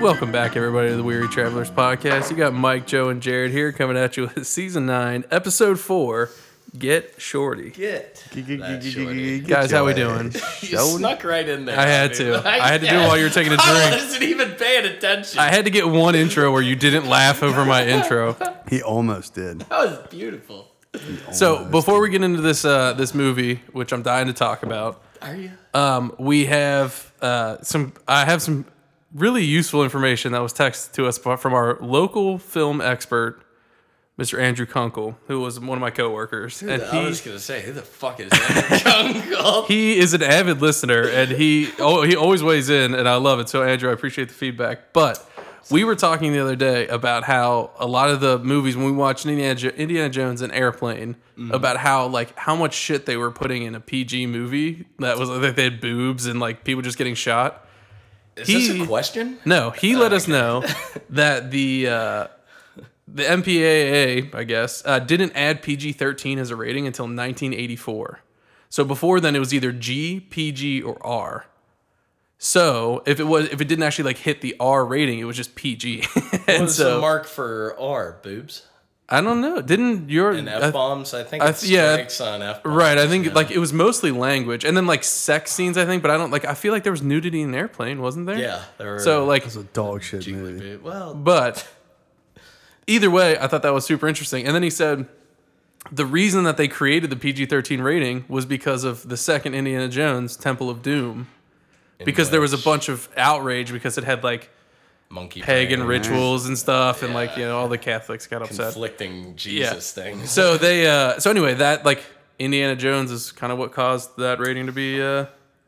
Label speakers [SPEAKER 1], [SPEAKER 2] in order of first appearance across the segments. [SPEAKER 1] Welcome back, everybody, to the Weary Travelers podcast. You got Mike, Joe, and Jared here coming at you with season nine, episode four. Get shorty,
[SPEAKER 2] Get. that shorty.
[SPEAKER 1] guys. How we doing?
[SPEAKER 2] You snuck right in there.
[SPEAKER 1] I had
[SPEAKER 2] dude.
[SPEAKER 1] to. I had to do it while you were taking a
[SPEAKER 2] I
[SPEAKER 1] drink.
[SPEAKER 2] wasn't even paying attention.
[SPEAKER 1] I had to get one intro where you didn't laugh over my intro.
[SPEAKER 3] He almost did.
[SPEAKER 2] that was beautiful.
[SPEAKER 1] So before we get into this uh, this movie, which I'm dying to talk about,
[SPEAKER 2] Are you?
[SPEAKER 1] um, we have uh, some. I have some really useful information that was texted to us from our local film expert, Mr. Andrew Kunkel, who was one of my coworkers, and
[SPEAKER 2] I was
[SPEAKER 1] Uh, he
[SPEAKER 2] gonna say, who the fuck is that jungle?
[SPEAKER 1] he is an avid listener, and he oh he always weighs in, and I love it. So Andrew, I appreciate the feedback, but. We were talking the other day about how a lot of the movies when we watched Indiana, Jo- Indiana Jones and Airplane about how like how much shit they were putting in a PG movie that was like they had boobs and like people just getting shot.
[SPEAKER 2] Is
[SPEAKER 1] he-
[SPEAKER 2] this a question?
[SPEAKER 1] No, he let
[SPEAKER 2] Oh,
[SPEAKER 1] us know that the uh, the MPAA, I guess, uh, didn't add PG thirteen as a rating until 1984. So before then, it was either G, PG, or R. So if it was if it didn't actually like hit the R rating, it was just PG. and
[SPEAKER 2] What's
[SPEAKER 1] so
[SPEAKER 2] the mark for R boobs
[SPEAKER 1] I don't know. Didn't your
[SPEAKER 2] and
[SPEAKER 1] I-
[SPEAKER 2] F bombs? I think
[SPEAKER 1] I
[SPEAKER 2] it
[SPEAKER 1] th- yeah.
[SPEAKER 2] strikes on F.
[SPEAKER 1] Right, I think like it was mostly language, and then like sex scenes. I think, but I don't like. I feel like there was nudity in airplane, wasn't there?
[SPEAKER 2] Yeah. There were
[SPEAKER 1] So like,
[SPEAKER 3] It's a dog shit movie.
[SPEAKER 2] boob- well,
[SPEAKER 1] But either way, I thought that was super interesting. And then he said the reason that they created the PG 13 rating was because of the second Indiana Jones Temple of Doom. Because there was a bunch of outrage because it had like
[SPEAKER 2] monkey
[SPEAKER 1] pagan
[SPEAKER 2] brain,
[SPEAKER 1] rituals and stuff, and like, you know, all the Catholics got upset.
[SPEAKER 2] conflicting Jesus things.
[SPEAKER 1] So they, uh, so anyway, that like Indiana Jones is kind of what caused that rating to be uh,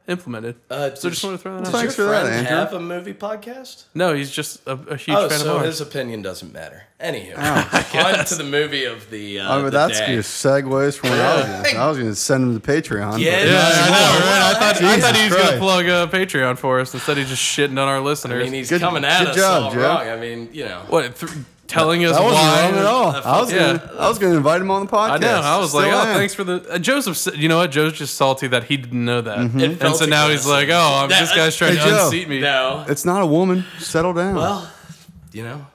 [SPEAKER 1] implemented.
[SPEAKER 2] Uh,
[SPEAKER 1] so
[SPEAKER 2] did
[SPEAKER 1] just
[SPEAKER 2] you-
[SPEAKER 1] wanted to throw that
[SPEAKER 2] Does
[SPEAKER 1] out.
[SPEAKER 3] Thanks
[SPEAKER 2] your
[SPEAKER 3] for that,
[SPEAKER 2] friend
[SPEAKER 3] Andrew.
[SPEAKER 2] have a movie podcast?
[SPEAKER 1] No, he's just a, a huge
[SPEAKER 2] Oh,
[SPEAKER 1] fan
[SPEAKER 2] so
[SPEAKER 1] of ours.
[SPEAKER 2] his opinion doesn't matter. Anywho,
[SPEAKER 3] Oh,
[SPEAKER 2] on to the movie of the. Uh,
[SPEAKER 3] I mean,
[SPEAKER 2] the
[SPEAKER 3] Oh, that's
[SPEAKER 2] day.
[SPEAKER 3] just segues from what I was going to I was going to send him to Patreon.
[SPEAKER 2] Yeah,
[SPEAKER 1] Yeah,
[SPEAKER 2] Nice.
[SPEAKER 1] I know, right? I thought, I thought he was
[SPEAKER 3] Jesus
[SPEAKER 1] going to
[SPEAKER 3] Christ.
[SPEAKER 1] plug uh, Patreon for us instead of just shitting on our
[SPEAKER 2] I
[SPEAKER 1] listeners.
[SPEAKER 2] mean, he's
[SPEAKER 3] Good-
[SPEAKER 2] coming at
[SPEAKER 3] good
[SPEAKER 2] us
[SPEAKER 3] job,
[SPEAKER 2] all
[SPEAKER 3] Joe.
[SPEAKER 2] wrong. I mean, you know.
[SPEAKER 1] what, th- telling us
[SPEAKER 3] That wasn't
[SPEAKER 1] why?
[SPEAKER 3] wrong at all. I was
[SPEAKER 1] Yeah.
[SPEAKER 3] gonna, I was going to invite him on the podcast.
[SPEAKER 1] I know. I was like,
[SPEAKER 3] Still
[SPEAKER 1] oh,
[SPEAKER 3] am.
[SPEAKER 1] thanks for the. Uh, Joseph, sa- you know what? Joe's just salty that he didn't know that. And
[SPEAKER 2] felt
[SPEAKER 1] so now he's like,
[SPEAKER 2] aggressive.
[SPEAKER 1] oh, I'm,
[SPEAKER 2] That-
[SPEAKER 1] this guy's trying
[SPEAKER 3] Mm-hmm. Hey,
[SPEAKER 1] to
[SPEAKER 3] Joe.
[SPEAKER 1] unseat me.
[SPEAKER 2] No.
[SPEAKER 3] It's not a woman. Settle down.
[SPEAKER 2] Well, you know,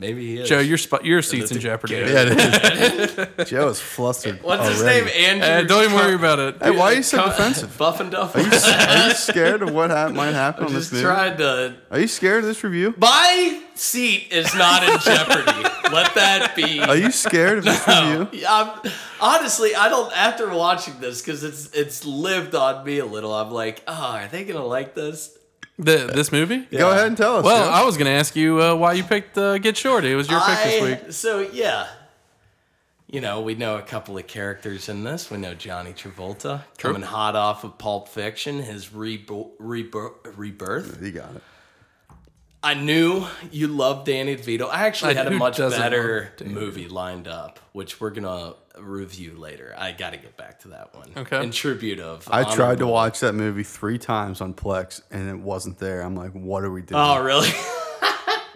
[SPEAKER 2] maybe he is.
[SPEAKER 1] Joe, your, spot, your seat's in
[SPEAKER 2] the-
[SPEAKER 1] jeopardy.
[SPEAKER 2] Yeah.
[SPEAKER 3] yeah, it is. Joe is flustered.
[SPEAKER 2] What's his
[SPEAKER 3] already.
[SPEAKER 2] name? Andrew.
[SPEAKER 1] Uh, don't even worry about it.
[SPEAKER 3] Hey, why are you so
[SPEAKER 2] Come-
[SPEAKER 3] defensive?
[SPEAKER 2] Buff and Duff.
[SPEAKER 3] Are you scared of what ha- might happen on this
[SPEAKER 2] just
[SPEAKER 3] movie?
[SPEAKER 2] tried to.
[SPEAKER 3] Are you scared of this review?
[SPEAKER 2] My seat is not in jeopardy. Let that be.
[SPEAKER 3] Are you scared of this review?
[SPEAKER 2] Yeah, I'm, honestly, I don't. After watching this, because it's it's lived on me a little. I'm like, oh, are they gonna like this?
[SPEAKER 1] The, this movie?
[SPEAKER 3] Go ahead and tell us.
[SPEAKER 1] Well,
[SPEAKER 3] Joe.
[SPEAKER 1] I was going to ask you uh, why you picked uh, Get Shorty. It was your pick this week.
[SPEAKER 2] I- So yeah, you know we know a couple of characters in this. We know Johnny Travolta coming hot off of Pulp Fiction, his rebo- rebo- rebirth.
[SPEAKER 3] you got it.
[SPEAKER 2] I knew you loved Danny DeVito. I actually
[SPEAKER 1] I-
[SPEAKER 2] had a
[SPEAKER 1] who
[SPEAKER 2] much
[SPEAKER 1] doesn't
[SPEAKER 2] better
[SPEAKER 1] love
[SPEAKER 2] movie lined up, which we're gonna review later. I got to get back to that one.
[SPEAKER 1] Okay.
[SPEAKER 2] In tribute of,
[SPEAKER 3] I tried to watch that movie three times on Plex and it wasn't there. I'm like, what are we doing?
[SPEAKER 2] Oh really?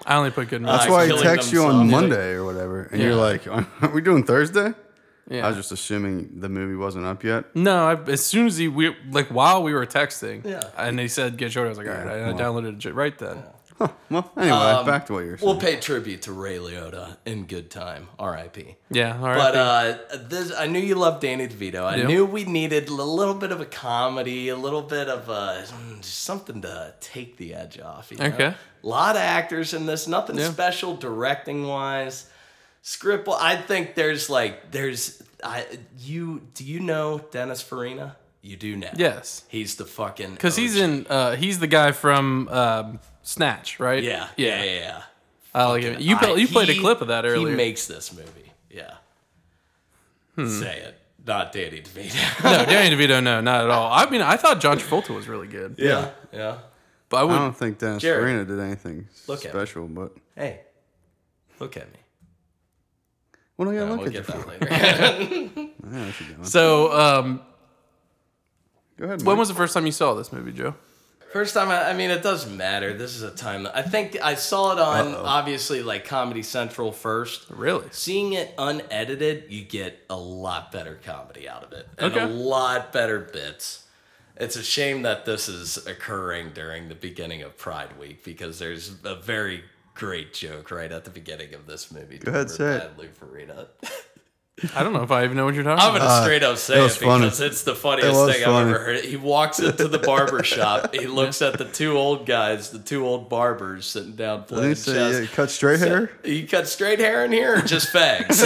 [SPEAKER 1] I only put good movies.
[SPEAKER 3] That's why I
[SPEAKER 2] killing
[SPEAKER 3] text you on
[SPEAKER 2] themselves.
[SPEAKER 3] Monday or whatever, and you're
[SPEAKER 1] Yeah.
[SPEAKER 3] like, "Are we doing Thursday?" I
[SPEAKER 1] yeah.
[SPEAKER 3] was just assuming the movie wasn't up yet.
[SPEAKER 1] No, I, as soon as he we like while we were texting,
[SPEAKER 2] Yeah.
[SPEAKER 1] and he said get shorty, I was like, all right, I, I downloaded it right then.
[SPEAKER 3] Well, anyway, back to what you're saying.
[SPEAKER 2] we'll pay tribute to Ray Liotta in good time. R.I.P.
[SPEAKER 1] Yeah, all right.
[SPEAKER 2] But uh, this, I knew you loved Danny DeVito. I
[SPEAKER 1] Yeah.
[SPEAKER 2] knew we needed a little bit of a comedy, a little bit of a, something to take the edge off. you know?
[SPEAKER 1] Okay.
[SPEAKER 2] A lot of actors in this, nothing
[SPEAKER 1] Yeah.
[SPEAKER 2] special directing wise. Script, I think there's like, there's, I you do you know Dennis Farina? You do now.
[SPEAKER 1] yes,
[SPEAKER 2] He's the fucking.
[SPEAKER 1] because he's in. Uh, he's the guy from um, Snatch, right?
[SPEAKER 2] Yeah, yeah,
[SPEAKER 1] yeah.
[SPEAKER 2] yeah. yeah.
[SPEAKER 1] I like him. You pl-
[SPEAKER 2] I-
[SPEAKER 1] you played a
[SPEAKER 2] he-
[SPEAKER 1] clip of that
[SPEAKER 2] He
[SPEAKER 1] earlier.
[SPEAKER 2] makes this movie. Yeah.
[SPEAKER 1] Hmm.
[SPEAKER 2] Say it. Not Danny DeVito.
[SPEAKER 1] no, Danny DeVito, no, not at all. I mean, I thought John Travolta was really good,
[SPEAKER 2] yeah. Yeah.
[SPEAKER 1] but I
[SPEAKER 3] I
[SPEAKER 1] would.
[SPEAKER 3] don't think Dennis
[SPEAKER 2] Jared,
[SPEAKER 3] Farina did anything
[SPEAKER 2] look at me.
[SPEAKER 3] special, but
[SPEAKER 2] Hey, look at me.
[SPEAKER 3] what do you
[SPEAKER 2] We'll
[SPEAKER 3] look at?
[SPEAKER 2] get
[SPEAKER 3] you
[SPEAKER 2] that later.
[SPEAKER 3] for? Yeah, that's a good one.
[SPEAKER 1] So, um,
[SPEAKER 3] Go ahead.
[SPEAKER 1] when
[SPEAKER 3] Mike.
[SPEAKER 1] was the first time you saw this movie, Joe?
[SPEAKER 2] First time, I, I mean, it doesn't matter. This is a time. I think I saw it on obviously like Comedy Central first.
[SPEAKER 1] Really?
[SPEAKER 2] Seeing it unedited, you get a lot better comedy out of it and
[SPEAKER 1] Okay.
[SPEAKER 2] a lot better bits. It's a shame that this is occurring during the beginning of Pride Week because there's a very great joke right at the beginning of this movie. Go
[SPEAKER 3] ahead, say it.
[SPEAKER 2] Lou Ferrigno.
[SPEAKER 1] I don't know if I even know what you're talking
[SPEAKER 2] I'm
[SPEAKER 1] about.
[SPEAKER 2] gonna straight up say
[SPEAKER 3] Uh, it
[SPEAKER 2] it,
[SPEAKER 3] was funny.
[SPEAKER 2] because it's the funniest
[SPEAKER 3] It was
[SPEAKER 2] thing
[SPEAKER 3] funny.
[SPEAKER 2] I've ever heard. He walks into the barber shop. He looks at the two old guys, the two old barbers sitting down
[SPEAKER 3] Let me
[SPEAKER 2] playing
[SPEAKER 3] say,
[SPEAKER 2] chess.
[SPEAKER 3] yeah, cut straight hair.
[SPEAKER 2] You cut straight hair in here or just fags?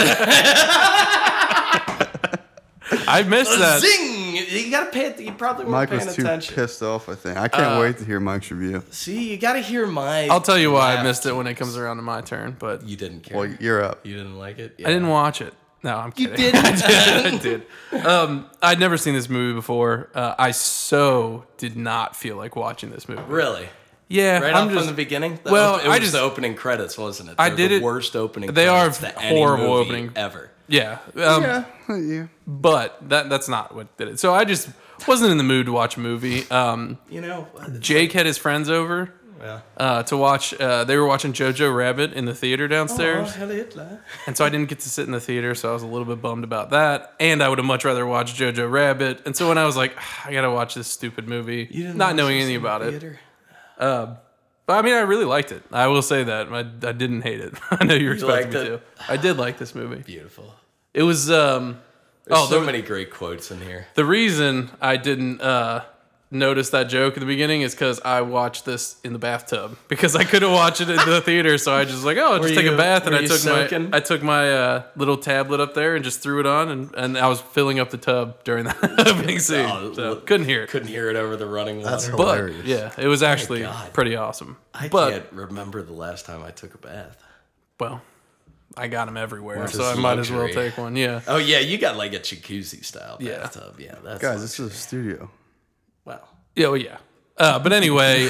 [SPEAKER 1] I missed that.
[SPEAKER 2] Zing! You gotta pay. it- You probably weren't
[SPEAKER 3] Mike
[SPEAKER 2] paying
[SPEAKER 3] was too
[SPEAKER 2] attention.
[SPEAKER 3] pissed off. I think I can't wait to hear Mike's review.
[SPEAKER 2] See, you gotta hear my.
[SPEAKER 1] I'll tell you why I
[SPEAKER 2] laugh.
[SPEAKER 1] missed it when it comes around to my turn, but
[SPEAKER 2] You didn't care.
[SPEAKER 3] Well, you're up.
[SPEAKER 2] you didn't like it.
[SPEAKER 1] I didn't watch it. No, I'm kidding.
[SPEAKER 2] didn't?
[SPEAKER 1] I did. I did. Um, I'd never seen this movie before. Uh, I so did not feel like watching this movie.
[SPEAKER 2] Really?
[SPEAKER 1] Yeah,
[SPEAKER 2] Right
[SPEAKER 1] I'm
[SPEAKER 2] off
[SPEAKER 1] just.
[SPEAKER 2] from the beginning. The
[SPEAKER 1] well,
[SPEAKER 2] op- it
[SPEAKER 1] I
[SPEAKER 2] was
[SPEAKER 1] just-
[SPEAKER 2] the opening credits, wasn't it?
[SPEAKER 1] I
[SPEAKER 2] They're
[SPEAKER 1] did
[SPEAKER 2] the
[SPEAKER 1] it-
[SPEAKER 2] Worst opening.
[SPEAKER 1] they are
[SPEAKER 2] credits to any
[SPEAKER 1] horrible
[SPEAKER 2] movie
[SPEAKER 1] opening.
[SPEAKER 2] ever.
[SPEAKER 1] yeah, um,
[SPEAKER 3] Yeah, yeah.
[SPEAKER 1] but that that's not what did it. So I just wasn't in the mood to watch a movie. Um,
[SPEAKER 2] You know. uh,
[SPEAKER 1] Jake had his friends over
[SPEAKER 2] Well.
[SPEAKER 1] uh, to watch. Uh, they were watching Jojo Rabbit in the theater
[SPEAKER 2] Oh,
[SPEAKER 1] downstairs. And so I didn't get to sit in the theater, so I was a little bit bummed about that. And I would have much rather watched Jojo Rabbit. And so when I was like, "Ah, I gotta watch this stupid movie, not knowing anything about it. But I mean, I really liked it. I will say that I, I didn't hate it. I know you were expecting
[SPEAKER 2] liked
[SPEAKER 1] me
[SPEAKER 2] it?
[SPEAKER 1] to. I did like this movie.
[SPEAKER 2] Beautiful.
[SPEAKER 1] It was um,
[SPEAKER 2] There's
[SPEAKER 1] oh
[SPEAKER 2] so
[SPEAKER 1] the,
[SPEAKER 2] many great quotes in here.
[SPEAKER 1] the reason I didn't uh, notice that joke at the beginning is because I watched this in the bathtub because I couldn't watch it in the theater. So I just like, oh, I'll just
[SPEAKER 2] Were
[SPEAKER 1] take a
[SPEAKER 2] you-
[SPEAKER 1] bath, and
[SPEAKER 2] were
[SPEAKER 1] I
[SPEAKER 2] you
[SPEAKER 1] took
[SPEAKER 2] soaking?
[SPEAKER 1] my I took my uh, little tablet up there and just threw it on, and, and I was filling up the tub during that opening scene.
[SPEAKER 2] Oh,
[SPEAKER 1] so
[SPEAKER 2] look.
[SPEAKER 1] couldn't hear it.
[SPEAKER 2] Couldn't hear it over the running water.
[SPEAKER 3] That's
[SPEAKER 1] but
[SPEAKER 3] hilarious.
[SPEAKER 1] yeah, it was actually
[SPEAKER 2] God.
[SPEAKER 1] pretty awesome.
[SPEAKER 2] I
[SPEAKER 1] but
[SPEAKER 2] can't remember the last time I took a bath.
[SPEAKER 1] well, I got them everywhere, so I
[SPEAKER 2] is
[SPEAKER 1] might as well
[SPEAKER 2] luxury.
[SPEAKER 1] take one. Yeah.
[SPEAKER 2] Oh yeah, you got like a jacuzzi style
[SPEAKER 1] Yeah.
[SPEAKER 2] bathtub. Yeah, that's
[SPEAKER 3] Guys, this is a studio.
[SPEAKER 2] wow.
[SPEAKER 1] Yeah, well, yeah. Uh, but anyway,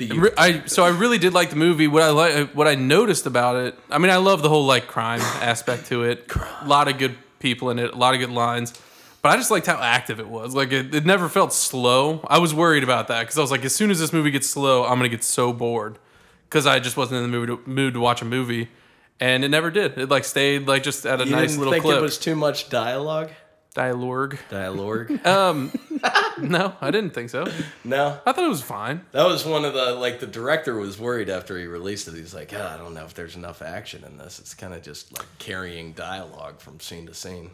[SPEAKER 1] re- I so I really did like the movie. What I like, what I noticed about it, I mean, I love the whole like crime aspect to it. A lot of good people in it, a lot of good lines. But I just liked how active it was. Like it, it never felt slow. I was worried about that because I was like, as soon as this movie gets slow, I'm gonna get so bored because I just wasn't in the mood to, mood to watch a movie, and it never did. It like stayed like just at a
[SPEAKER 2] You
[SPEAKER 1] nice
[SPEAKER 2] didn't
[SPEAKER 1] little
[SPEAKER 2] think
[SPEAKER 1] clip.
[SPEAKER 2] it was too much dialogue?
[SPEAKER 1] Dialogue.
[SPEAKER 2] Dialogue?
[SPEAKER 1] No, I didn't think so.
[SPEAKER 2] no.
[SPEAKER 1] I thought it was fine.
[SPEAKER 2] That was one of the like the director was worried after he released it. He's like, oh, I don't know if there's enough action in this. It's kind of just like carrying dialogue from scene to scene.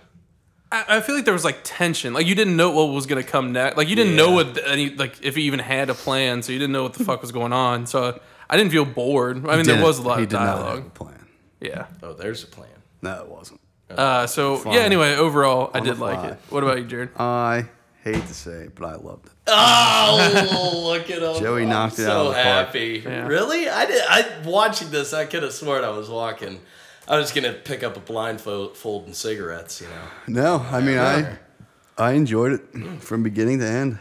[SPEAKER 1] I, I feel like there was like tension. Like you didn't know what was gonna come next. Like you didn't know
[SPEAKER 2] Yeah.
[SPEAKER 1] what the- any like if he even had a plan. So you didn't know what the fuck was going on. So I didn't feel bored. I mean, there
[SPEAKER 3] Didn't-
[SPEAKER 1] was a lot
[SPEAKER 3] he
[SPEAKER 1] of
[SPEAKER 3] did not have a
[SPEAKER 1] dialogue.
[SPEAKER 3] plan.
[SPEAKER 1] Yeah.
[SPEAKER 2] Oh, there's a plan.
[SPEAKER 3] No, it wasn't.
[SPEAKER 1] Uh, so yeah. Anyway, overall, I did like
[SPEAKER 3] fly.
[SPEAKER 1] it. What about you, Jared?
[SPEAKER 3] I hate to say it, but I loved it.
[SPEAKER 2] Oh, look at him!
[SPEAKER 3] Joey knocked
[SPEAKER 2] I'm
[SPEAKER 3] it out
[SPEAKER 2] So
[SPEAKER 3] of the park.
[SPEAKER 2] happy. Really? I did. I watching this. I could have sworn I was walking. I was gonna pick up a blindfold fold and cigarettes. You know.
[SPEAKER 3] No, I mean I, I enjoyed it from beginning to end.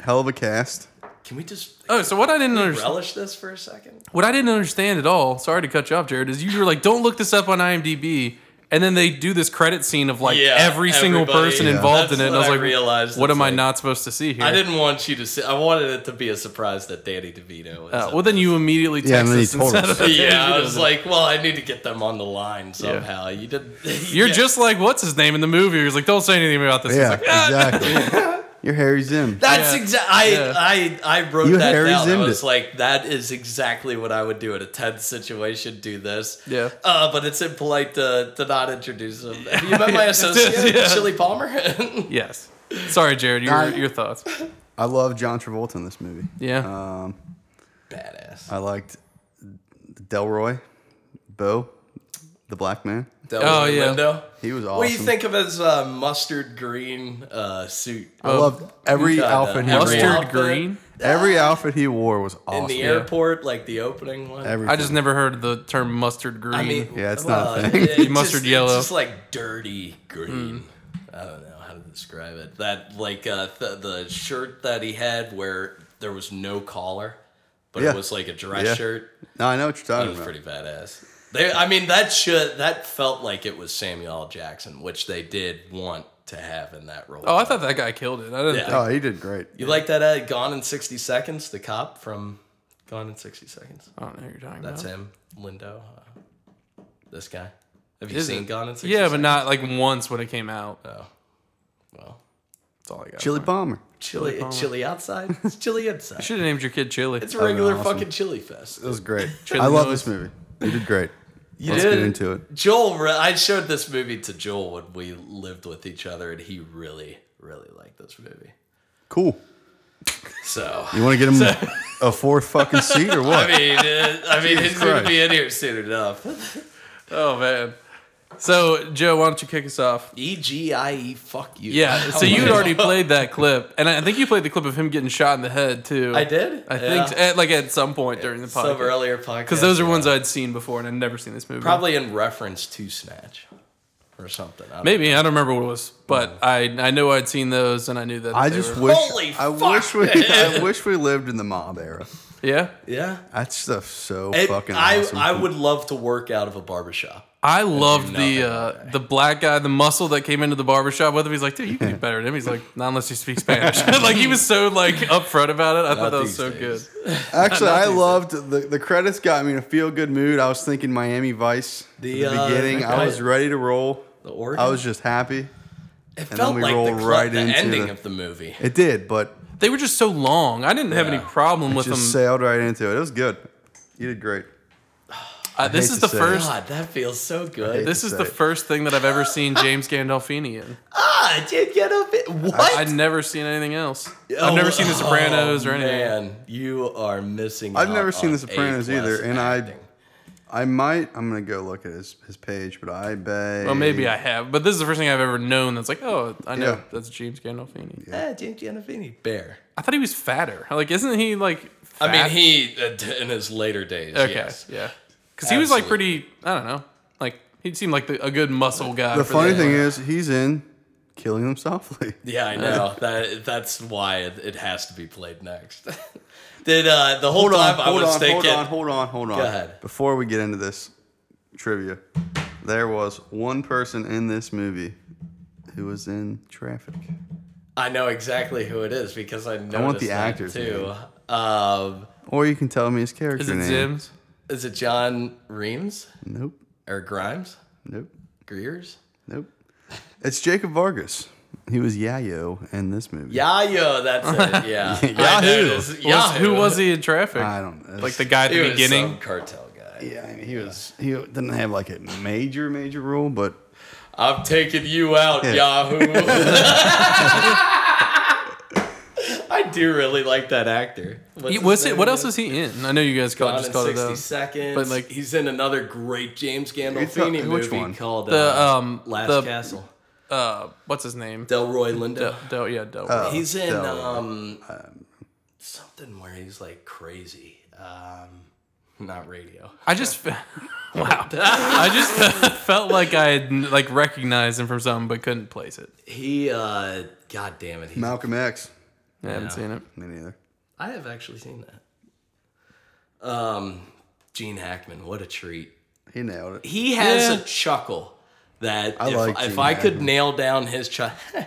[SPEAKER 3] Hell of a cast.
[SPEAKER 2] Can we just
[SPEAKER 1] Oh, so what I didn't understand,
[SPEAKER 2] relish this for a second?
[SPEAKER 1] what I didn't understand at all. Sorry to cut you off, Jared. Is you were like, don't look this up on IMDb. And then they do this credit scene of like
[SPEAKER 2] Yeah,
[SPEAKER 1] every single
[SPEAKER 2] everybody-
[SPEAKER 1] person
[SPEAKER 2] Yeah.
[SPEAKER 1] involved in
[SPEAKER 2] That's
[SPEAKER 1] it, and I
[SPEAKER 2] what
[SPEAKER 1] was
[SPEAKER 2] I
[SPEAKER 1] like,
[SPEAKER 2] realized.
[SPEAKER 1] "What
[SPEAKER 2] It's
[SPEAKER 1] am I
[SPEAKER 2] like-
[SPEAKER 1] not supposed to see here?"
[SPEAKER 2] I didn't want you to see. I wanted it to be a surprise that Danny DeVito. Is
[SPEAKER 1] Uh, well, then you immediately text
[SPEAKER 3] Yeah, and then he
[SPEAKER 1] us and
[SPEAKER 3] told
[SPEAKER 1] said
[SPEAKER 3] us.
[SPEAKER 1] that
[SPEAKER 2] Yeah, I
[SPEAKER 1] you
[SPEAKER 2] was
[SPEAKER 1] didn't.
[SPEAKER 2] like, well, I need to get them on the line somehow. You did.
[SPEAKER 1] You're
[SPEAKER 2] Yeah.
[SPEAKER 1] just like what's his name in the movie. He's like, don't say anything about this. He's
[SPEAKER 3] Yeah,
[SPEAKER 1] like, "Ah."
[SPEAKER 3] exactly. You're Harry Zim.
[SPEAKER 2] That's
[SPEAKER 1] Yeah.
[SPEAKER 2] exactly. I,
[SPEAKER 1] Yeah.
[SPEAKER 2] I I wrote
[SPEAKER 3] You
[SPEAKER 2] that
[SPEAKER 3] Harry
[SPEAKER 2] down. I
[SPEAKER 3] Zimmed
[SPEAKER 2] was
[SPEAKER 3] it.
[SPEAKER 2] like, that is exactly what I would do in a tense situation. Do this.
[SPEAKER 1] Yeah.
[SPEAKER 2] Uh, but it's impolite to, to not introduce them. Have you met my associate,
[SPEAKER 1] Yeah.
[SPEAKER 2] Chili Palmer?
[SPEAKER 1] Yes. Sorry, Jared. Your
[SPEAKER 3] Nah.
[SPEAKER 1] your thoughts.
[SPEAKER 3] I love John Travolta in this movie.
[SPEAKER 1] Yeah.
[SPEAKER 3] Um,
[SPEAKER 2] Badass.
[SPEAKER 3] I liked Delroy, Bo, the black man.
[SPEAKER 2] Del
[SPEAKER 1] Oh, yeah.
[SPEAKER 2] Lindo.
[SPEAKER 3] He was awesome.
[SPEAKER 2] What do you think of his uh, mustard green uh, suit?
[SPEAKER 3] I loved every
[SPEAKER 2] God,
[SPEAKER 3] outfit he
[SPEAKER 2] that
[SPEAKER 1] Mustard
[SPEAKER 3] wore.
[SPEAKER 2] outfit
[SPEAKER 1] green.
[SPEAKER 3] Every outfit he wore was
[SPEAKER 2] in
[SPEAKER 3] awesome.
[SPEAKER 2] the airport, like the opening one.
[SPEAKER 3] Everything.
[SPEAKER 1] I just never heard the term mustard green.
[SPEAKER 2] I mean,
[SPEAKER 3] Yeah, it's not a
[SPEAKER 2] well,
[SPEAKER 3] thing.
[SPEAKER 2] it- it
[SPEAKER 1] Mustard
[SPEAKER 2] just-
[SPEAKER 1] yellow. Hmm.
[SPEAKER 2] It's just like dirty green. I don't know how to describe it. That like uh, th- the shirt that he had where there was no collar, but
[SPEAKER 3] Yeah.
[SPEAKER 2] it was like a dress
[SPEAKER 3] Yeah.
[SPEAKER 2] shirt.
[SPEAKER 3] No, I know what you're
[SPEAKER 2] That
[SPEAKER 3] talking
[SPEAKER 2] was
[SPEAKER 3] about.
[SPEAKER 2] pretty badass. They, I mean, that should that felt like it was Samuel L. Jackson, which they did want to have in that role.
[SPEAKER 1] oh, I thought that guy killed it. I didn't.
[SPEAKER 2] Yeah.
[SPEAKER 1] Think,
[SPEAKER 3] Oh, he did great.
[SPEAKER 2] you like that? Uh, Gone in sixty seconds, the cop from Gone in sixty seconds.
[SPEAKER 1] I don't know who you're talking
[SPEAKER 2] That's
[SPEAKER 1] about.
[SPEAKER 2] him, Lindo. Uh, this guy. Have you
[SPEAKER 1] Is
[SPEAKER 2] seen
[SPEAKER 1] it?
[SPEAKER 2] Gone in sixty?
[SPEAKER 1] Yeah,
[SPEAKER 2] seconds?
[SPEAKER 1] but not like once when it came out.
[SPEAKER 2] Oh. Well,
[SPEAKER 1] That's all I got.
[SPEAKER 3] Chili Palmer.
[SPEAKER 2] Chili, chili outside. It's chili inside.
[SPEAKER 1] Should have named your kid Chili.
[SPEAKER 2] It's a regular
[SPEAKER 3] awesome.
[SPEAKER 2] fucking chili fest.
[SPEAKER 3] That was great.
[SPEAKER 1] Chili
[SPEAKER 3] I love
[SPEAKER 1] Noise.
[SPEAKER 3] this movie. You did great.
[SPEAKER 2] You
[SPEAKER 3] Let's
[SPEAKER 2] did.
[SPEAKER 3] get into it.
[SPEAKER 2] Joel, re- I showed this movie to Joel when we lived with each other, and he really, really liked this movie.
[SPEAKER 3] Cool.
[SPEAKER 2] So
[SPEAKER 3] You want to get him a fourth fucking seat or what?
[SPEAKER 2] I mean, uh, I mean, he's gonna
[SPEAKER 3] Christ.
[SPEAKER 2] be in here soon enough.
[SPEAKER 1] oh man. So Joe, why don't you kick us off?
[SPEAKER 2] E G I E, fuck you.
[SPEAKER 1] Yeah. So you'd already played that clip, and I think you played the clip of him getting shot in the head too.
[SPEAKER 2] I did?
[SPEAKER 1] I
[SPEAKER 2] Yeah.
[SPEAKER 1] think so, at, like at some point during the
[SPEAKER 2] some
[SPEAKER 1] podcast.
[SPEAKER 2] earlier podcast
[SPEAKER 1] Because those are ones I'd seen before, and I'd never seen this movie.
[SPEAKER 2] probably in reference to Snatch or something. I don't
[SPEAKER 1] Maybe I don't remember what it was, but
[SPEAKER 2] Mm.
[SPEAKER 1] I I know I'd seen those, and I knew that
[SPEAKER 3] I
[SPEAKER 1] they
[SPEAKER 3] just
[SPEAKER 1] were-
[SPEAKER 3] wish.
[SPEAKER 2] Holy
[SPEAKER 3] I
[SPEAKER 2] fuck,
[SPEAKER 3] wish we. I wish we lived in the mob era.
[SPEAKER 1] yeah.
[SPEAKER 2] know. Yeah.
[SPEAKER 3] That stuff's so
[SPEAKER 2] It-
[SPEAKER 3] fucking
[SPEAKER 2] I
[SPEAKER 3] awesome.
[SPEAKER 2] I would love to work out of a barbershop.
[SPEAKER 1] I loved
[SPEAKER 2] nothing
[SPEAKER 1] the uh, the black guy, the muscle that came into the barbershop. Whether he's like, dude, you can do better than him. He's like, not unless you speak Spanish. like he was so like upfront about it. I thought that was
[SPEAKER 2] these
[SPEAKER 1] so
[SPEAKER 2] days.
[SPEAKER 1] good.
[SPEAKER 3] Actually, I loved the the credits. Got me in a feel good mood. I was thinking Miami Vice. at
[SPEAKER 2] The,
[SPEAKER 3] The,
[SPEAKER 2] uh,
[SPEAKER 3] beginning.
[SPEAKER 2] the
[SPEAKER 3] I was
[SPEAKER 2] guy-
[SPEAKER 3] ready to roll.
[SPEAKER 2] The organ.
[SPEAKER 3] I was just happy.
[SPEAKER 2] it
[SPEAKER 3] then
[SPEAKER 2] felt
[SPEAKER 3] we
[SPEAKER 2] like the,
[SPEAKER 3] rolled
[SPEAKER 2] cl-
[SPEAKER 3] right
[SPEAKER 2] the
[SPEAKER 3] into
[SPEAKER 2] ending
[SPEAKER 3] the-
[SPEAKER 2] of the movie.
[SPEAKER 3] It did, but
[SPEAKER 1] They were just so long. I didn't have any
[SPEAKER 2] Yeah.
[SPEAKER 1] problem with
[SPEAKER 3] just
[SPEAKER 1] them.
[SPEAKER 3] sailed right into it. It was good. You did great.
[SPEAKER 1] Uh, this
[SPEAKER 3] hate
[SPEAKER 1] is
[SPEAKER 3] to
[SPEAKER 1] the
[SPEAKER 3] say it.
[SPEAKER 1] first.
[SPEAKER 2] God, that feels so good.
[SPEAKER 3] hate
[SPEAKER 1] This
[SPEAKER 3] to
[SPEAKER 1] is
[SPEAKER 3] say
[SPEAKER 1] the
[SPEAKER 3] it.
[SPEAKER 1] first thing that I've ever seen James Gandolfini in.
[SPEAKER 2] Ah, dude, get up! it- What?
[SPEAKER 1] I've never seen anything else. I've never seen The Sopranos
[SPEAKER 2] oh,
[SPEAKER 1] or anything.
[SPEAKER 2] Man, you are missing.
[SPEAKER 3] I've
[SPEAKER 2] out
[SPEAKER 3] never seen
[SPEAKER 2] on
[SPEAKER 3] The Sopranos
[SPEAKER 2] A-plus
[SPEAKER 3] either, and I-
[SPEAKER 2] acting.
[SPEAKER 3] I might. I'm gonna go look at his his page, but I bet.
[SPEAKER 1] Well, maybe I have, but this is the first thing I've ever known that's like, oh, I know
[SPEAKER 3] Yeah.
[SPEAKER 1] that's James Gandolfini.
[SPEAKER 2] Ah, James Gandolfini, bear.
[SPEAKER 1] I thought he was fatter. Like, isn't he like?
[SPEAKER 2] I mean,
[SPEAKER 1] fat?
[SPEAKER 2] he uh, d- in his later days.
[SPEAKER 1] Okay,
[SPEAKER 2] yes.
[SPEAKER 1] yeah, because he was like
[SPEAKER 2] Absolutely.
[SPEAKER 1] pretty. I don't know. Like he seemed like the, a good muscle guy.
[SPEAKER 3] The
[SPEAKER 1] for
[SPEAKER 3] funny
[SPEAKER 1] that.
[SPEAKER 3] thing is, he's in Killing Them Softly.
[SPEAKER 2] Yeah, I know. that that's why it, it has to be played next. Did uh, the whole
[SPEAKER 3] Hold on,
[SPEAKER 2] time I
[SPEAKER 3] hold
[SPEAKER 2] was
[SPEAKER 3] on, hold
[SPEAKER 2] thinking?
[SPEAKER 3] on, hold on, hold on.
[SPEAKER 2] ahead.
[SPEAKER 3] Before we get into this trivia, there was one person in this movie who was in traffic.
[SPEAKER 2] I know exactly who it is because I know.
[SPEAKER 3] want the
[SPEAKER 2] that
[SPEAKER 3] actor's
[SPEAKER 2] too. Um,
[SPEAKER 3] Or you can tell me his character
[SPEAKER 1] is it
[SPEAKER 3] name.
[SPEAKER 1] Zim's?
[SPEAKER 2] is it John Reams
[SPEAKER 3] Nope,
[SPEAKER 2] or Grimes?
[SPEAKER 3] nope,
[SPEAKER 2] Greers?
[SPEAKER 3] nope. It's Jacob Vargas. He was Yayo in this movie.
[SPEAKER 2] Yayo, that's it. Yeah. I
[SPEAKER 3] Yahoo.
[SPEAKER 2] noticed.
[SPEAKER 1] Was-
[SPEAKER 2] Yahoo.
[SPEAKER 1] who was he in Traffic?
[SPEAKER 3] I don't know.
[SPEAKER 1] like the guy at
[SPEAKER 2] He
[SPEAKER 1] the
[SPEAKER 2] was
[SPEAKER 1] beginning.
[SPEAKER 2] some cartel guy.
[SPEAKER 3] Yeah, I mean, he was. He didn't have like a major, major role, but
[SPEAKER 2] I'm taking you out,
[SPEAKER 3] Yeah.
[SPEAKER 2] Yahoo. I do really like that actor. What's
[SPEAKER 1] He-
[SPEAKER 2] his
[SPEAKER 1] was it?
[SPEAKER 2] name
[SPEAKER 1] What else
[SPEAKER 2] again?
[SPEAKER 1] was he in? I know you guys called,
[SPEAKER 2] Gone
[SPEAKER 1] just
[SPEAKER 2] in
[SPEAKER 1] called it
[SPEAKER 2] 60
[SPEAKER 1] out.
[SPEAKER 2] Seconds.
[SPEAKER 1] But, like-
[SPEAKER 2] he's in another great James Gandolfini
[SPEAKER 3] talking-
[SPEAKER 2] movie
[SPEAKER 3] which one?
[SPEAKER 2] called
[SPEAKER 1] The,
[SPEAKER 2] uh,
[SPEAKER 1] um,
[SPEAKER 2] Last
[SPEAKER 1] the-
[SPEAKER 2] Castle.
[SPEAKER 1] Uh, what's his name?
[SPEAKER 2] Delroy Lindo.
[SPEAKER 1] Del, Del, yeah, Del.
[SPEAKER 2] he's in
[SPEAKER 3] Del-
[SPEAKER 2] um, something where he's like crazy. Um, not radio.
[SPEAKER 1] I just fe- wow. I just felt like I had like recognized him from something, but couldn't place it.
[SPEAKER 2] He, uh, god damn it. He's,
[SPEAKER 3] Malcolm X.
[SPEAKER 1] I haven't seen it.
[SPEAKER 3] Me neither.
[SPEAKER 2] I have actually seen that. Um, Gene Hackman, what a treat.
[SPEAKER 3] He nailed it.
[SPEAKER 2] He has
[SPEAKER 1] Yeah.
[SPEAKER 2] a chuckle that if,
[SPEAKER 3] like
[SPEAKER 2] if
[SPEAKER 3] Gene
[SPEAKER 2] I could
[SPEAKER 3] Hackman.
[SPEAKER 2] nail down his chuckle,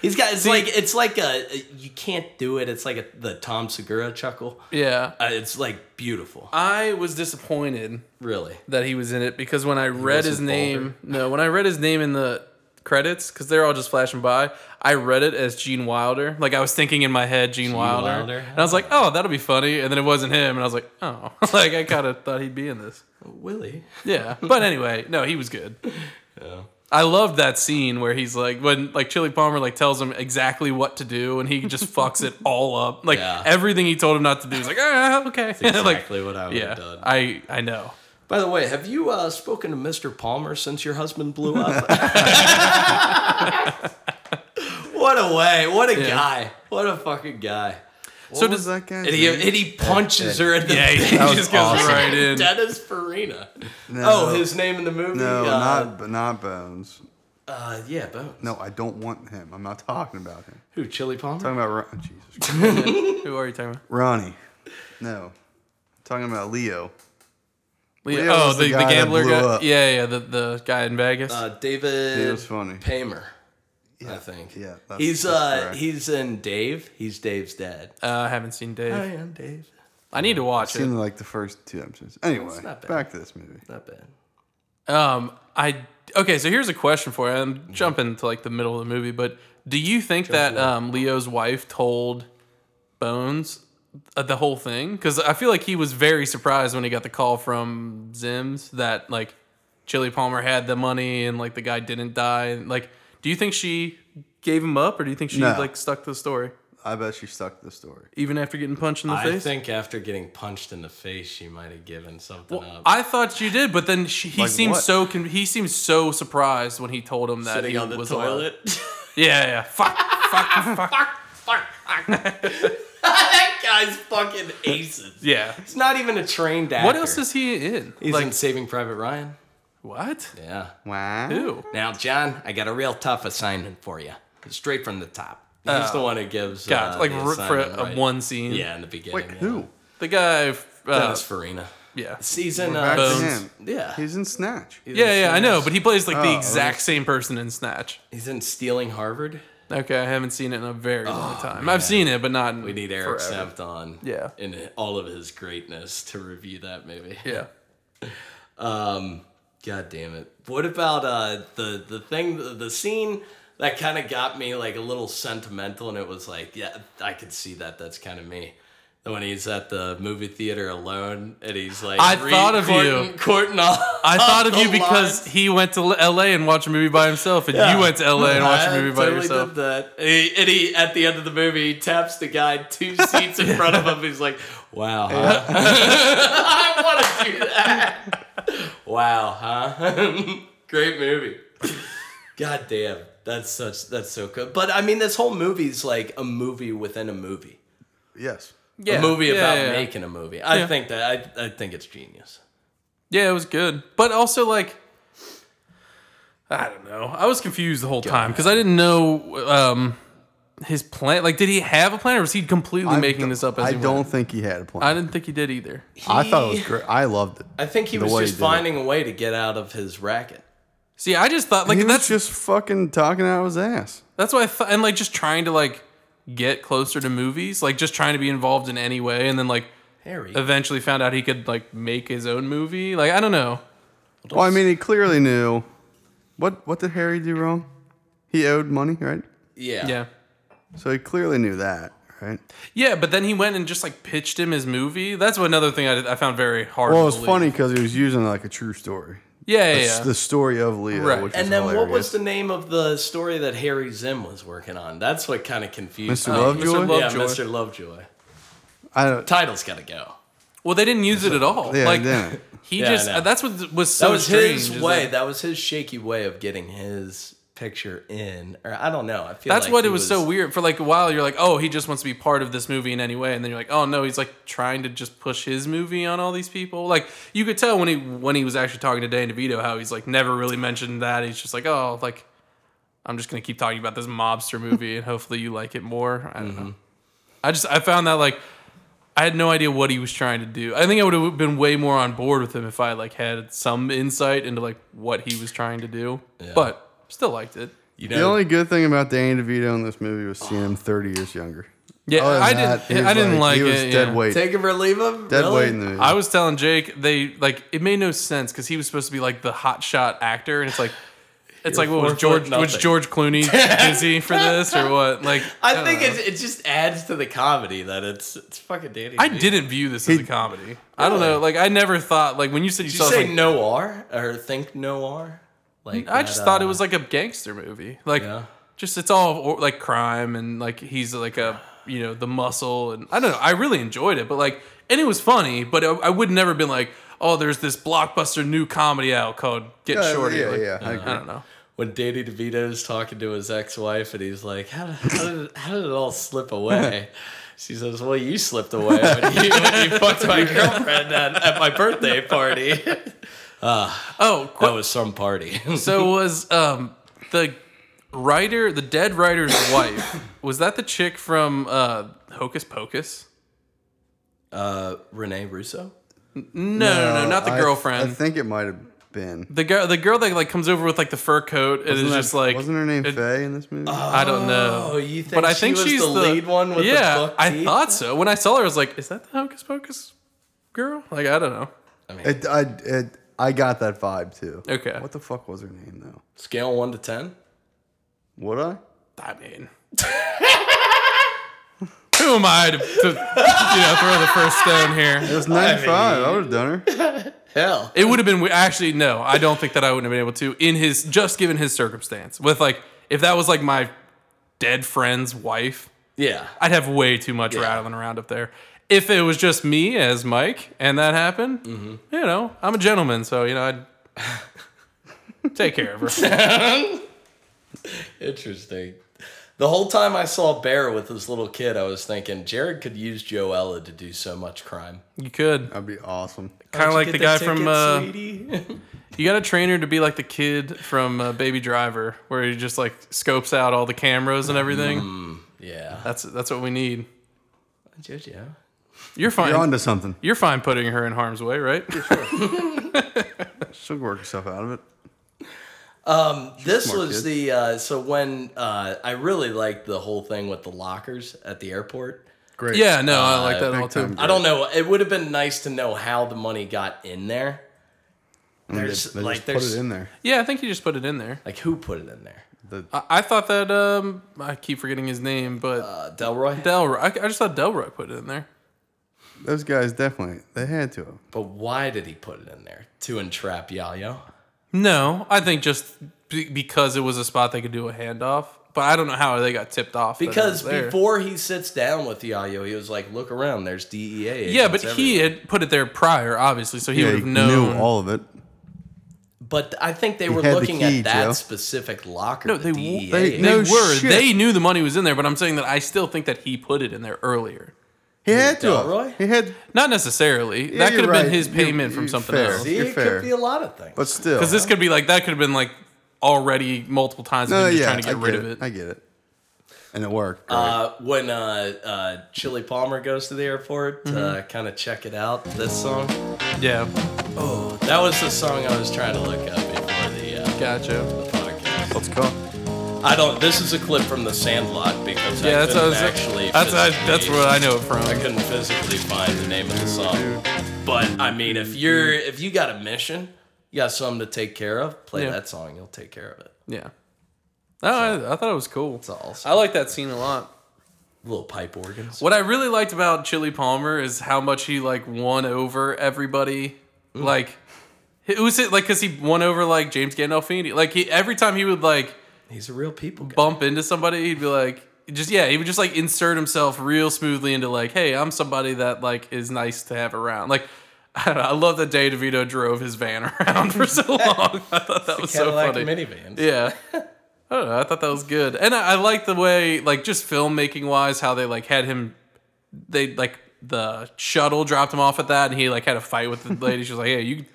[SPEAKER 2] he's got it's like it's like a you can't do it. It's like a, the Tom Segura chuckle.
[SPEAKER 1] Yeah,
[SPEAKER 2] Uh, it's like beautiful,
[SPEAKER 1] I was disappointed
[SPEAKER 2] really.
[SPEAKER 1] that he was in it because when I read his
[SPEAKER 2] wasn't
[SPEAKER 1] name, no, when I read his name in the credits, because they're all just flashing by, I read it as Gene Wilder. Like I was thinking in my head, Gene, Wilder,
[SPEAKER 2] Wilder.
[SPEAKER 1] and I was like, oh, that'll be funny. And then it wasn't him, and I was like, oh, like I kind of thought he'd be in this.
[SPEAKER 2] Willie,
[SPEAKER 1] Yeah, but anyway, no, he was good. I loved that scene where he's like when like Chili Palmer like tells him exactly what to do and he just fucks it all up. Like
[SPEAKER 2] Yeah.
[SPEAKER 1] everything he told him not to do is like, ah, okay. like
[SPEAKER 2] exactly what I would
[SPEAKER 1] yeah,
[SPEAKER 2] have done.
[SPEAKER 1] I I know.
[SPEAKER 2] By the way, have you uh, spoken to Mr. Palmer since your husband blew up? what a way! What a guy! What a fucking guy!
[SPEAKER 1] so
[SPEAKER 3] What was
[SPEAKER 1] does
[SPEAKER 3] that guy?
[SPEAKER 2] And he, and he punches her in the
[SPEAKER 1] Yeah, he,
[SPEAKER 2] face.
[SPEAKER 1] he
[SPEAKER 3] was
[SPEAKER 1] just goes
[SPEAKER 3] awesome.
[SPEAKER 1] right in.
[SPEAKER 2] Dennis Farina.
[SPEAKER 3] No.
[SPEAKER 2] oh, his name in the movie?
[SPEAKER 3] No,
[SPEAKER 2] uh,
[SPEAKER 3] not not Bones.
[SPEAKER 2] Uh, yeah, but
[SPEAKER 3] No, I don't want him. I'm not talking about him.
[SPEAKER 2] who? Chili Palmer?
[SPEAKER 3] I'm talking about Ron- Jesus. Christ.
[SPEAKER 1] Who are you talking about?
[SPEAKER 3] Ronnie. No, I'm talking about Leo.
[SPEAKER 1] Leo,
[SPEAKER 3] Leo
[SPEAKER 1] oh,
[SPEAKER 3] was
[SPEAKER 1] the,
[SPEAKER 3] the
[SPEAKER 1] the,
[SPEAKER 3] guy that
[SPEAKER 1] gambler
[SPEAKER 3] blew
[SPEAKER 1] guy.
[SPEAKER 3] up.
[SPEAKER 1] Yeah, yeah, the, the guy in Vegas.
[SPEAKER 2] uh, David.
[SPEAKER 3] He was funny.
[SPEAKER 2] Paymer. I think.
[SPEAKER 3] yeah, that's-
[SPEAKER 2] he's
[SPEAKER 3] that's
[SPEAKER 2] uh
[SPEAKER 3] correct.
[SPEAKER 2] he's in Dave. He's Dave's dad.
[SPEAKER 1] Uh, I haven't seen Dave.
[SPEAKER 2] I am Dave.
[SPEAKER 1] I need to watch it.
[SPEAKER 3] Seen like the first two episodes. Anyway,
[SPEAKER 2] not bad.
[SPEAKER 3] back to this movie.
[SPEAKER 2] Not bad.
[SPEAKER 1] Um, I Okay, so here's a question for you.
[SPEAKER 3] Mm-hmm.
[SPEAKER 1] I'm jumping to like the middle of the movie, but do you think that um, Leo's wife told Bones uh, the whole thing? Because I feel like he was very surprised when he got the call from Zims that like Chili Palmer had the money and like the guy didn't die. And, like, do you think she gave him up, or do you think she
[SPEAKER 3] No.
[SPEAKER 1] like stuck to the story
[SPEAKER 3] I bet she stuck to the story.
[SPEAKER 1] even after getting punched in the
[SPEAKER 2] I
[SPEAKER 1] face?
[SPEAKER 2] think after getting punched in the face, she might have given something
[SPEAKER 1] Well,
[SPEAKER 2] up.
[SPEAKER 1] I thought you did, but then she, he
[SPEAKER 3] Like
[SPEAKER 1] seemed
[SPEAKER 3] what?
[SPEAKER 1] so con- he seemed so surprised when he told him that
[SPEAKER 2] Sitting
[SPEAKER 1] he
[SPEAKER 2] on the
[SPEAKER 1] was alive.
[SPEAKER 2] toilet.
[SPEAKER 1] Yeah, yeah, fuck, fuck, fuck.
[SPEAKER 2] Fuck, fuck. that guy's fucking aces.
[SPEAKER 1] Yeah.
[SPEAKER 2] He's not even a trained actor.
[SPEAKER 1] What else is he in?
[SPEAKER 2] He's
[SPEAKER 1] like
[SPEAKER 2] in Saving Private Ryan.
[SPEAKER 1] what?
[SPEAKER 2] Yeah. Uh,
[SPEAKER 3] Wow.
[SPEAKER 1] Who?
[SPEAKER 2] Now, John, I got a real tough assignment for you. Straight from the top. He's the one who gives.
[SPEAKER 1] Oh, God,
[SPEAKER 2] uh,
[SPEAKER 1] like
[SPEAKER 2] the
[SPEAKER 1] r- for a,
[SPEAKER 2] assignment, right?
[SPEAKER 1] one scene.
[SPEAKER 2] Yeah, in the beginning.
[SPEAKER 3] Wait,
[SPEAKER 2] yeah.
[SPEAKER 3] who?
[SPEAKER 1] The guy. f- Uh,
[SPEAKER 2] Dennis Farina.
[SPEAKER 1] yeah.
[SPEAKER 2] Season.
[SPEAKER 3] Back
[SPEAKER 2] Uh,
[SPEAKER 1] Bones.
[SPEAKER 3] to him.
[SPEAKER 2] yeah.
[SPEAKER 3] He's in Snatch.
[SPEAKER 1] Yeah, yeah, I know, but he plays like the
[SPEAKER 3] Oh,
[SPEAKER 1] exact same person in Snatch.
[SPEAKER 2] He's in Stealing Harvard.
[SPEAKER 1] Okay, I haven't seen it in a very long time. I've seen it, but not. In
[SPEAKER 2] Oh, We need
[SPEAKER 1] forever.
[SPEAKER 2] Eric Saft on.
[SPEAKER 1] Yeah.
[SPEAKER 2] In all of his greatness to review that movie.
[SPEAKER 1] Yeah.
[SPEAKER 2] Um, God damn it. What about uh, the the thing the, the scene that kind of got me like a little sentimental, and it was like, yeah, I could see that. That's kind of me. When he's at the movie theater alone, and he's like,
[SPEAKER 1] I
[SPEAKER 2] re-
[SPEAKER 1] thought of you.
[SPEAKER 2] courting- courting all-
[SPEAKER 1] I thought of
[SPEAKER 2] the
[SPEAKER 1] you because
[SPEAKER 2] lines.
[SPEAKER 1] he went to L- L.A. and watched a movie by himself, and you went to L.A. and watched
[SPEAKER 2] I
[SPEAKER 1] a movie by
[SPEAKER 2] totally
[SPEAKER 1] yourself.
[SPEAKER 2] Did that. And he, and he, at the end of the movie, he taps the guy two seats in front of him. He's like, "Wow, huh? I want to do that." wow, huh? Great movie. God damn, that's such that's so good. But I mean, this whole movie's like a movie within a movie,
[SPEAKER 3] Yes.
[SPEAKER 1] Yeah,
[SPEAKER 2] a movie
[SPEAKER 1] yeah,
[SPEAKER 2] about
[SPEAKER 1] yeah.
[SPEAKER 2] making a movie. I
[SPEAKER 1] Yeah.
[SPEAKER 2] think that I, I think it's genius.
[SPEAKER 1] Yeah, it was good, but also like, I don't know. I was confused the whole time because I didn't know um, his plan. Like, did he have a plan, or was he completely
[SPEAKER 3] I'm
[SPEAKER 1] making
[SPEAKER 3] d-
[SPEAKER 1] this up? As
[SPEAKER 3] I
[SPEAKER 1] he went?
[SPEAKER 3] don't think he had a plan.
[SPEAKER 1] I didn't think he did either.
[SPEAKER 3] I thought it
[SPEAKER 2] He-
[SPEAKER 3] was great. I loved it.
[SPEAKER 2] I think he
[SPEAKER 3] the
[SPEAKER 2] was
[SPEAKER 3] way
[SPEAKER 2] just
[SPEAKER 3] he did it.
[SPEAKER 2] finding a way to get out of his racket.
[SPEAKER 1] See, I just thought like
[SPEAKER 3] he
[SPEAKER 1] that's
[SPEAKER 3] was just fucking talking out of his ass.
[SPEAKER 1] that's why I thought, and like just trying to like get closer to movies, like just trying to be involved in any way, and then like
[SPEAKER 2] Harry,
[SPEAKER 1] eventually found out he could like make his own movie. Like, I don't know.
[SPEAKER 3] Well, Oh, I mean, he clearly knew. What What did Harry do wrong? He owed money, right?
[SPEAKER 1] Yeah.
[SPEAKER 3] So he clearly knew that, right?
[SPEAKER 1] Yeah, but then he went and just like pitched him his movie. That's another thing I, did- I found very hard.
[SPEAKER 3] Well, it
[SPEAKER 1] to
[SPEAKER 3] was
[SPEAKER 1] believe.
[SPEAKER 3] funny because he was using like a true story.
[SPEAKER 1] Yeah, yeah.
[SPEAKER 3] It's
[SPEAKER 1] yeah.
[SPEAKER 3] The story of Leo,
[SPEAKER 1] Right.
[SPEAKER 3] which
[SPEAKER 2] And
[SPEAKER 3] was
[SPEAKER 2] then what
[SPEAKER 3] hilarious.
[SPEAKER 2] was the name of the story that Harry Zim was working on? That's what kind of confused
[SPEAKER 3] Mr.
[SPEAKER 2] me.
[SPEAKER 3] Lovejoy?
[SPEAKER 1] Mr. Lovejoy.
[SPEAKER 2] Yeah, Mr. Lovejoy.
[SPEAKER 3] I don't,
[SPEAKER 2] Title's got to go.
[SPEAKER 1] Well, they didn't use it at all.
[SPEAKER 3] Yeah,
[SPEAKER 1] like
[SPEAKER 3] they didn't.
[SPEAKER 1] he
[SPEAKER 2] Yeah, I
[SPEAKER 1] just
[SPEAKER 2] know.
[SPEAKER 1] that's what was so
[SPEAKER 2] That was
[SPEAKER 1] strange.
[SPEAKER 2] his
[SPEAKER 1] is
[SPEAKER 2] way.
[SPEAKER 1] that-
[SPEAKER 2] That was his shaky way of getting his picture in. Or I don't know. I feel
[SPEAKER 1] that's
[SPEAKER 2] like
[SPEAKER 1] what
[SPEAKER 2] he
[SPEAKER 1] it was, so weird. For like a while, you're like, oh, he just wants to be part of this movie in any way, and then you're like, oh no, he's like trying to just push his movie on all these people. Like you could tell when he when he was actually talking to Dan DeVito how he's like never really mentioned that. He's just like, oh, like I'm just gonna keep talking about this mobster movie, and hopefully you like it more. I don't know.
[SPEAKER 2] Mm-hmm.
[SPEAKER 1] I just I found that like. I had no idea what he was trying to do. I think I would have been way more on board with him if I like had some insight into like what he was trying to do. But still liked it.
[SPEAKER 2] You
[SPEAKER 3] the
[SPEAKER 2] know,
[SPEAKER 3] only good thing about Danny DeVito in this movie was seeing him 30 years younger.
[SPEAKER 1] Yeah,
[SPEAKER 3] Other than
[SPEAKER 1] I
[SPEAKER 3] that, he
[SPEAKER 1] didn't. I
[SPEAKER 3] was
[SPEAKER 1] didn't like,
[SPEAKER 3] he was
[SPEAKER 1] it.
[SPEAKER 3] dead
[SPEAKER 1] yeah.
[SPEAKER 3] weight.
[SPEAKER 2] take him or leave him.
[SPEAKER 3] dead
[SPEAKER 2] really?
[SPEAKER 3] weight in the movie.
[SPEAKER 1] I was telling Jake they like it made no sense because he was supposed to be like the hot shot actor, and it's like. It's like what was
[SPEAKER 2] four foot
[SPEAKER 1] George was
[SPEAKER 2] nothing.
[SPEAKER 1] George Clooney busy for this or what? Like uh,
[SPEAKER 2] I,
[SPEAKER 1] don't
[SPEAKER 2] think
[SPEAKER 1] know.
[SPEAKER 2] it, it just adds to the comedy that it's it's fucking Danny.
[SPEAKER 1] I
[SPEAKER 2] DeVito.
[SPEAKER 1] didn't view this as a
[SPEAKER 3] He-
[SPEAKER 1] comedy. I don't know. Like I never thought like when you said you
[SPEAKER 2] Did
[SPEAKER 1] saw
[SPEAKER 2] you
[SPEAKER 1] it, I was
[SPEAKER 2] say
[SPEAKER 1] like,
[SPEAKER 2] noir or think noir? Like
[SPEAKER 1] I
[SPEAKER 2] that,
[SPEAKER 1] just thought it
[SPEAKER 2] uh,
[SPEAKER 1] was like a gangster movie. Like,
[SPEAKER 2] Yeah.
[SPEAKER 1] just it's all or, like crime and like he's like a you know the muscle and I don't know. I really enjoyed it, but like and it was funny, but I, I would never been like, oh, there's this blockbuster new comedy out called Get
[SPEAKER 3] Yeah,
[SPEAKER 1] Shorty.
[SPEAKER 3] yeah,
[SPEAKER 1] Like,
[SPEAKER 3] yeah, I
[SPEAKER 1] I
[SPEAKER 3] agree.
[SPEAKER 1] don't know.
[SPEAKER 2] when Danny DeVito's talking to his ex-wife and he's like, "How, how, did, how did it all slip away?" She says, "Well, you slipped away when you, when you fucked my girlfriend at, at my birthday party. that
[SPEAKER 1] Oh, qu-
[SPEAKER 2] was some party."
[SPEAKER 1] so was um the writer, the dead writer's wife, was that the chick from uh, Hocus Pocus?
[SPEAKER 2] uh, Renee Russo.
[SPEAKER 1] No, no, no,
[SPEAKER 3] Uh,
[SPEAKER 1] not the
[SPEAKER 3] I-
[SPEAKER 1] girlfriend.
[SPEAKER 3] I think it might have been.
[SPEAKER 1] the girl, the girl that like comes over with like the fur coat, and is
[SPEAKER 3] Wasn't
[SPEAKER 1] just
[SPEAKER 3] that-
[SPEAKER 1] like
[SPEAKER 3] wasn't her name
[SPEAKER 1] it- Uh.
[SPEAKER 3] Faye in this movie?
[SPEAKER 1] I don't know.
[SPEAKER 2] Oh, you think?
[SPEAKER 1] but I
[SPEAKER 2] she
[SPEAKER 1] think
[SPEAKER 2] was
[SPEAKER 1] she's
[SPEAKER 2] the, lead one with
[SPEAKER 1] yeah,
[SPEAKER 2] the buck
[SPEAKER 1] I
[SPEAKER 2] teeth?
[SPEAKER 1] thought so. When I saw her, I was like, "Is that the Hocus Pocus girl?" Like I don't know.
[SPEAKER 3] It, I, it, I got that vibe too.
[SPEAKER 1] Okay.
[SPEAKER 3] What the fuck was her name though?
[SPEAKER 2] Scale one to ten.
[SPEAKER 3] Would I?
[SPEAKER 1] I mean, who am I to, to you know, throw the first stone
[SPEAKER 3] It
[SPEAKER 1] here?
[SPEAKER 3] was 95. I, would have done her.
[SPEAKER 2] Hell.
[SPEAKER 1] It would have been we- actually no. I don't think that I wouldn't have been able to in his just given his circumstance. With like, if that was like my dead friend's wife,
[SPEAKER 2] Yeah.
[SPEAKER 1] I'd have way too much rattling around up there. If it was just me as Mike and that happened, you know, I'm a gentleman, so you know I'd take care of her.
[SPEAKER 2] Interesting. The whole time I saw Bear with his little kid, I was thinking Jared could use Joella to do so much crime.
[SPEAKER 1] You could
[SPEAKER 3] That'd be awesome.
[SPEAKER 1] kind of
[SPEAKER 2] How'd
[SPEAKER 1] like
[SPEAKER 2] you
[SPEAKER 1] the
[SPEAKER 2] get
[SPEAKER 1] guy
[SPEAKER 2] that
[SPEAKER 1] from
[SPEAKER 2] ticket,
[SPEAKER 1] uh,
[SPEAKER 2] sweetie?
[SPEAKER 1] You got to train her to be like the kid from uh, Baby Driver, where he just like scopes out all the cameras and everything.
[SPEAKER 2] yeah.
[SPEAKER 1] That's that's what we need.
[SPEAKER 2] Jojo.
[SPEAKER 1] You're fine.
[SPEAKER 3] You're
[SPEAKER 1] You're,
[SPEAKER 3] onto something.
[SPEAKER 1] fine putting her in harm's way, right?
[SPEAKER 3] She'll work herself out of it.
[SPEAKER 2] This
[SPEAKER 3] smart
[SPEAKER 2] was
[SPEAKER 3] kid.
[SPEAKER 2] the uh, so when uh, I really liked the whole thing with the lockers at the airport.
[SPEAKER 3] Great.
[SPEAKER 1] Yeah, no, I like that
[SPEAKER 3] big
[SPEAKER 1] all too.
[SPEAKER 3] time.
[SPEAKER 2] I don't know. It would have been nice to know how the money got in there.
[SPEAKER 3] Mm, They-
[SPEAKER 2] There's
[SPEAKER 3] they
[SPEAKER 2] like
[SPEAKER 3] just
[SPEAKER 2] there's
[SPEAKER 3] put it in there.
[SPEAKER 1] Yeah, I think you just put it in there.
[SPEAKER 2] like who put it in there?
[SPEAKER 3] The,
[SPEAKER 1] I, I thought that um, I keep forgetting his name, but
[SPEAKER 2] Uh, Delroy.
[SPEAKER 1] Delroy. I, I just thought Delroy put it in there.
[SPEAKER 3] those guys definitely they had to. have.
[SPEAKER 2] But why did he put it in there to entrap Yayo?
[SPEAKER 1] No, I think just be- because it was a spot they could do a handoff. But I don't know how they got tipped off. that it
[SPEAKER 2] Because
[SPEAKER 1] was there.
[SPEAKER 2] before he sits down with Yayo, he was like, "Look around. There's DEA." Agents
[SPEAKER 1] Yeah, but he
[SPEAKER 2] everywhere."
[SPEAKER 1] had put it there prior, obviously, so he
[SPEAKER 3] Yeah,
[SPEAKER 1] would
[SPEAKER 3] you
[SPEAKER 1] have known.
[SPEAKER 3] knew all of it.
[SPEAKER 2] But I think they were
[SPEAKER 3] had the
[SPEAKER 2] looking
[SPEAKER 3] key,
[SPEAKER 2] at that
[SPEAKER 3] Joe.
[SPEAKER 2] specific locker.
[SPEAKER 1] No,
[SPEAKER 2] the
[SPEAKER 1] they
[SPEAKER 2] DEA.
[SPEAKER 1] they,
[SPEAKER 2] agent.
[SPEAKER 1] they
[SPEAKER 3] No
[SPEAKER 1] were.
[SPEAKER 3] shit.
[SPEAKER 1] They knew the money was in there, but I'm saying that I still think that he put it in there earlier.
[SPEAKER 3] He had to.
[SPEAKER 2] Delroy?
[SPEAKER 3] Have. He had.
[SPEAKER 1] Not necessarily. that could
[SPEAKER 3] you're
[SPEAKER 1] have
[SPEAKER 3] right.
[SPEAKER 1] been his
[SPEAKER 3] You-
[SPEAKER 1] payment from
[SPEAKER 3] you're
[SPEAKER 1] something
[SPEAKER 3] fair.
[SPEAKER 1] else.
[SPEAKER 2] See,
[SPEAKER 3] You're
[SPEAKER 2] it
[SPEAKER 3] fair.
[SPEAKER 2] could be a lot of things.
[SPEAKER 3] But still,
[SPEAKER 1] Because this could be like that could have been like already multiple times
[SPEAKER 3] No,
[SPEAKER 1] no, just
[SPEAKER 3] yeah,
[SPEAKER 1] trying to get
[SPEAKER 3] I
[SPEAKER 1] rid
[SPEAKER 3] get
[SPEAKER 1] of it.
[SPEAKER 3] I get it. And it worked. Great.
[SPEAKER 2] Uh, when uh, uh, Chili Palmer goes to the airport,
[SPEAKER 1] Mm-hmm.
[SPEAKER 2] uh, kind of check it out. This song.
[SPEAKER 1] yeah,
[SPEAKER 2] Oh, that was the song I was trying to look up before the uh,
[SPEAKER 1] gotcha.
[SPEAKER 2] podcast.
[SPEAKER 3] Let's go.
[SPEAKER 2] I don't. This is a clip from The Sandlot because
[SPEAKER 1] Yeah,
[SPEAKER 2] I
[SPEAKER 1] that's what I
[SPEAKER 2] couldn't
[SPEAKER 1] was
[SPEAKER 2] actually.
[SPEAKER 1] actually. That's I,
[SPEAKER 2] physically-
[SPEAKER 1] that's where I know it from.
[SPEAKER 2] I couldn't physically find the name of the song. But I mean, if you're
[SPEAKER 1] Mm-hmm.
[SPEAKER 2] if you got a mission, you got something to take care of, play
[SPEAKER 1] Yeah.
[SPEAKER 2] that song. You'll take care of it.
[SPEAKER 1] Yeah. No, I, I thought it was cool.
[SPEAKER 2] It's all
[SPEAKER 1] I like that scene a lot.
[SPEAKER 2] little pipe organs.
[SPEAKER 1] What I really liked about Chili Palmer is how much he like won over everybody. Like, it was it like because he won over like James Gandolfini. Like he every time he would like
[SPEAKER 2] He's a real people guy.
[SPEAKER 1] bump into somebody, he'd be like, just yeah, he would just like insert himself real smoothly into like, hey, I'm somebody that like is nice to have around. Like, I don't know. I love that Dave DeVito drove his van around for so long. I thought that was so
[SPEAKER 2] Cadillac
[SPEAKER 1] funny.
[SPEAKER 2] minivan.
[SPEAKER 1] Yeah. I don't know. I thought that was good, and I, I like the way, like, just filmmaking wise, how they like had him. They like the shuttle dropped him off at that, and he like had a fight with the lady. She was like, "Hey, you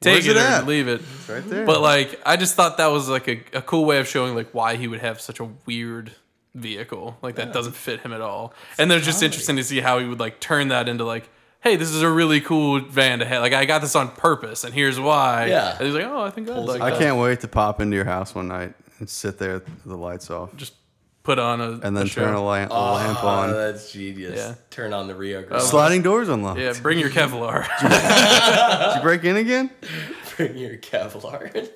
[SPEAKER 1] take
[SPEAKER 3] Where's
[SPEAKER 1] it,
[SPEAKER 3] it
[SPEAKER 1] or
[SPEAKER 3] at?"
[SPEAKER 1] leave it."
[SPEAKER 3] Right there.
[SPEAKER 1] But like, I just thought that was like a, a cool way of showing like why he would have such a weird vehicle. Like that doesn't fit him at all. and they're just interesting to see how he would like turn that into like, hey, this is a really cool van to have. Like I got this on purpose, and here's why.
[SPEAKER 2] Yeah.
[SPEAKER 1] And he's like, oh, I think I'd like
[SPEAKER 3] I
[SPEAKER 1] that.
[SPEAKER 3] can't wait to pop into your house one night and sit there with the lights off
[SPEAKER 1] Just put on a
[SPEAKER 3] and
[SPEAKER 1] a
[SPEAKER 3] then
[SPEAKER 1] show.
[SPEAKER 3] turn a lamp,
[SPEAKER 1] Uh,
[SPEAKER 3] a lamp
[SPEAKER 2] Oh,
[SPEAKER 3] on.
[SPEAKER 2] that's genius.
[SPEAKER 1] Yeah.
[SPEAKER 2] Turn on the Rio Grande.
[SPEAKER 3] Sliding doors unlocked.
[SPEAKER 1] Yeah, bring your Kevlar.
[SPEAKER 3] Did you break in again?
[SPEAKER 2] Bring your Kevlar.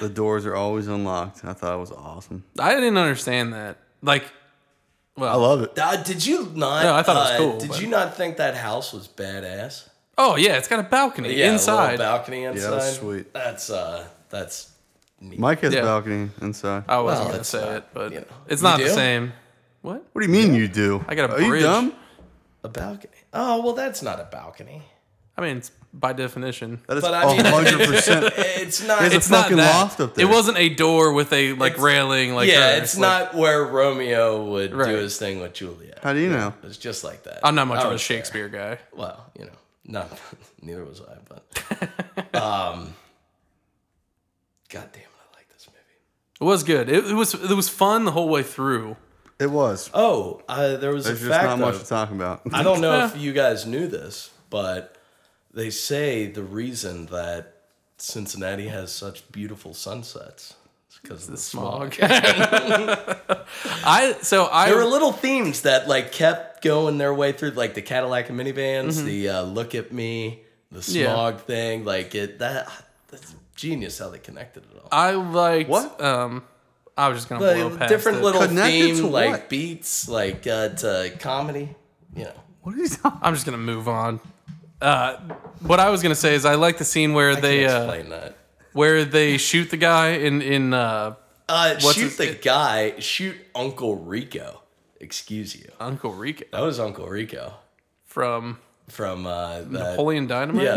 [SPEAKER 3] The doors are always unlocked. I thought it was awesome.
[SPEAKER 1] I didn't understand that. Like, well,
[SPEAKER 3] I love it.
[SPEAKER 2] Uh, did you not?
[SPEAKER 1] No, I thought it was
[SPEAKER 2] uh,
[SPEAKER 1] cool,
[SPEAKER 2] Did
[SPEAKER 1] but-
[SPEAKER 2] you not think that house was badass?
[SPEAKER 1] oh yeah, it's got a balcony
[SPEAKER 2] Yeah, a
[SPEAKER 1] inside.
[SPEAKER 2] little balcony inside.
[SPEAKER 3] that's sweet.
[SPEAKER 2] That's uh, that's neat.
[SPEAKER 3] Mike has
[SPEAKER 1] Yeah.
[SPEAKER 3] a balcony inside.
[SPEAKER 1] I wasn't
[SPEAKER 2] Well,
[SPEAKER 1] gonna
[SPEAKER 2] it's
[SPEAKER 1] say
[SPEAKER 2] not,
[SPEAKER 1] it, but
[SPEAKER 2] you know.
[SPEAKER 1] it's
[SPEAKER 2] You
[SPEAKER 1] not the
[SPEAKER 2] do?
[SPEAKER 1] same. What?
[SPEAKER 3] what do you mean you do?
[SPEAKER 1] I got a
[SPEAKER 3] Are you
[SPEAKER 1] bridge.
[SPEAKER 3] dumb?
[SPEAKER 2] a balcony. Oh well, that's not a balcony.
[SPEAKER 1] I mean, it's by definition.
[SPEAKER 3] That is
[SPEAKER 2] But I mean-
[SPEAKER 3] hundred percent.
[SPEAKER 2] It's not.
[SPEAKER 3] It's a
[SPEAKER 1] It's not
[SPEAKER 3] fucking
[SPEAKER 1] that.
[SPEAKER 3] loft up there.
[SPEAKER 1] It wasn't a door with a like
[SPEAKER 2] It's-
[SPEAKER 1] railing. Like
[SPEAKER 2] yeah,
[SPEAKER 1] her.
[SPEAKER 2] it's
[SPEAKER 1] Like,
[SPEAKER 2] not where Romeo would
[SPEAKER 1] Right.
[SPEAKER 2] do his thing with Juliet.
[SPEAKER 3] How do you know?
[SPEAKER 2] It's just like that.
[SPEAKER 1] I'm not much
[SPEAKER 2] I
[SPEAKER 1] of a
[SPEAKER 2] was there.
[SPEAKER 1] Shakespeare guy.
[SPEAKER 2] Well, you know, not neither was I, but um, God damn it, I like this movie.
[SPEAKER 1] It was good. It, it was it was fun the whole way through.
[SPEAKER 3] It was.
[SPEAKER 2] Oh, uh, there was
[SPEAKER 3] There's
[SPEAKER 2] a
[SPEAKER 3] just
[SPEAKER 2] fact.
[SPEAKER 3] not
[SPEAKER 2] though.
[SPEAKER 3] much to talk about.
[SPEAKER 2] I don't know if you guys knew this, but they say the reason that Cincinnati has such beautiful sunsets is because of the smog.
[SPEAKER 1] Smog. I so I
[SPEAKER 2] There were little themes that like kept going their way through, like the Cadillac minivans, the uh, "Look at Me," the
[SPEAKER 1] Mm-hmm. Yeah.
[SPEAKER 2] smog thing, like it that that's genius how they connected it all.
[SPEAKER 1] I liked
[SPEAKER 3] What?
[SPEAKER 1] Um, I was just gonna blow
[SPEAKER 2] Like,
[SPEAKER 1] past
[SPEAKER 2] different
[SPEAKER 1] it.
[SPEAKER 2] little
[SPEAKER 3] Connected
[SPEAKER 2] theme,
[SPEAKER 3] to
[SPEAKER 2] like
[SPEAKER 3] what?
[SPEAKER 2] beats, like uh, to comedy. You know,
[SPEAKER 3] What are you talking?
[SPEAKER 1] I'm just gonna move on. Uh, what I was gonna say is I like the scene where they
[SPEAKER 2] Can't
[SPEAKER 1] uh,
[SPEAKER 2] explain that.
[SPEAKER 1] where they shoot the guy in in uh,
[SPEAKER 2] Uh,
[SPEAKER 1] what's
[SPEAKER 2] shoot
[SPEAKER 1] his-
[SPEAKER 2] the guy. Shoot Uncle Rico. Excuse you.
[SPEAKER 1] Uncle Rico
[SPEAKER 2] That was Uncle Rico
[SPEAKER 1] from
[SPEAKER 2] from uh, the,
[SPEAKER 1] Napoleon Dynamite.
[SPEAKER 2] Yeah,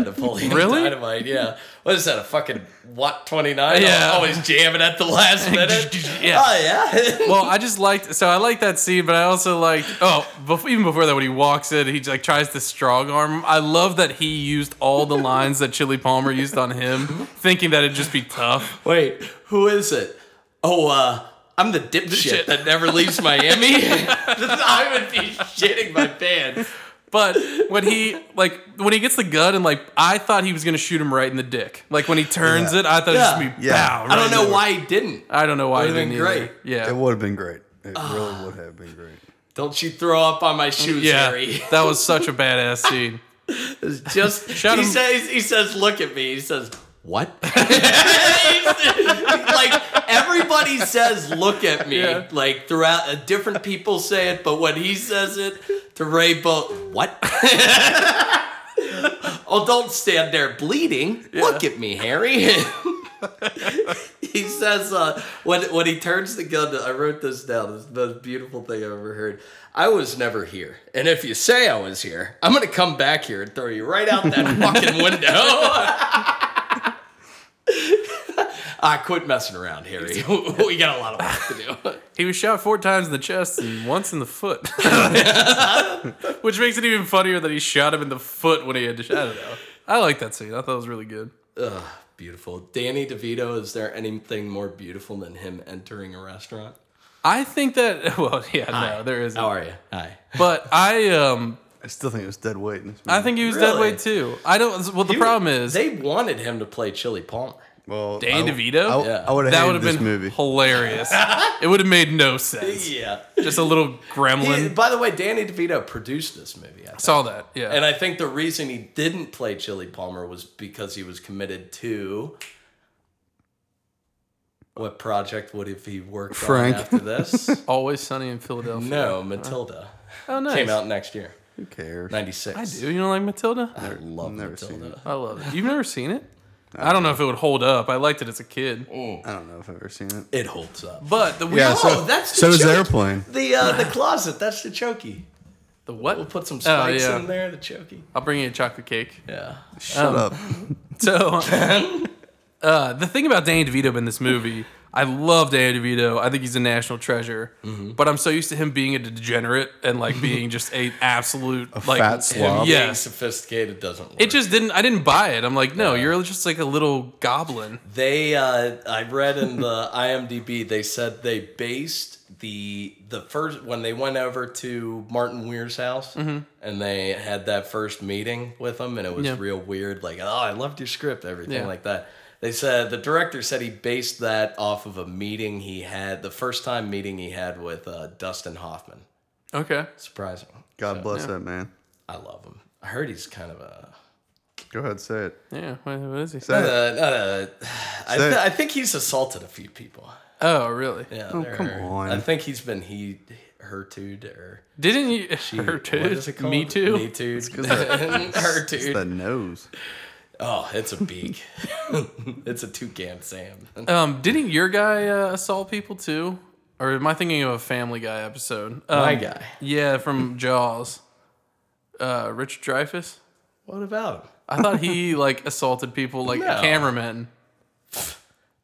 [SPEAKER 2] Napoleon
[SPEAKER 1] Really?
[SPEAKER 2] Dynamite. Yeah, what is that? A fucking Watt twenty nine?
[SPEAKER 1] Yeah.
[SPEAKER 2] always jamming at the last minute.
[SPEAKER 1] Yeah.
[SPEAKER 2] Oh yeah.
[SPEAKER 1] Well, I just liked so I liked that scene, but I also liked oh bef- even before that when he walks in, he like tries to strong arm. him. I love that he used all the lines that Chili Palmer used on him, thinking that it'd just be tough.
[SPEAKER 2] Wait, who is it? Oh, uh, I'm the dipshit
[SPEAKER 1] Shit.
[SPEAKER 2] that never leaves Miami. I would be shitting my pants.
[SPEAKER 1] But when he like when he gets the gun and like I thought he was gonna shoot him right in the dick. Like when he turns
[SPEAKER 3] Yeah.
[SPEAKER 1] it, I thought it'd
[SPEAKER 2] Yeah.
[SPEAKER 1] just be
[SPEAKER 3] Yeah.
[SPEAKER 1] pow.
[SPEAKER 2] I don't
[SPEAKER 1] right
[SPEAKER 2] know
[SPEAKER 1] there.
[SPEAKER 2] why he didn't.
[SPEAKER 1] I don't know why he
[SPEAKER 2] Would've
[SPEAKER 1] didn't
[SPEAKER 2] been
[SPEAKER 1] either.
[SPEAKER 2] great.
[SPEAKER 3] It
[SPEAKER 1] Yeah. Ah.
[SPEAKER 3] would have been great. It really would have been great.
[SPEAKER 2] Don't you throw up on my shoes,
[SPEAKER 1] Yeah,
[SPEAKER 2] Harry?
[SPEAKER 1] that was such a badass scene.
[SPEAKER 2] It's just
[SPEAKER 1] Shut
[SPEAKER 2] he
[SPEAKER 1] him.
[SPEAKER 2] says he says, look at me. He says, what? like everybody says, look at me.
[SPEAKER 1] Yeah.
[SPEAKER 2] Like throughout, uh, different people say it, but when he says it to Ray, both what? oh, don't stand there bleeding. Look at me, Harry. he says uh, when when he turns the gun. I wrote this down. It's the most beautiful thing I've ever heard. I was never here, and if you say I was here, I'm gonna come back here and throw you right out that fucking window. I quit messing around, Harry. we got a lot of work to do.
[SPEAKER 1] He was shot four times in the chest and once in the foot, which makes it even funnier that he shot him in the foot when he had to. I don't know. I like that scene. I thought it was really good.
[SPEAKER 2] Ugh, beautiful, Danny DeVito. Is there anything more beautiful than him entering a restaurant?
[SPEAKER 1] I think that. Well, yeah, no, there isn't.
[SPEAKER 2] How are you? Hi.
[SPEAKER 1] But I, um,
[SPEAKER 3] I still think it was dead weight. In this movie.
[SPEAKER 1] I think he was dead
[SPEAKER 2] Really?
[SPEAKER 1] weight too. I don't. Well, the problem is
[SPEAKER 2] they wanted him to play Chili Palmer.
[SPEAKER 3] Well,
[SPEAKER 1] Danny
[SPEAKER 3] I-
[SPEAKER 1] DeVito?
[SPEAKER 3] I,
[SPEAKER 2] Yeah.
[SPEAKER 3] would have
[SPEAKER 1] that would
[SPEAKER 3] hated
[SPEAKER 1] have
[SPEAKER 3] this
[SPEAKER 1] been
[SPEAKER 3] movie.
[SPEAKER 1] hilarious. it would have made no sense.
[SPEAKER 2] Yeah.
[SPEAKER 1] Just a little
[SPEAKER 2] He-
[SPEAKER 1] gremlin.
[SPEAKER 2] by the way, Danny DeVito produced this movie, I think.
[SPEAKER 1] Saw that. Yeah.
[SPEAKER 2] and I think the reason he didn't play Chili Palmer was because he was committed to what project would if he worked
[SPEAKER 3] Frank.
[SPEAKER 2] on after this?
[SPEAKER 1] Always sunny in Philadelphia.
[SPEAKER 2] no, Matilda
[SPEAKER 1] Oh, nice.
[SPEAKER 2] came out next year,
[SPEAKER 3] Who cares?
[SPEAKER 2] ninety six.
[SPEAKER 1] I do. You don't like Matilda?
[SPEAKER 2] I love
[SPEAKER 3] never seen
[SPEAKER 2] Matilda.
[SPEAKER 1] I love it. You've never seen it? I don't know if it would hold up. I liked it as a kid.
[SPEAKER 3] I don't know if I've ever seen
[SPEAKER 1] Um,
[SPEAKER 3] it.
[SPEAKER 2] It holds up.
[SPEAKER 1] But the weird,
[SPEAKER 3] Yeah, so
[SPEAKER 2] Oh, that's the
[SPEAKER 3] so is
[SPEAKER 2] joke.
[SPEAKER 3] airplane.
[SPEAKER 2] The uh, the closet, that's the chokey.
[SPEAKER 1] the what?
[SPEAKER 2] We'll put some spikes
[SPEAKER 1] yeah.
[SPEAKER 2] in there, the chokey.
[SPEAKER 1] I'll bring you a chocolate cake.
[SPEAKER 2] Yeah.
[SPEAKER 3] Shut up.
[SPEAKER 1] So, uh, the thing about Danny DeVito in this movie, I love Danny DeVito. I think he's a national treasure. But I'm so used to him being a degenerate and like being just a absolute like
[SPEAKER 3] fat slob.
[SPEAKER 2] Being
[SPEAKER 1] Yeah.
[SPEAKER 2] sophisticated doesn't work.
[SPEAKER 1] It just didn't. I didn't buy it. I'm like, no, you're just like a little goblin.
[SPEAKER 2] They, uh, I read in the IMDb, they said they based the the first when they went over to Martin Weir's house and they had that first meeting with him, and it was
[SPEAKER 1] Mm-hmm. Yeah.
[SPEAKER 2] real weird. Like, oh, I loved your script, everything
[SPEAKER 1] Yeah.
[SPEAKER 2] like that. They said the director said he based that off of a meeting he had, the first time meeting he had with uh, Dustin Hoffman.
[SPEAKER 1] Okay.
[SPEAKER 2] Surprising.
[SPEAKER 3] God bless that man.
[SPEAKER 2] I love him. I heard he's kind of a.
[SPEAKER 3] Go ahead, say it.
[SPEAKER 1] Yeah. What, what is he?
[SPEAKER 3] Say it.
[SPEAKER 2] Uh, not a I,
[SPEAKER 3] So-
[SPEAKER 2] th- I think he's assaulted a few people.
[SPEAKER 1] Oh, really?
[SPEAKER 2] Yeah,
[SPEAKER 3] Oh,
[SPEAKER 2] they're-
[SPEAKER 3] come on.
[SPEAKER 2] I think he's been he her too'd or
[SPEAKER 1] Didn't you? her too.
[SPEAKER 2] what is it called?
[SPEAKER 1] Me too.
[SPEAKER 2] Me too'd.
[SPEAKER 3] that-
[SPEAKER 2] her
[SPEAKER 3] It's
[SPEAKER 2] too'd.
[SPEAKER 3] the nose.
[SPEAKER 2] Oh, it's a beak. it's a toucan Sam.
[SPEAKER 1] Um, didn't your guy uh, assault people too? Or am I thinking of a Family Guy episode? Um,
[SPEAKER 2] My guy.
[SPEAKER 1] Yeah, from Jaws. Uh, Richard Dreyfuss.
[SPEAKER 2] What about him?
[SPEAKER 1] I thought he like assaulted people like
[SPEAKER 2] No.
[SPEAKER 1] cameramen.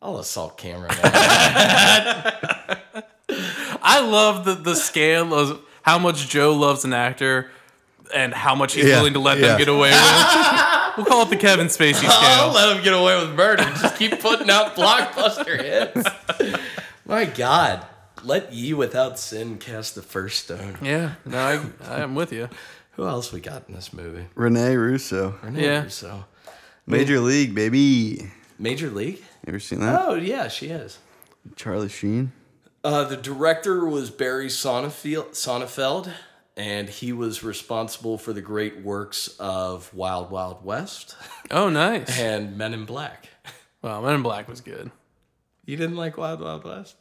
[SPEAKER 2] I'll assault cameraman.
[SPEAKER 1] I love the the scale of how much Joe loves an actor and how much he's
[SPEAKER 3] Yeah,
[SPEAKER 1] willing to let
[SPEAKER 3] yeah.
[SPEAKER 1] them get away with. we'll call it the Kevin Spacey scale.
[SPEAKER 2] I'll let him get away with murder. Just keep putting out blockbuster hits. My God. Let ye without sin cast the first stone.
[SPEAKER 1] Yeah, no, I, I am with you.
[SPEAKER 2] Who else we got in this movie?
[SPEAKER 3] Rene Russo.
[SPEAKER 1] Yeah.
[SPEAKER 2] So
[SPEAKER 3] Major League, baby.
[SPEAKER 2] Major League?
[SPEAKER 3] You ever seen that?
[SPEAKER 2] Oh yeah, she is.
[SPEAKER 3] Charlie Sheen.
[SPEAKER 2] Uh, the director was Barry Sonnenfeld, Sonnenfeld and he was responsible for the great works of Wild Wild West
[SPEAKER 1] Oh, nice.
[SPEAKER 2] and Men in Black.
[SPEAKER 1] Well, Men in Black was good.
[SPEAKER 2] You didn't like Wild Wild West?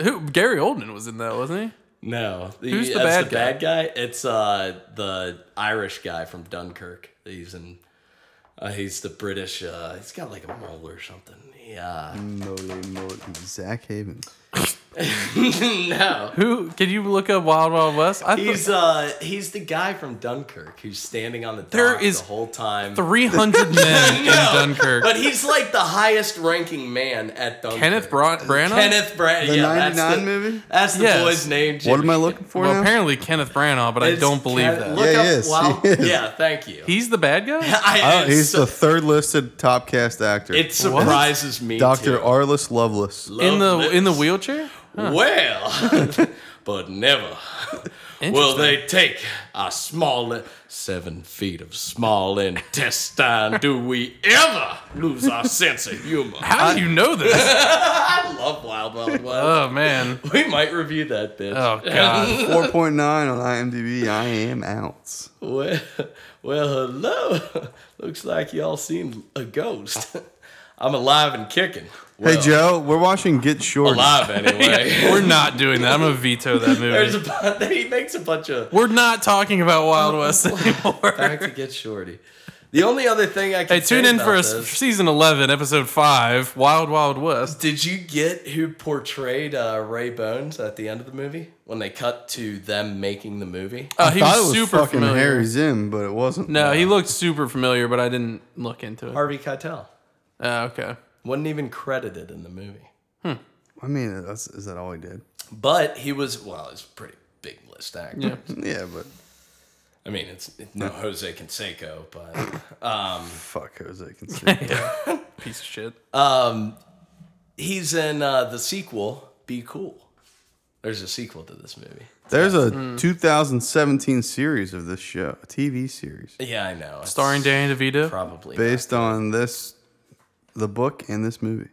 [SPEAKER 1] Who? Gary Oldman was in that, wasn't
[SPEAKER 2] No.
[SPEAKER 1] Who's the
[SPEAKER 2] that's
[SPEAKER 1] bad
[SPEAKER 2] the bad guy? It's uh the Irish guy from Dunkirk. He's in uh, he's the British uh he's got like a mole or something. Yeah.
[SPEAKER 3] Moly moly. Zach Havens.
[SPEAKER 2] no.
[SPEAKER 1] he? Who? Can you look up Wild Wild West? I
[SPEAKER 2] He's uh he's the guy from Dunkirk who's standing on the dock
[SPEAKER 1] There is
[SPEAKER 2] the whole time.
[SPEAKER 1] three hundred men
[SPEAKER 2] No,
[SPEAKER 1] in Dunkirk.
[SPEAKER 2] But he's like the highest ranking man at Dunkirk.
[SPEAKER 1] Kenneth Bra- Branagh.
[SPEAKER 2] Kenneth Branagh.
[SPEAKER 3] The
[SPEAKER 2] yeah, that's
[SPEAKER 3] 99
[SPEAKER 2] the,
[SPEAKER 3] movie?
[SPEAKER 2] That's the
[SPEAKER 1] Yes.
[SPEAKER 2] boy's name.
[SPEAKER 3] What
[SPEAKER 2] Jimmy.
[SPEAKER 3] am I looking for
[SPEAKER 1] well,
[SPEAKER 3] now?
[SPEAKER 1] apparently Kenneth Branagh, but I
[SPEAKER 2] It's
[SPEAKER 1] don't believe
[SPEAKER 2] Ken-
[SPEAKER 1] that.
[SPEAKER 2] Look
[SPEAKER 3] Yeah, he
[SPEAKER 2] up,
[SPEAKER 3] is.
[SPEAKER 2] Wow.
[SPEAKER 3] He is.
[SPEAKER 2] Yeah, thank you.
[SPEAKER 1] He's the bad guy.
[SPEAKER 2] I,
[SPEAKER 3] Oh, he's
[SPEAKER 2] so-
[SPEAKER 3] the third listed top cast actor.
[SPEAKER 2] It surprises me.
[SPEAKER 3] Dr.
[SPEAKER 2] too.
[SPEAKER 3] Arliss Lovelace.
[SPEAKER 1] in the
[SPEAKER 2] Loveless.
[SPEAKER 1] in the wheelchair.
[SPEAKER 2] Well, but never will
[SPEAKER 1] Interesting.
[SPEAKER 2] they take a small seven feet of small intestine. Do we ever lose our sense of humor?
[SPEAKER 1] How do you know this?
[SPEAKER 2] I love Wild Wild West.
[SPEAKER 1] oh man.
[SPEAKER 2] we might review that bitch.
[SPEAKER 1] Oh god.
[SPEAKER 3] 4.9 on IMDb. I am out.
[SPEAKER 2] Well, well, hello. Looks like y'all seen a ghost. I'm alive and kicking. Well,
[SPEAKER 3] Hey, Joe, we're watching Get Short.
[SPEAKER 2] Alive anyway.
[SPEAKER 1] We're not doing that. I'm gonna veto that
[SPEAKER 2] There's a
[SPEAKER 1] movie.
[SPEAKER 2] bu- he makes a bunch of
[SPEAKER 1] We're not talking about Wild West anymore.
[SPEAKER 2] back to get shorty. The only other thing I can
[SPEAKER 1] Hey, tune
[SPEAKER 2] say
[SPEAKER 1] in
[SPEAKER 2] about
[SPEAKER 1] for us
[SPEAKER 2] this-
[SPEAKER 1] season 11, episode 5, Wild Wild West.
[SPEAKER 2] Did you get who portrayed uh, Ray Bones at the end of the movie when they cut to them making the movie?
[SPEAKER 1] Uh,
[SPEAKER 3] I
[SPEAKER 1] he
[SPEAKER 3] thought
[SPEAKER 1] was,
[SPEAKER 3] it was
[SPEAKER 1] super
[SPEAKER 3] fucking
[SPEAKER 1] familiar.
[SPEAKER 3] Harry Zim, but it wasn't.
[SPEAKER 1] No, he looked super familiar, but I didn't look into it.
[SPEAKER 2] Harvey Keitel
[SPEAKER 1] Uh, okay.
[SPEAKER 2] wasn't even credited in the movie,
[SPEAKER 3] I mean, that's, is that all he did?
[SPEAKER 2] but he was well, he's a pretty big list actor.
[SPEAKER 1] Yeah.
[SPEAKER 3] Yeah, but
[SPEAKER 2] I mean, it's it's no Jose Canseco, but um,
[SPEAKER 3] fuck Jose Canseco.
[SPEAKER 1] Piece of shit.
[SPEAKER 2] um, he's in uh, the sequel. Be cool. There's a sequel to this movie.
[SPEAKER 3] There's a
[SPEAKER 1] Hmm.
[SPEAKER 3] 2017 series of this show, a TV series,
[SPEAKER 2] Yeah, I know. It's
[SPEAKER 1] Starring Danny DeVito.
[SPEAKER 2] probably
[SPEAKER 3] based on this, the book and this movie.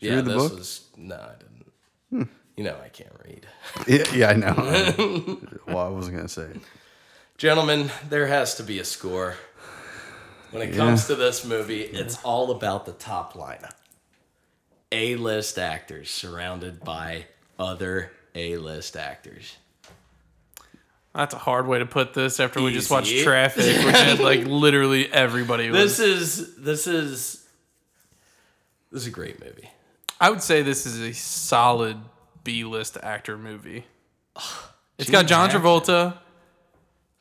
[SPEAKER 3] Did you
[SPEAKER 2] yeah.
[SPEAKER 3] read the
[SPEAKER 2] this
[SPEAKER 3] book? Hmm.
[SPEAKER 2] was no, I didn't. You know, I can't read.
[SPEAKER 3] Yeah, yeah, I know. I know. well, I wasn't gonna say it.
[SPEAKER 2] Gentlemen, there has to be a score. When it comes to this movie, it's all about the top lineup. A list actors surrounded by other A list actors.
[SPEAKER 1] That's a hard way to put this after we just watched
[SPEAKER 2] Easy.
[SPEAKER 1] Traffic, which had like literally everybody. Was.
[SPEAKER 2] This is this is this is a great movie.
[SPEAKER 1] I would say this is a solid B list actor movie. It's got John
[SPEAKER 2] Hackman.
[SPEAKER 1] Travolta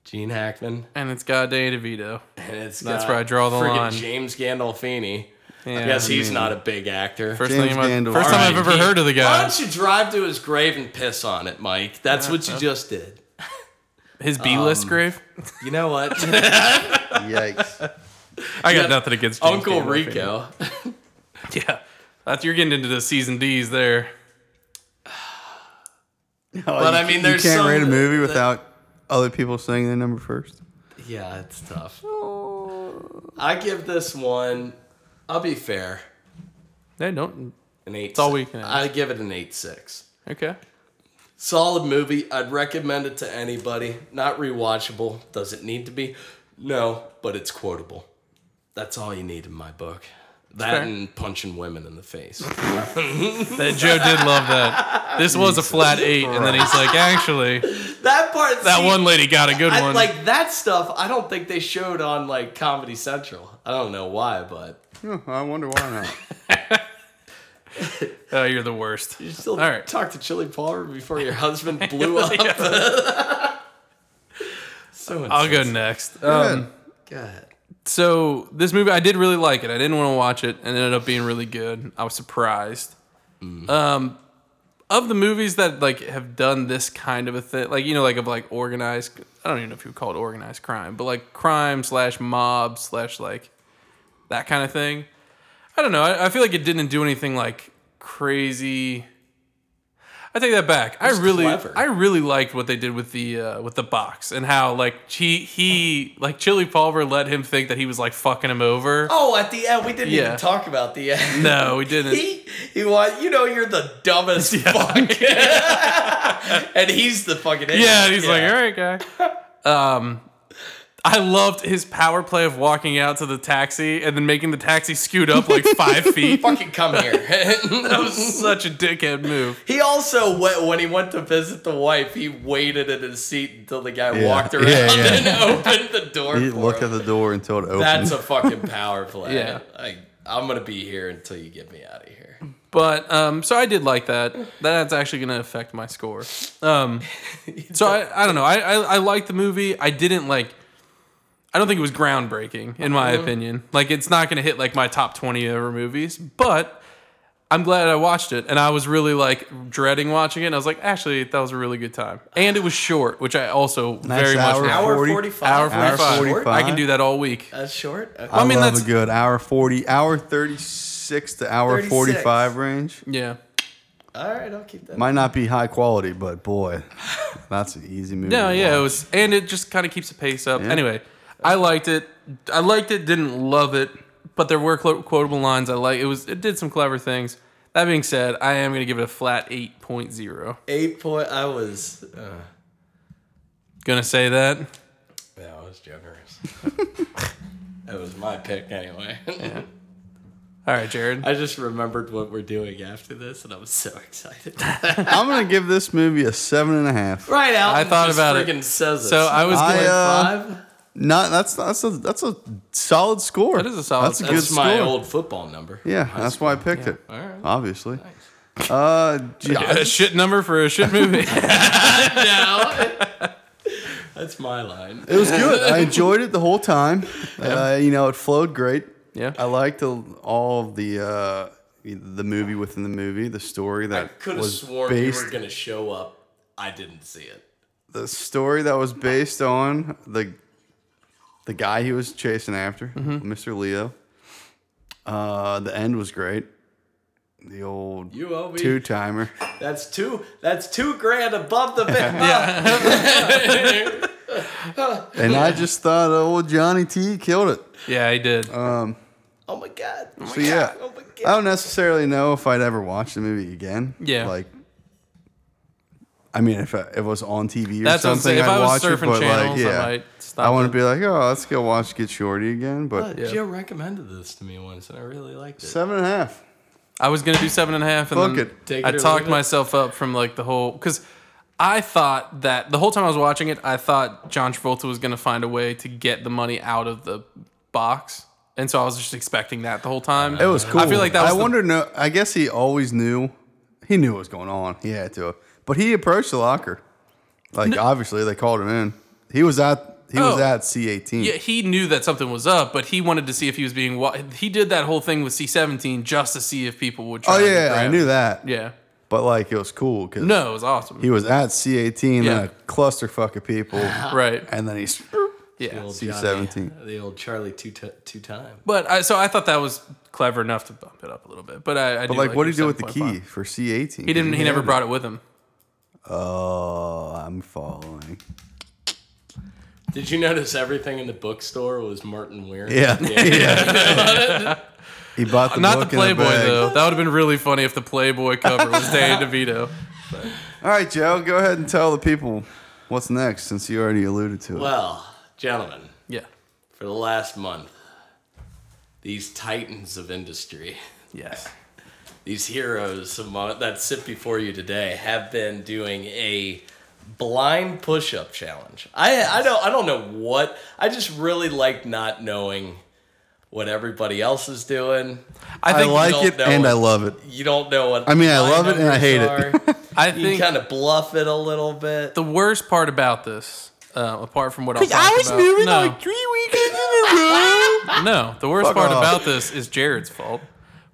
[SPEAKER 2] Gene Hackman.
[SPEAKER 1] and it's got Danny DeVito.
[SPEAKER 2] And it's
[SPEAKER 1] That's
[SPEAKER 2] got
[SPEAKER 1] where I draw the
[SPEAKER 2] friggin'
[SPEAKER 1] line.
[SPEAKER 2] James Gandolfini.
[SPEAKER 1] Yeah,
[SPEAKER 2] yes,
[SPEAKER 1] I
[SPEAKER 2] he's not a big actor.
[SPEAKER 1] First,
[SPEAKER 3] James
[SPEAKER 1] name I-
[SPEAKER 3] Gandolfini.
[SPEAKER 1] first time I've
[SPEAKER 2] Alright,
[SPEAKER 1] ever
[SPEAKER 2] Pete,
[SPEAKER 1] heard of the
[SPEAKER 2] Why
[SPEAKER 1] guy.
[SPEAKER 2] don't you drive to his grave and piss on it, Mike? That's what you just did.
[SPEAKER 1] His B list
[SPEAKER 2] Um,
[SPEAKER 1] grave.
[SPEAKER 2] You know what?
[SPEAKER 3] Yikes!
[SPEAKER 1] I got
[SPEAKER 2] yeah,
[SPEAKER 1] nothing against James
[SPEAKER 2] Uncle
[SPEAKER 1] Gandolfini.
[SPEAKER 2] Rico.
[SPEAKER 1] Yeah, that's you're getting into the season D's there.
[SPEAKER 3] but
[SPEAKER 2] I mean, there's
[SPEAKER 3] you can't
[SPEAKER 2] some
[SPEAKER 3] rate a
[SPEAKER 2] that-
[SPEAKER 3] movie without other people saying their number first.
[SPEAKER 2] Yeah, it's tough. I give this one. I'll be fair.
[SPEAKER 1] They don't.
[SPEAKER 2] An eight.
[SPEAKER 1] all we can ask.
[SPEAKER 2] I give it an eight six.
[SPEAKER 1] Okay.
[SPEAKER 2] Solid movie. I'd recommend it to anybody. Not rewatchable. Does it need to be? No, but it's quotable. That's all you need in my book. That
[SPEAKER 1] fair.
[SPEAKER 2] and punching women in the face.
[SPEAKER 1] That Joe did love that. This was a flat eight, and then he's like, actually,
[SPEAKER 2] that part.
[SPEAKER 1] that one lady got a good
[SPEAKER 2] I,
[SPEAKER 1] one.
[SPEAKER 2] like that stuff. I don't think they showed on like Comedy Central. I don't know why, but
[SPEAKER 3] Oh, I wonder why not.
[SPEAKER 1] oh, you're the worst.
[SPEAKER 2] You still
[SPEAKER 1] All right.
[SPEAKER 2] talk to Chili Palmer before your husband blew up. so
[SPEAKER 1] I'll go next.
[SPEAKER 3] Good.
[SPEAKER 1] Um,
[SPEAKER 2] God.
[SPEAKER 1] so this movie, I did really like it. I didn't want to watch it, and it ended up being really good. I was surprised. Um, of the movies that like have done this kind of a thing, like you know, like of like organized, I don't even know if you would call it organized crime, but like crime slash mob slash like that kind of thing. I don't know. I, I feel like it didn't do anything like crazy. I take that back. I really,
[SPEAKER 2] clever.
[SPEAKER 1] I really liked what they did with the uh, with the box and how like he he like Chili Palmer let him think that he was like fucking him over.
[SPEAKER 2] Oh, at the end, we didn't
[SPEAKER 1] Yeah.
[SPEAKER 2] even talk about the end.
[SPEAKER 1] No, we didn't.
[SPEAKER 2] He, he was, you know, you're the dumbest fuck. and he's the fucking idiot.
[SPEAKER 1] Yeah, and he's like, all right, guy. Um, I loved his power play of walking out to the taxi and then making the taxi scoot up like five feet.
[SPEAKER 2] fucking come
[SPEAKER 1] That
[SPEAKER 2] here.
[SPEAKER 1] was such a dickhead move.
[SPEAKER 2] he also went when he went to visit the wife. He waited in his seat until the guy
[SPEAKER 3] Yeah.
[SPEAKER 2] walked around
[SPEAKER 3] Yeah, yeah.
[SPEAKER 2] and opened the door.
[SPEAKER 3] You
[SPEAKER 2] for
[SPEAKER 3] look
[SPEAKER 2] him.
[SPEAKER 3] at the door until it opens.
[SPEAKER 2] That's a fucking power play.
[SPEAKER 1] Yeah.
[SPEAKER 2] I, I'm gonna be here until you get me out of here.
[SPEAKER 1] But um, so I did like that. That's actually going to affect my score. Um, so I, I don't know. I, I I liked the movie. I didn't like. I don't think it was groundbreaking in my opinion. Like it's not going to hit like my top twenty ever movies, but I'm glad I watched it, and I was really like dreading watching it. And I was like, actually, that was a really good time, and it was short, which I also
[SPEAKER 3] Nice
[SPEAKER 1] very much
[SPEAKER 3] hour.
[SPEAKER 1] like.
[SPEAKER 2] Hour
[SPEAKER 3] 40
[SPEAKER 2] 45.
[SPEAKER 1] hour
[SPEAKER 3] Hour
[SPEAKER 1] 45.
[SPEAKER 3] 45.
[SPEAKER 1] I can do that all week.
[SPEAKER 2] That's short. Okay.
[SPEAKER 3] I,
[SPEAKER 1] mean,
[SPEAKER 3] love
[SPEAKER 1] that's-
[SPEAKER 3] a good hour forty, hour thirty six to hour
[SPEAKER 2] 36.
[SPEAKER 3] forty five range.
[SPEAKER 1] Yeah,
[SPEAKER 2] All right, I'll keep that.
[SPEAKER 3] Might not be high quality, but boy, that's an easy movie.
[SPEAKER 1] no,
[SPEAKER 3] to
[SPEAKER 1] yeah, it
[SPEAKER 3] watch.
[SPEAKER 1] was, and it just kind of keeps the pace up. Anyway, I liked it. I liked it. Didn't love it, but there were clo- quotable lines I like. It was it did some clever things. That being said, I am gonna give it a flat 8.0.
[SPEAKER 2] Eight point. I was. Uh,
[SPEAKER 1] Gonna say that.
[SPEAKER 2] yeah, I was generous. that was my pick anyway.
[SPEAKER 1] All right, Jared.
[SPEAKER 2] I just remembered what we're doing after this, and I'm so excited.
[SPEAKER 3] I'm gonna give this movie a seven and a half.
[SPEAKER 2] right out.
[SPEAKER 1] I thought about it.
[SPEAKER 2] Friggin says it.
[SPEAKER 1] So I was
[SPEAKER 3] I,
[SPEAKER 1] going.
[SPEAKER 3] uh,
[SPEAKER 2] five.
[SPEAKER 3] Not that's that's a that's a solid score.
[SPEAKER 1] That is a solid-
[SPEAKER 3] That's a good
[SPEAKER 2] That's my
[SPEAKER 3] score.
[SPEAKER 2] old football number.
[SPEAKER 3] yeah, that's why I picked it.
[SPEAKER 2] Alright.
[SPEAKER 3] Obviously. Uh, gee, I
[SPEAKER 1] a shit number for a shit movie.
[SPEAKER 2] now. That's my line.
[SPEAKER 3] It was good. I enjoyed it the whole time. Uh, you know, it flowed great.
[SPEAKER 1] Yeah.
[SPEAKER 3] I liked the, all of the uh, the movie within the movie, the story that
[SPEAKER 2] Could have
[SPEAKER 3] was
[SPEAKER 2] sworn
[SPEAKER 3] based
[SPEAKER 2] you were gonna show up. I didn't see it.
[SPEAKER 3] the story that was based on the the guy he was chasing after,
[SPEAKER 1] Mm-hmm.
[SPEAKER 3] Mr. Leo. Uh, the end was great. The old
[SPEAKER 2] You owe me.
[SPEAKER 3] two timer.
[SPEAKER 2] That's two. That's two grand above the minimum.
[SPEAKER 3] And I just thought old Johnny T killed it.
[SPEAKER 1] yeah, I did.
[SPEAKER 3] Uh,
[SPEAKER 2] Oh my god.
[SPEAKER 3] So yeah,
[SPEAKER 2] Oh my
[SPEAKER 3] I
[SPEAKER 2] god.
[SPEAKER 3] don't necessarily know if I'd ever watch the movie again.
[SPEAKER 1] Yeah.
[SPEAKER 3] like I mean, if, I, if it was on TV or
[SPEAKER 1] That's what I'm
[SPEAKER 3] something,
[SPEAKER 1] saying. If
[SPEAKER 3] I'd
[SPEAKER 1] I was
[SPEAKER 3] watch it.
[SPEAKER 1] surfing
[SPEAKER 3] But like,
[SPEAKER 1] channels, I
[SPEAKER 3] yeah,
[SPEAKER 1] might stop
[SPEAKER 3] I wouldn't
[SPEAKER 1] it.
[SPEAKER 3] be like, oh, let's go watch Get Shorty again. But
[SPEAKER 2] Uh, Joe recommended this to me once, and I really liked it.
[SPEAKER 3] seven and a half.
[SPEAKER 1] I was gonna do seven and a half, and
[SPEAKER 3] Fuck
[SPEAKER 1] then
[SPEAKER 3] it.
[SPEAKER 2] Take it
[SPEAKER 1] I
[SPEAKER 2] or leave
[SPEAKER 1] talked
[SPEAKER 2] it.
[SPEAKER 1] myself up from like the whole because I thought that the whole time I was watching it, I thought John Travolta was gonna find a way to get the money out of the box, and so I was just expecting that the whole time.
[SPEAKER 3] It was cool.
[SPEAKER 1] I feel like that. Was
[SPEAKER 3] I
[SPEAKER 1] the-
[SPEAKER 3] wonder. No, I guess he always knew. He knew what was going on. He had to. But he approached the locker. Like obviously, they called him in. He was at. He was
[SPEAKER 1] Oh.
[SPEAKER 3] at C eighteen.
[SPEAKER 1] Yeah, he knew that something was up, but he wanted to see if he was being. Wa- he did that whole thing with C seventeen just to see if people would. Try
[SPEAKER 3] Oh
[SPEAKER 1] and
[SPEAKER 3] yeah,
[SPEAKER 1] grab
[SPEAKER 3] I
[SPEAKER 1] him.
[SPEAKER 3] knew that.
[SPEAKER 1] Yeah.
[SPEAKER 3] But like, it was cool because
[SPEAKER 1] No, it was awesome.
[SPEAKER 3] he was at C eighteen.
[SPEAKER 1] Yeah.
[SPEAKER 3] Yeah. a clusterfuck of people,
[SPEAKER 1] right.
[SPEAKER 3] and then he's.
[SPEAKER 1] Yeah.
[SPEAKER 2] Old
[SPEAKER 3] C
[SPEAKER 2] Johnny,
[SPEAKER 3] 17.
[SPEAKER 2] The old Charlie two t- two time.
[SPEAKER 1] But I, so I thought that was clever enough to bump it up a little bit. But I, I
[SPEAKER 3] But
[SPEAKER 1] do
[SPEAKER 3] like, what did
[SPEAKER 1] your
[SPEAKER 3] he do with the
[SPEAKER 1] 7.5.
[SPEAKER 3] key for C eighteen?
[SPEAKER 1] He didn't. He never brought it with him.
[SPEAKER 3] Oh, I'm following.
[SPEAKER 2] Did you notice everything in the bookstore was Martin Weir?
[SPEAKER 3] Yeah, yeah. he bought the
[SPEAKER 1] Not the
[SPEAKER 3] book in a
[SPEAKER 1] Playboy
[SPEAKER 3] bag.
[SPEAKER 1] though. That would have been really funny if the Playboy cover was Dan DeVito.
[SPEAKER 3] All right, Joe, go ahead and tell the people what's next since you already alluded to it.
[SPEAKER 2] Well, gentlemen,
[SPEAKER 1] Yeah.
[SPEAKER 2] for the last month, these titans of industry,
[SPEAKER 1] Yes.
[SPEAKER 2] these heroes among, that sit before you today, have been doing a blind push-up challenge. I I don't I don't know what. I just really like not knowing what everybody else is doing.
[SPEAKER 1] I
[SPEAKER 3] I
[SPEAKER 1] think.
[SPEAKER 3] like
[SPEAKER 2] don't
[SPEAKER 3] it
[SPEAKER 2] know
[SPEAKER 3] and
[SPEAKER 2] what-
[SPEAKER 3] I love it.
[SPEAKER 2] You don't know what.
[SPEAKER 3] I mean, I love it and I hate it.
[SPEAKER 2] it.
[SPEAKER 1] I
[SPEAKER 2] you
[SPEAKER 1] think
[SPEAKER 2] kind of bluff it a little bit.
[SPEAKER 1] the worst part about this, uh, apart from what I'll talk about, no,
[SPEAKER 3] three weekends in a row.
[SPEAKER 1] no, the worst
[SPEAKER 3] Fuck
[SPEAKER 1] part
[SPEAKER 3] off.
[SPEAKER 1] about this is Jared's fault.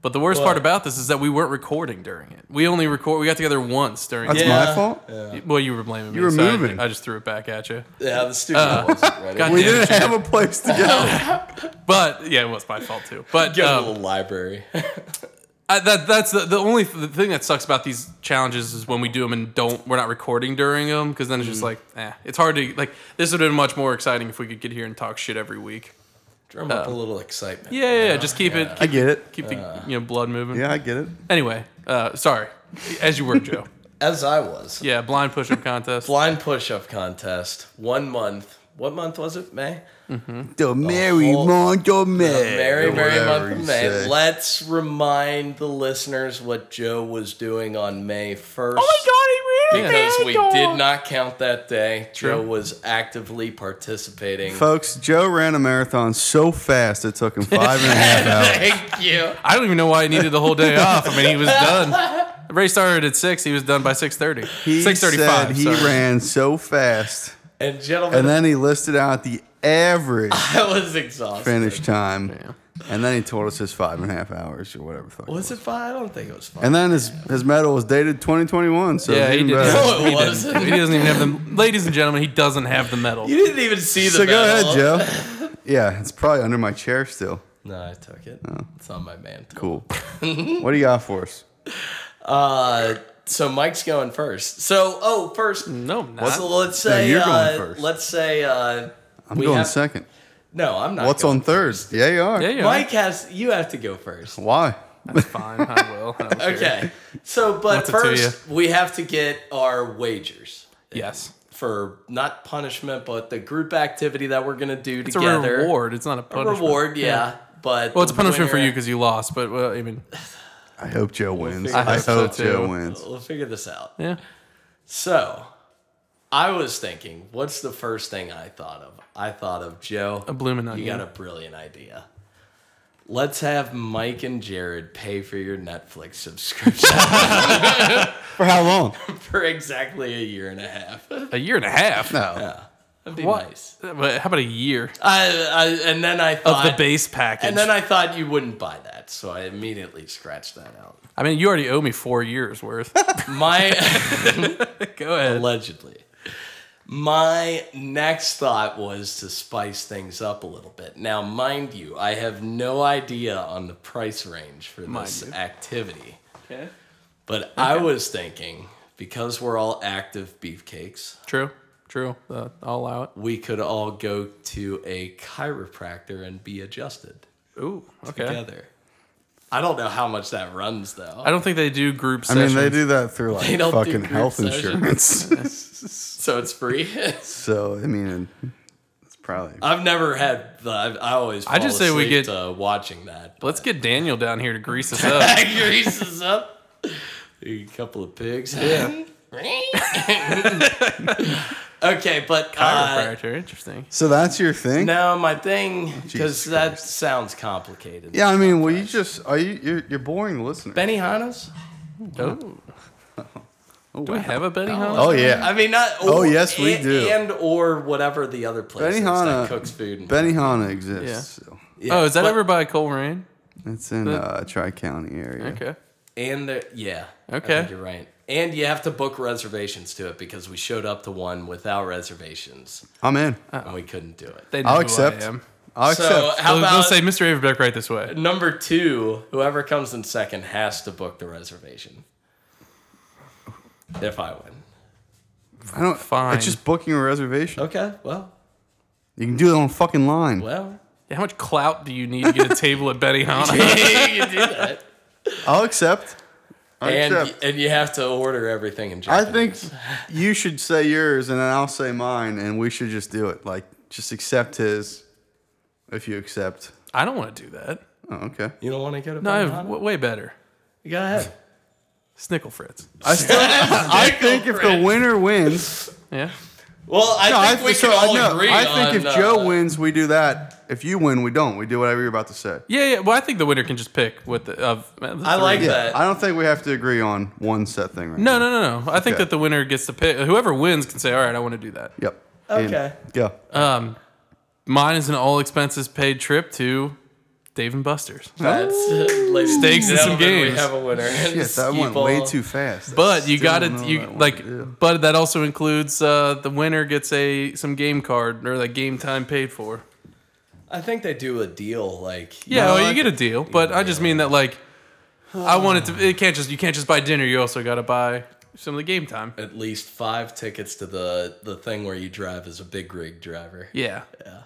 [SPEAKER 1] But the worst part about this is that we weren't recording during it. We only record. We got together once during.
[SPEAKER 3] That's
[SPEAKER 1] it.
[SPEAKER 2] Yeah.
[SPEAKER 3] my fault.
[SPEAKER 1] Well, you were blaming me.
[SPEAKER 3] were
[SPEAKER 1] so I-
[SPEAKER 3] moving.
[SPEAKER 1] I, just threw it back at you.
[SPEAKER 2] Yeah, the studio
[SPEAKER 1] Uh,
[SPEAKER 2] wasn't ready.
[SPEAKER 1] God
[SPEAKER 3] We
[SPEAKER 1] damn
[SPEAKER 3] didn't
[SPEAKER 1] it.
[SPEAKER 3] have a place to go.
[SPEAKER 1] But yeah, it was my fault too. But
[SPEAKER 2] Go to
[SPEAKER 1] um,
[SPEAKER 2] the library.
[SPEAKER 1] I, that that's the, the only th- the thing that sucks about these challenges is when we do them and don't we're not recording during them because then it's
[SPEAKER 3] Mm.
[SPEAKER 1] just like eh, it's hard to like this would have been much more exciting if we could get here and talk shit every week.
[SPEAKER 2] Drum up a little excitement.
[SPEAKER 1] uh, Yeah, yeah, yeah just keep it
[SPEAKER 3] I
[SPEAKER 1] keep,
[SPEAKER 3] get it.
[SPEAKER 1] keep the you know blood moving.
[SPEAKER 3] Yeah, I get it.
[SPEAKER 1] Anyway, uh, sorry, as you were, Joe.
[SPEAKER 2] as I was.
[SPEAKER 1] Yeah, blind push-up contest.
[SPEAKER 2] Blind push-up contest. One month. What month was it? May.
[SPEAKER 3] The merry
[SPEAKER 2] whole-
[SPEAKER 3] month of May.
[SPEAKER 2] The merry, merry
[SPEAKER 3] Whatever
[SPEAKER 2] month of
[SPEAKER 3] you
[SPEAKER 2] May.
[SPEAKER 3] say.
[SPEAKER 2] Let's remind the listeners what Joe was doing on May first.
[SPEAKER 1] Oh my god, he
[SPEAKER 2] Because we did not count that day. Joe
[SPEAKER 1] True.
[SPEAKER 2] was actively participating.
[SPEAKER 3] Folks, Joe ran a marathon so fast it took him five and a half hours.
[SPEAKER 2] Thank you.
[SPEAKER 1] I don't even know why he needed the whole day off. I mean, he was done. The race started at six. He was done by six thirty.
[SPEAKER 3] He
[SPEAKER 1] Six thirty-five.
[SPEAKER 3] said he ran so fast,
[SPEAKER 2] And gentlemen,
[SPEAKER 3] and then he listed out the average
[SPEAKER 2] I was exhausted.
[SPEAKER 3] finish time, and then he told us his five and a half hours or whatever. the fuck it
[SPEAKER 2] Was
[SPEAKER 3] was.
[SPEAKER 2] it five? I don't think it was five.
[SPEAKER 3] And then his his medal was dated 2021. So
[SPEAKER 1] Yeah,
[SPEAKER 3] it's
[SPEAKER 1] he
[SPEAKER 3] even
[SPEAKER 1] did.
[SPEAKER 3] better.
[SPEAKER 2] No, it
[SPEAKER 1] he didn't.
[SPEAKER 2] wasn't.
[SPEAKER 1] He doesn't even have the. Ladies and gentlemen, he doesn't have the medal.
[SPEAKER 2] you didn't even see the
[SPEAKER 3] So go
[SPEAKER 2] medal.
[SPEAKER 3] ahead, Joe. Yeah, it's probably under my chair still.
[SPEAKER 2] No, I took it.
[SPEAKER 3] Oh.
[SPEAKER 2] It's on my mantle.
[SPEAKER 3] Cool. what do you got for us?
[SPEAKER 2] Uh, so Mike's going first. So oh, first.
[SPEAKER 3] Hmm.
[SPEAKER 1] No, I'm not.
[SPEAKER 2] So let's say
[SPEAKER 3] you're going
[SPEAKER 2] uh,
[SPEAKER 3] first.
[SPEAKER 2] Let's say uh,
[SPEAKER 3] I'm
[SPEAKER 2] we
[SPEAKER 3] going
[SPEAKER 2] have-
[SPEAKER 3] second.
[SPEAKER 2] No, I'm not.
[SPEAKER 3] What's
[SPEAKER 2] going
[SPEAKER 3] on third? Yeah, you are.
[SPEAKER 1] Yeah, you
[SPEAKER 2] Mike has. You have to go first.
[SPEAKER 3] Why?
[SPEAKER 1] That's fine. I will. I don't care.
[SPEAKER 2] Okay. So, but
[SPEAKER 1] Lots of to
[SPEAKER 2] first we have to get our wagers
[SPEAKER 1] Yes.
[SPEAKER 2] for not punishment, but the group activity that we're gonna do
[SPEAKER 1] It's
[SPEAKER 2] together.
[SPEAKER 1] a reward. It's not a punishment.
[SPEAKER 2] Reward, yeah. But
[SPEAKER 1] Well, it's a punishment for you
[SPEAKER 2] winner-
[SPEAKER 1] because you lost, but well, I mean,
[SPEAKER 3] I hope Joe wins.
[SPEAKER 2] figure
[SPEAKER 3] I
[SPEAKER 1] this out
[SPEAKER 3] hope
[SPEAKER 1] too.
[SPEAKER 3] Joe wins.
[SPEAKER 2] We'll figure this out.
[SPEAKER 1] yeah.
[SPEAKER 2] So, I was thinking, what's the first thing I thought of? I thought of Joe.
[SPEAKER 1] A blooming
[SPEAKER 2] You
[SPEAKER 1] onion.
[SPEAKER 2] got a brilliant idea. Let's have Mike and Jared pay for your Netflix subscription
[SPEAKER 3] For how long?
[SPEAKER 2] for exactly a year and a half. That'd
[SPEAKER 1] a year and a half.
[SPEAKER 3] No.
[SPEAKER 2] be
[SPEAKER 1] What?
[SPEAKER 2] nice.
[SPEAKER 1] But how about a year
[SPEAKER 2] I, I, and then I
[SPEAKER 1] of
[SPEAKER 2] thought,
[SPEAKER 1] the base package?
[SPEAKER 2] and then I thought you wouldn't buy that, so I immediately scratched that out.
[SPEAKER 1] I mean, you already owe me four years worth.
[SPEAKER 2] My.
[SPEAKER 1] Go ahead.
[SPEAKER 2] allegedly. My next thought was to spice things up a little bit. Now, mind you, I have no idea on the price range for this
[SPEAKER 1] you.
[SPEAKER 2] activity,
[SPEAKER 1] Okay.
[SPEAKER 2] but I was thinking because we're all active beefcakes,
[SPEAKER 1] True. True. Uh, I'll allow it.
[SPEAKER 2] we could all go to a chiropractor and be adjusted
[SPEAKER 1] Ooh. Okay.
[SPEAKER 2] together. I don't know how much that runs though.
[SPEAKER 1] I don't think they do group
[SPEAKER 3] I
[SPEAKER 1] sessions.
[SPEAKER 3] mean, they do that through
[SPEAKER 2] They
[SPEAKER 3] like
[SPEAKER 2] don't do
[SPEAKER 3] fucking
[SPEAKER 2] group
[SPEAKER 3] health
[SPEAKER 2] sessions.
[SPEAKER 3] insurance.
[SPEAKER 2] So it's free.
[SPEAKER 3] so I mean, it's probably
[SPEAKER 2] I've never had the. I've, I always. Fall
[SPEAKER 1] I just say we
[SPEAKER 2] asleep
[SPEAKER 1] get-
[SPEAKER 2] to watching that.
[SPEAKER 1] Let's get Daniel down here to grease us up.
[SPEAKER 2] greases up. A couple of pigs. Yeah. okay, but uh,
[SPEAKER 1] Chiropractor. Interesting.
[SPEAKER 3] So that's your thing?
[SPEAKER 2] no, my thing because
[SPEAKER 3] Jesus
[SPEAKER 2] that sounds complicated.
[SPEAKER 3] Yeah, I mean, well, you just are you you're, you're boring the listener.
[SPEAKER 2] Benny Hannes?
[SPEAKER 1] Oh.
[SPEAKER 3] oh,
[SPEAKER 1] Do we
[SPEAKER 3] wow.
[SPEAKER 1] have a Benny Hana?
[SPEAKER 3] Oh, yeah.
[SPEAKER 2] I mean, not.
[SPEAKER 3] Oh, yes, we
[SPEAKER 2] and,
[SPEAKER 3] do.
[SPEAKER 2] And or whatever the other place is
[SPEAKER 3] Benihana-
[SPEAKER 2] that cooks food. And
[SPEAKER 3] Benihana exists. So
[SPEAKER 2] Yeah,
[SPEAKER 1] Oh, is that
[SPEAKER 2] but-
[SPEAKER 1] ever by Cole Rain?
[SPEAKER 3] it's in uh, Tri County area.
[SPEAKER 1] Okay.
[SPEAKER 2] And the, yeah. I
[SPEAKER 1] Okay.
[SPEAKER 2] think you're right. And you have to book reservations to it because we showed up to one without reservations
[SPEAKER 3] I'm in.
[SPEAKER 2] and we couldn't do it.
[SPEAKER 1] They know
[SPEAKER 3] I'll
[SPEAKER 1] who
[SPEAKER 3] accept.
[SPEAKER 1] I am.
[SPEAKER 3] I'll
[SPEAKER 2] Uh, So
[SPEAKER 3] accept.
[SPEAKER 2] how
[SPEAKER 1] They'll-
[SPEAKER 2] about
[SPEAKER 1] they'll say Mr. Averbeck right this way.
[SPEAKER 2] Number two, whoever comes in second has to book the reservation. If I win.
[SPEAKER 3] I don't.
[SPEAKER 1] fine.
[SPEAKER 3] It's just booking a reservation.
[SPEAKER 2] Okay, well,
[SPEAKER 3] You can do it on fucking line.
[SPEAKER 2] well.
[SPEAKER 1] How much clout do you need to get a table at Benny Hana?
[SPEAKER 2] you can do that.
[SPEAKER 3] I'll accept. I
[SPEAKER 2] And,
[SPEAKER 3] accept.
[SPEAKER 2] and you have to order everything in
[SPEAKER 3] I
[SPEAKER 2] Japanese.
[SPEAKER 3] think you should say yours, and then I'll say mine, and we should just do it. Like, just accept his. If you accept.
[SPEAKER 1] I don't want to do that.
[SPEAKER 3] Oh, okay.
[SPEAKER 2] You don't want to go to
[SPEAKER 1] No, I have
[SPEAKER 2] Benihana?
[SPEAKER 1] w- way better.
[SPEAKER 2] Go ahead.
[SPEAKER 1] Snickle Fritz.
[SPEAKER 3] I still. I think if the winner wins,
[SPEAKER 1] Yeah.
[SPEAKER 2] Well, I
[SPEAKER 3] No,
[SPEAKER 2] think
[SPEAKER 3] I,
[SPEAKER 2] we
[SPEAKER 3] so,
[SPEAKER 2] can all
[SPEAKER 3] no,
[SPEAKER 2] agree
[SPEAKER 3] I think
[SPEAKER 2] on,
[SPEAKER 3] if Joe
[SPEAKER 2] uh,
[SPEAKER 3] wins, we do that. If you win, we don't. We do whatever you're about to say.
[SPEAKER 1] Yeah, yeah. Well, I think the winner can just pick what the of. uh, the
[SPEAKER 2] I like
[SPEAKER 1] three.
[SPEAKER 3] Yeah,
[SPEAKER 2] that.
[SPEAKER 3] I don't think we have to agree on one set thing right
[SPEAKER 1] No,
[SPEAKER 3] now.
[SPEAKER 1] no, no, no. I think
[SPEAKER 3] Okay.
[SPEAKER 1] that the winner gets to pick. Whoever wins can say, "All right, I want to do that."
[SPEAKER 3] Yep.
[SPEAKER 2] Okay.
[SPEAKER 3] And, yeah.
[SPEAKER 1] Mine is an all expenses paid trip to Dave and Buster's,
[SPEAKER 2] That's, ladies
[SPEAKER 1] Steaks and some
[SPEAKER 2] gentlemen, We
[SPEAKER 1] games.
[SPEAKER 2] have a winner.
[SPEAKER 3] Shit, that went way too fast.
[SPEAKER 1] but you
[SPEAKER 3] Still
[SPEAKER 1] got
[SPEAKER 3] don't
[SPEAKER 1] to
[SPEAKER 3] know
[SPEAKER 1] you
[SPEAKER 3] that one.
[SPEAKER 1] like.
[SPEAKER 3] Yeah.
[SPEAKER 1] But that also includes uh, the winner gets a some game card or like game time paid for.
[SPEAKER 2] I think they do a deal like
[SPEAKER 1] Yeah,
[SPEAKER 3] No,
[SPEAKER 1] well,
[SPEAKER 3] I
[SPEAKER 1] you get a deal, but I just mean that like. I want it to. It can't just. You can't just buy dinner. You also got to buy some of the game time.
[SPEAKER 2] at least five tickets to the the thing where you drive as a big rig driver.
[SPEAKER 1] Yeah. Yeah.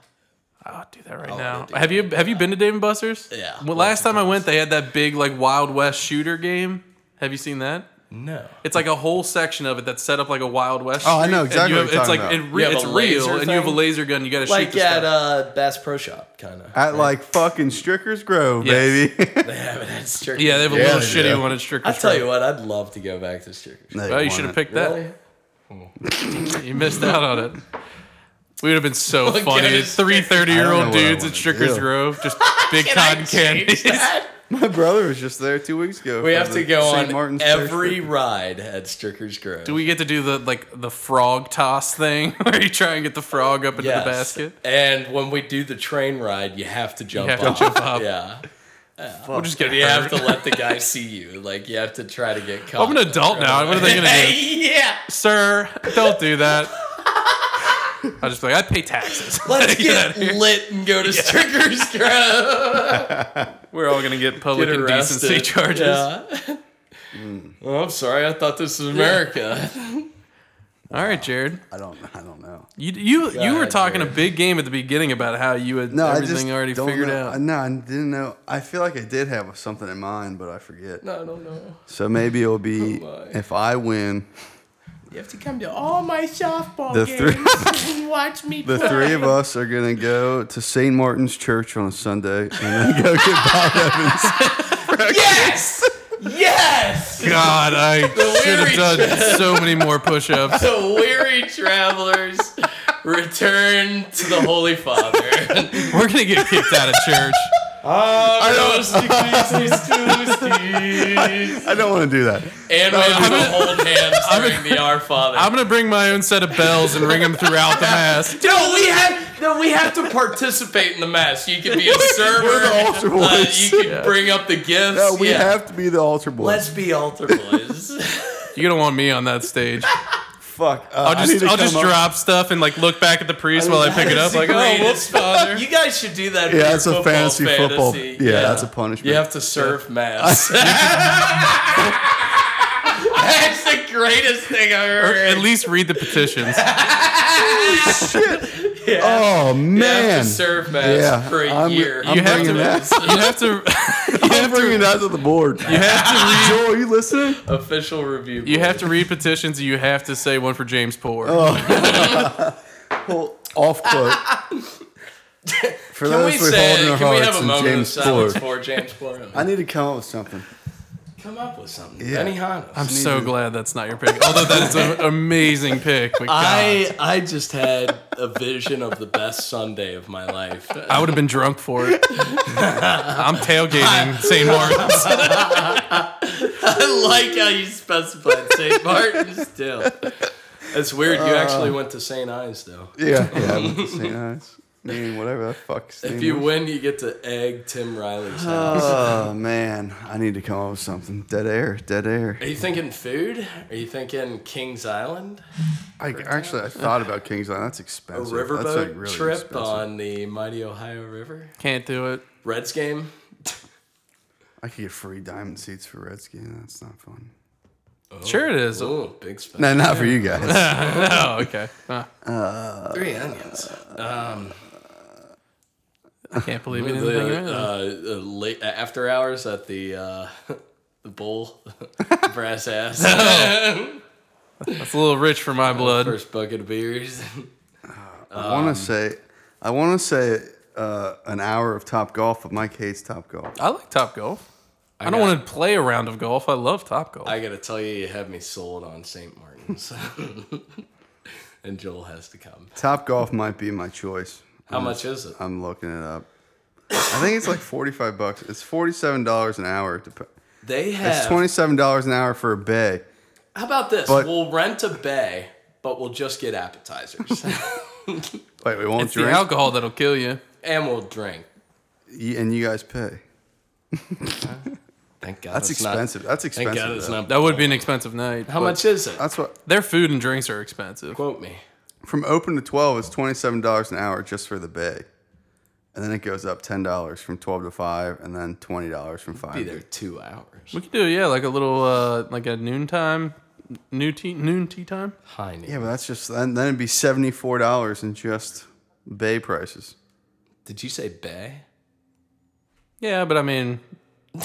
[SPEAKER 1] I'll do that right now.
[SPEAKER 2] do
[SPEAKER 1] Have you have you been to Dave and Buster's?
[SPEAKER 2] Yeah.
[SPEAKER 1] Well, last time I went, they had that big like Wild West shooter game. Have you seen that?
[SPEAKER 2] No.
[SPEAKER 1] It's like a whole section of it that's set up like a Wild West.
[SPEAKER 3] Oh, I
[SPEAKER 1] street, and
[SPEAKER 3] know exactly
[SPEAKER 1] you
[SPEAKER 3] what
[SPEAKER 1] have-
[SPEAKER 3] you're
[SPEAKER 1] it's like
[SPEAKER 3] talking about.
[SPEAKER 1] it re-
[SPEAKER 2] You have
[SPEAKER 1] it's
[SPEAKER 2] a
[SPEAKER 1] real,
[SPEAKER 2] laser
[SPEAKER 1] and you have a
[SPEAKER 2] thing?
[SPEAKER 1] laser gun. You got to shoot
[SPEAKER 2] Like
[SPEAKER 1] the
[SPEAKER 2] at
[SPEAKER 1] stuff.
[SPEAKER 2] uh, Bass Pro Shop, kind of.
[SPEAKER 3] At like fucking Stricker's Grove,
[SPEAKER 1] Yes.
[SPEAKER 3] baby.
[SPEAKER 2] They have it at Strickland.
[SPEAKER 1] yeah, they have a
[SPEAKER 3] Yeah,
[SPEAKER 1] little
[SPEAKER 3] they
[SPEAKER 1] shitty
[SPEAKER 3] do.
[SPEAKER 1] one at Strickers.
[SPEAKER 2] I tell you what, I'd love to go back to Strickers.
[SPEAKER 3] They
[SPEAKER 1] Oh, you
[SPEAKER 3] want
[SPEAKER 1] should have
[SPEAKER 3] it.
[SPEAKER 1] picked that.
[SPEAKER 2] Really?
[SPEAKER 1] You missed out on it. We would have been so
[SPEAKER 2] Look at
[SPEAKER 1] funny.
[SPEAKER 2] his-
[SPEAKER 1] Three 30 year
[SPEAKER 3] I
[SPEAKER 1] old
[SPEAKER 3] don't know what I
[SPEAKER 1] dudes at
[SPEAKER 3] wanna
[SPEAKER 1] Strickers
[SPEAKER 3] do.
[SPEAKER 1] Grove, just big
[SPEAKER 2] Can I
[SPEAKER 1] cotton
[SPEAKER 2] change
[SPEAKER 1] candies.
[SPEAKER 2] that?
[SPEAKER 3] My brother was just there two weeks ago.
[SPEAKER 2] We
[SPEAKER 3] for
[SPEAKER 2] have
[SPEAKER 3] the
[SPEAKER 2] to go
[SPEAKER 3] St.
[SPEAKER 2] on
[SPEAKER 3] Martin's
[SPEAKER 2] every
[SPEAKER 3] Church.
[SPEAKER 2] ride at Strickers Grove.
[SPEAKER 1] Do we get to do the like the frog toss thing where you try and get the frog up into
[SPEAKER 2] Yes.
[SPEAKER 1] the basket?
[SPEAKER 2] And when we do the train ride, you have to jump
[SPEAKER 1] have to
[SPEAKER 2] up.
[SPEAKER 1] jump up.
[SPEAKER 2] Yeah.
[SPEAKER 1] We'll just get
[SPEAKER 2] You have
[SPEAKER 1] hurt.
[SPEAKER 2] to let the guy see you. Like, you have to try to get caught.
[SPEAKER 1] I'm an adult now. What are they gonna do?
[SPEAKER 2] yeah.
[SPEAKER 1] Sir, don't do that. I'll just be like, I pay taxes.
[SPEAKER 2] Let's
[SPEAKER 1] Get out
[SPEAKER 2] get
[SPEAKER 1] of here.
[SPEAKER 2] lit and go to Strickers Grove.
[SPEAKER 1] We're all gonna get public
[SPEAKER 2] Get arrested.
[SPEAKER 1] indecency charges.
[SPEAKER 2] Yeah. Oh, I'm sorry. I thought this was America.
[SPEAKER 1] All right, Jared.
[SPEAKER 3] I don't. I don't know.
[SPEAKER 1] You you you were
[SPEAKER 2] ahead,
[SPEAKER 1] talking a
[SPEAKER 2] Jared.
[SPEAKER 1] big game at the beginning about how you had
[SPEAKER 3] No, I
[SPEAKER 1] everything
[SPEAKER 3] just
[SPEAKER 1] already
[SPEAKER 3] don't
[SPEAKER 1] figured
[SPEAKER 3] know.
[SPEAKER 1] out.
[SPEAKER 3] No, I didn't know. I feel like I did have something in mind, but I forget.
[SPEAKER 2] No, I don't know.
[SPEAKER 3] So maybe it'll be
[SPEAKER 2] Oh my.
[SPEAKER 3] if I win,
[SPEAKER 2] You have to come to all my softball
[SPEAKER 3] The three-
[SPEAKER 2] and watch me
[SPEAKER 3] the three of us are gonna go to St. Martin's Church on a Sunday and then go get Bob Evans.
[SPEAKER 2] Yes! Yes!
[SPEAKER 1] God, I should have
[SPEAKER 2] weary
[SPEAKER 1] done so many more push-ups.
[SPEAKER 2] The weary travelers return to the Holy Father.
[SPEAKER 1] We're gonna get kicked out of church.
[SPEAKER 2] and
[SPEAKER 3] I don't want to do that.
[SPEAKER 2] we have to hold hands during the Our Father.
[SPEAKER 1] I'm gonna bring my own set of bells and ring them throughout the mass.
[SPEAKER 2] no, we have no, we have to participate in the mass. You can be a server.
[SPEAKER 3] We're the altar
[SPEAKER 2] uh,
[SPEAKER 3] boys.
[SPEAKER 2] you can bring up the gifts.
[SPEAKER 3] No, we
[SPEAKER 2] Yeah.
[SPEAKER 3] have to be the altar boys.
[SPEAKER 2] Let's be altar boys.
[SPEAKER 1] You're gonna want me on that stage.
[SPEAKER 3] Fuck. Uh,
[SPEAKER 1] I'll just I'll just drop stuff and like look back at the priest while I pick it up. Like, oh, whoops,
[SPEAKER 2] Greatest-
[SPEAKER 1] father.
[SPEAKER 2] You guys should do that. for
[SPEAKER 3] Yeah,
[SPEAKER 2] your
[SPEAKER 3] that's a
[SPEAKER 2] football
[SPEAKER 3] fantasy football-
[SPEAKER 2] fantasy.
[SPEAKER 3] yeah, that's a punishment.
[SPEAKER 2] You have to serve mass. that's the greatest thing I've ever.
[SPEAKER 1] Or at
[SPEAKER 2] heard.
[SPEAKER 1] least read the petitions.
[SPEAKER 3] Oh
[SPEAKER 2] You have
[SPEAKER 3] man.
[SPEAKER 2] to serve mass
[SPEAKER 3] Yeah,
[SPEAKER 2] for a
[SPEAKER 3] I'm-
[SPEAKER 2] year.
[SPEAKER 3] I'm
[SPEAKER 1] You have
[SPEAKER 3] bringing
[SPEAKER 1] to.
[SPEAKER 3] that.
[SPEAKER 1] You have to. You
[SPEAKER 3] I'm
[SPEAKER 1] have
[SPEAKER 3] bringing
[SPEAKER 1] to.
[SPEAKER 3] that to the board.
[SPEAKER 1] You have to.
[SPEAKER 3] Joel, you listening?
[SPEAKER 2] Official review.
[SPEAKER 1] You have to read petitions. and You have to say one for James Poor.
[SPEAKER 3] Well, off quote. For
[SPEAKER 2] Can we
[SPEAKER 3] those with
[SPEAKER 2] say?
[SPEAKER 3] holding our
[SPEAKER 2] Can we have
[SPEAKER 3] hearts
[SPEAKER 2] a
[SPEAKER 3] and
[SPEAKER 2] moment
[SPEAKER 3] James
[SPEAKER 2] of silence for
[SPEAKER 3] Ford.
[SPEAKER 2] James Ford?
[SPEAKER 3] I need to come up with something.
[SPEAKER 2] Come up with something.
[SPEAKER 3] Yeah.
[SPEAKER 2] Benny Hannes.
[SPEAKER 1] I'm so glad that's not your pick. Although that is an amazing pick. But God,
[SPEAKER 2] I I just had a vision of the best Sunday of my life.
[SPEAKER 1] I would have been drunk for it. I'm tailgating St. Martin's.
[SPEAKER 2] I like how you specified St. Martin's too. It's weird. You
[SPEAKER 3] Uh.
[SPEAKER 2] actually went to St. Ives though.
[SPEAKER 3] Yeah, yeah. with the St. Ives. I mean, whatever the fuck's
[SPEAKER 2] If
[SPEAKER 3] name
[SPEAKER 2] you
[SPEAKER 3] was.
[SPEAKER 2] win, you get to egg Tim Riley's house.
[SPEAKER 3] Oh man, I need to come up with something. Dead air, dead air.
[SPEAKER 2] Are you thinking food? Are you thinking Kings Island?
[SPEAKER 3] I actually I thought about Kings Island. That's
[SPEAKER 2] A
[SPEAKER 3] expensive. That's
[SPEAKER 2] riverboat
[SPEAKER 3] like really
[SPEAKER 2] trip
[SPEAKER 3] expensive.
[SPEAKER 2] on the mighty Ohio River?
[SPEAKER 1] Can't do it.
[SPEAKER 2] Reds game?
[SPEAKER 3] I could get free diamond seats for Redskin. That's not fun.
[SPEAKER 1] Sure, it is. Oh,
[SPEAKER 2] Oh, big spend.
[SPEAKER 3] No, not for you guys.
[SPEAKER 1] okay. Huh.
[SPEAKER 2] Three onions.
[SPEAKER 1] I can't believe
[SPEAKER 2] The,
[SPEAKER 1] anything.
[SPEAKER 2] uh,
[SPEAKER 1] either.
[SPEAKER 2] uh, late after hours at the uh, the bull brass ass.
[SPEAKER 1] It's a little rich for my blood.
[SPEAKER 2] First bucket of beers.
[SPEAKER 3] I want to say, I want to say uh, an hour of Top Golf, but Mike hates Top Golf.
[SPEAKER 1] I like Top Golf. I, don't
[SPEAKER 2] got-
[SPEAKER 1] want to play a round of golf. I love Top Golf.
[SPEAKER 2] I gotta tell you, you have me sold on St. Martin's. and Joel has to come.
[SPEAKER 3] Top Golf might be my choice.
[SPEAKER 2] How much is it?
[SPEAKER 3] I'm looking it up. I think it's like 45 bucks. It's $47 an hour. To, put-
[SPEAKER 2] They have.
[SPEAKER 3] it's $27 an hour for a bay.
[SPEAKER 2] how about this?
[SPEAKER 3] but-
[SPEAKER 2] we'll rent a bay, but we'll just get appetizers,
[SPEAKER 3] Wait, we won't
[SPEAKER 1] it's the
[SPEAKER 3] drink,
[SPEAKER 1] alcohol that'll kill you.
[SPEAKER 2] and we'll drink.
[SPEAKER 3] Y- and you guys pay.
[SPEAKER 2] Thank God.
[SPEAKER 3] That's
[SPEAKER 2] it's not-
[SPEAKER 3] expensive. That's
[SPEAKER 2] thank
[SPEAKER 3] expensive.
[SPEAKER 2] God it's
[SPEAKER 3] though.
[SPEAKER 2] not.
[SPEAKER 1] That would be an expensive night.
[SPEAKER 2] How
[SPEAKER 1] but
[SPEAKER 2] much is it?
[SPEAKER 3] That's what
[SPEAKER 1] Their food and drinks are expensive.
[SPEAKER 2] Quote me.
[SPEAKER 3] from open to 12 it's $27 an hour just for the bay. And then it goes up $10 from 12 to 5 and then $20 from 5.
[SPEAKER 2] Be
[SPEAKER 3] to-
[SPEAKER 2] there two hours.
[SPEAKER 1] We could do yeah, like a little uh like a noontime new tea noon tea time.
[SPEAKER 2] High noon.
[SPEAKER 3] Yeah, but that's just then, then it'd be $74 in just bay prices.
[SPEAKER 2] Did you say bay?
[SPEAKER 1] Yeah, but I mean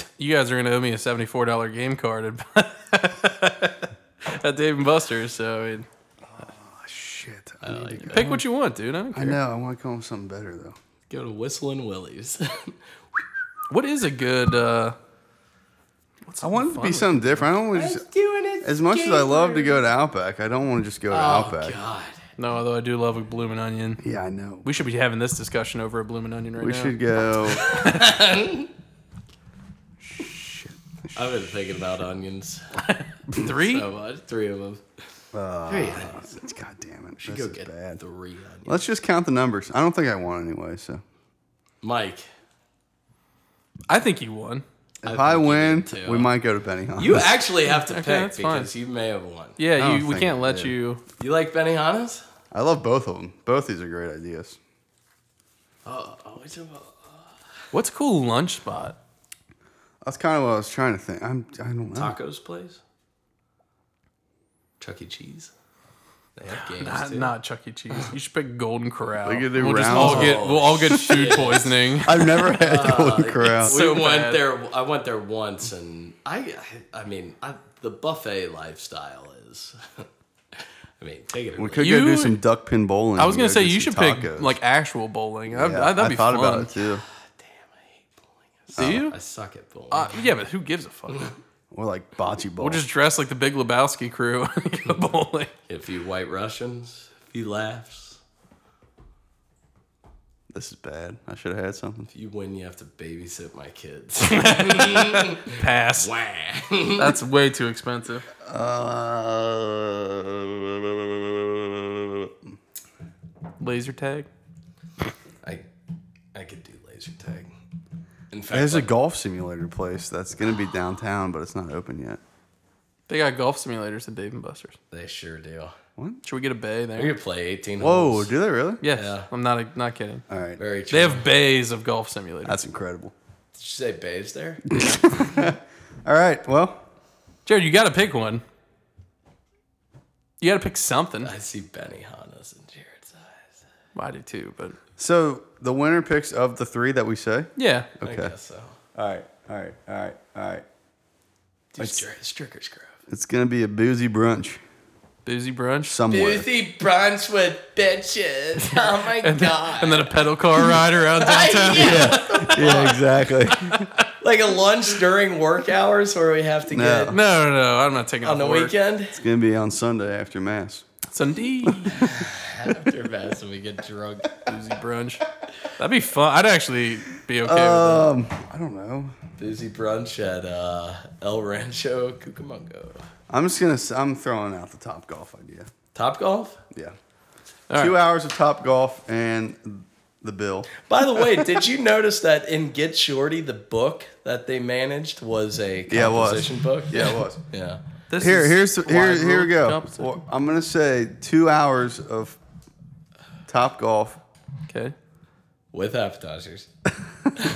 [SPEAKER 1] you guys are gonna owe me a seventy four dollar game card at, at Dave and Buster's. So I mean,
[SPEAKER 3] Shit. I, need to go.
[SPEAKER 1] pick what you want, dude. I don't
[SPEAKER 3] I
[SPEAKER 1] care.
[SPEAKER 3] know. I want to call him something better, though.
[SPEAKER 2] Go to Whistling Willie's.
[SPEAKER 1] What is a good? uh
[SPEAKER 3] I want it to be something different. I don't want to just.
[SPEAKER 2] doing it.
[SPEAKER 3] As much as I love to go to Outback, I don't want to just go to
[SPEAKER 2] Oh
[SPEAKER 3] Outback.
[SPEAKER 2] God.
[SPEAKER 1] No, although I do love a bloomin' onion.
[SPEAKER 3] Yeah, I know.
[SPEAKER 1] We should be having this discussion over a bloomin' onion right
[SPEAKER 3] We
[SPEAKER 1] now.
[SPEAKER 3] should go.
[SPEAKER 2] I've been thinking about onions
[SPEAKER 1] Three.
[SPEAKER 2] so much. Three of them. three onions.
[SPEAKER 3] God damn it. Uh, This
[SPEAKER 2] Go
[SPEAKER 3] is
[SPEAKER 2] get
[SPEAKER 3] bad.
[SPEAKER 2] three onions.
[SPEAKER 3] Let's just count the numbers. I don't think I won anyway. So
[SPEAKER 2] Mike,
[SPEAKER 1] I think you won.
[SPEAKER 3] if
[SPEAKER 2] I
[SPEAKER 3] I,
[SPEAKER 2] think you
[SPEAKER 3] win,
[SPEAKER 2] did too.
[SPEAKER 3] we might go to Benihana.
[SPEAKER 2] you actually have to pick
[SPEAKER 1] that's fine.
[SPEAKER 2] because you may have won.
[SPEAKER 1] Yeah,
[SPEAKER 3] don't
[SPEAKER 1] you, we
[SPEAKER 3] think
[SPEAKER 1] can't
[SPEAKER 3] I
[SPEAKER 1] let
[SPEAKER 3] did.
[SPEAKER 1] you.
[SPEAKER 2] You like Benihana's?
[SPEAKER 3] I love both of them. Both these are great ideas.
[SPEAKER 2] Oh, oh, which of-
[SPEAKER 1] What's a cool lunch spot?
[SPEAKER 3] That's kind of what I was trying to think. I'm. I don't know.
[SPEAKER 2] tacos place? Chuck E. Cheese. They have games
[SPEAKER 1] Not,
[SPEAKER 2] too.
[SPEAKER 1] not Chuck E. Cheese. You should pick Golden Corral.
[SPEAKER 3] We could do
[SPEAKER 1] will just
[SPEAKER 3] rounds.
[SPEAKER 1] all get we'll all get food poisoning.
[SPEAKER 3] I've never had Golden Corral.
[SPEAKER 2] we
[SPEAKER 1] so
[SPEAKER 2] went
[SPEAKER 1] bad.
[SPEAKER 2] there. I went there once, and I. I, I mean, I, the buffet lifestyle is. I mean, take it. Or
[SPEAKER 3] We
[SPEAKER 2] leave
[SPEAKER 3] could
[SPEAKER 1] You-
[SPEAKER 3] go do some duck pin bowling.
[SPEAKER 1] I was gonna
[SPEAKER 3] Go
[SPEAKER 1] say
[SPEAKER 3] get
[SPEAKER 1] you
[SPEAKER 3] some
[SPEAKER 1] should
[SPEAKER 3] tacos.
[SPEAKER 1] pick like actual bowling. I,
[SPEAKER 3] Yeah,
[SPEAKER 1] I, that'd be
[SPEAKER 3] I thought
[SPEAKER 1] fun.
[SPEAKER 3] about it too.
[SPEAKER 2] it. Damn, I hate bowling.
[SPEAKER 1] Do you?
[SPEAKER 2] Oh, I Mm. suck at bowling.
[SPEAKER 1] Uh, yeah, but who gives a fuck?
[SPEAKER 3] Or like bocce ball.
[SPEAKER 1] We'll just dress like the Big Lebowski crew and go bowling.
[SPEAKER 2] a few White Russians, a few laughs.
[SPEAKER 3] this is bad. I should have had something.
[SPEAKER 2] If you win, you have to babysit my kids.
[SPEAKER 1] Pass.
[SPEAKER 2] Wah.
[SPEAKER 1] That's way too expensive.
[SPEAKER 3] Uh,
[SPEAKER 1] Laser tag.
[SPEAKER 2] I, I could do laser tag. In fact,
[SPEAKER 3] there's a
[SPEAKER 2] like,
[SPEAKER 3] golf simulator place that's gonna be downtown, but it's not open yet.
[SPEAKER 1] They got golf simulators at Dave and Buster's.
[SPEAKER 2] they sure do.
[SPEAKER 1] Should we get a bay
[SPEAKER 2] We
[SPEAKER 1] there?
[SPEAKER 2] could play 18
[SPEAKER 3] Whoa,
[SPEAKER 2] holes.
[SPEAKER 3] Oh, do they really?
[SPEAKER 1] Yes.
[SPEAKER 2] Yeah.
[SPEAKER 1] I'm not not kidding.
[SPEAKER 3] All right,
[SPEAKER 2] Very true.
[SPEAKER 1] They have bays of golf simulators.
[SPEAKER 3] that's incredible.
[SPEAKER 2] Did you say bays there?
[SPEAKER 3] All right, well,
[SPEAKER 1] Jared, you got to pick one. You got to pick something.
[SPEAKER 2] I see Benny Hanna's in Jared's eyes.
[SPEAKER 1] I do too, but
[SPEAKER 3] so the winner picks of the three that we say.
[SPEAKER 1] yeah.
[SPEAKER 2] I
[SPEAKER 3] Okay.
[SPEAKER 2] guess so.
[SPEAKER 3] All right, all right, all right, all right.
[SPEAKER 2] Dude, it's, Jer- it's Drinker's Grove.
[SPEAKER 3] It's gonna be a boozy brunch
[SPEAKER 1] Boozy brunch.
[SPEAKER 3] somewhere.
[SPEAKER 2] Boozy brunch with bitches. Oh my god.
[SPEAKER 1] And then a pedal car ride around downtown.
[SPEAKER 3] yeah, exactly.
[SPEAKER 2] Like a lunch during work hours where we have to
[SPEAKER 3] No.
[SPEAKER 2] get
[SPEAKER 1] No, no, no. I'm not taking
[SPEAKER 2] on
[SPEAKER 1] off
[SPEAKER 2] the
[SPEAKER 1] work.
[SPEAKER 2] weekend.
[SPEAKER 3] It's gonna be on Sunday after mass.
[SPEAKER 1] Sunday.
[SPEAKER 2] After mass and we get drunk.
[SPEAKER 1] Boozy brunch. That'd be fun. I'd actually be okay with
[SPEAKER 3] Um, I don't know.
[SPEAKER 2] Boozy brunch at uh, El Rancho Cucamongo.
[SPEAKER 3] I'm just gonna. s- I'm throwing out the top golf idea.
[SPEAKER 2] Top golf?
[SPEAKER 3] Yeah.
[SPEAKER 1] that. All
[SPEAKER 3] Two
[SPEAKER 1] right.
[SPEAKER 3] hours of Top Golf and the bill.
[SPEAKER 2] By the way, did you notice that in Get Shorty, the book that they managed was a
[SPEAKER 3] Yeah, it was.
[SPEAKER 2] composition book?
[SPEAKER 3] Yeah, it was.
[SPEAKER 2] Yeah.
[SPEAKER 1] This
[SPEAKER 3] Here,
[SPEAKER 1] is
[SPEAKER 3] here's the- here.
[SPEAKER 1] wide
[SPEAKER 3] Here we
[SPEAKER 1] rule
[SPEAKER 3] go.
[SPEAKER 1] competition.
[SPEAKER 3] Well, I'm gonna say two hours of Top Golf
[SPEAKER 1] Okay.
[SPEAKER 2] With appetizers.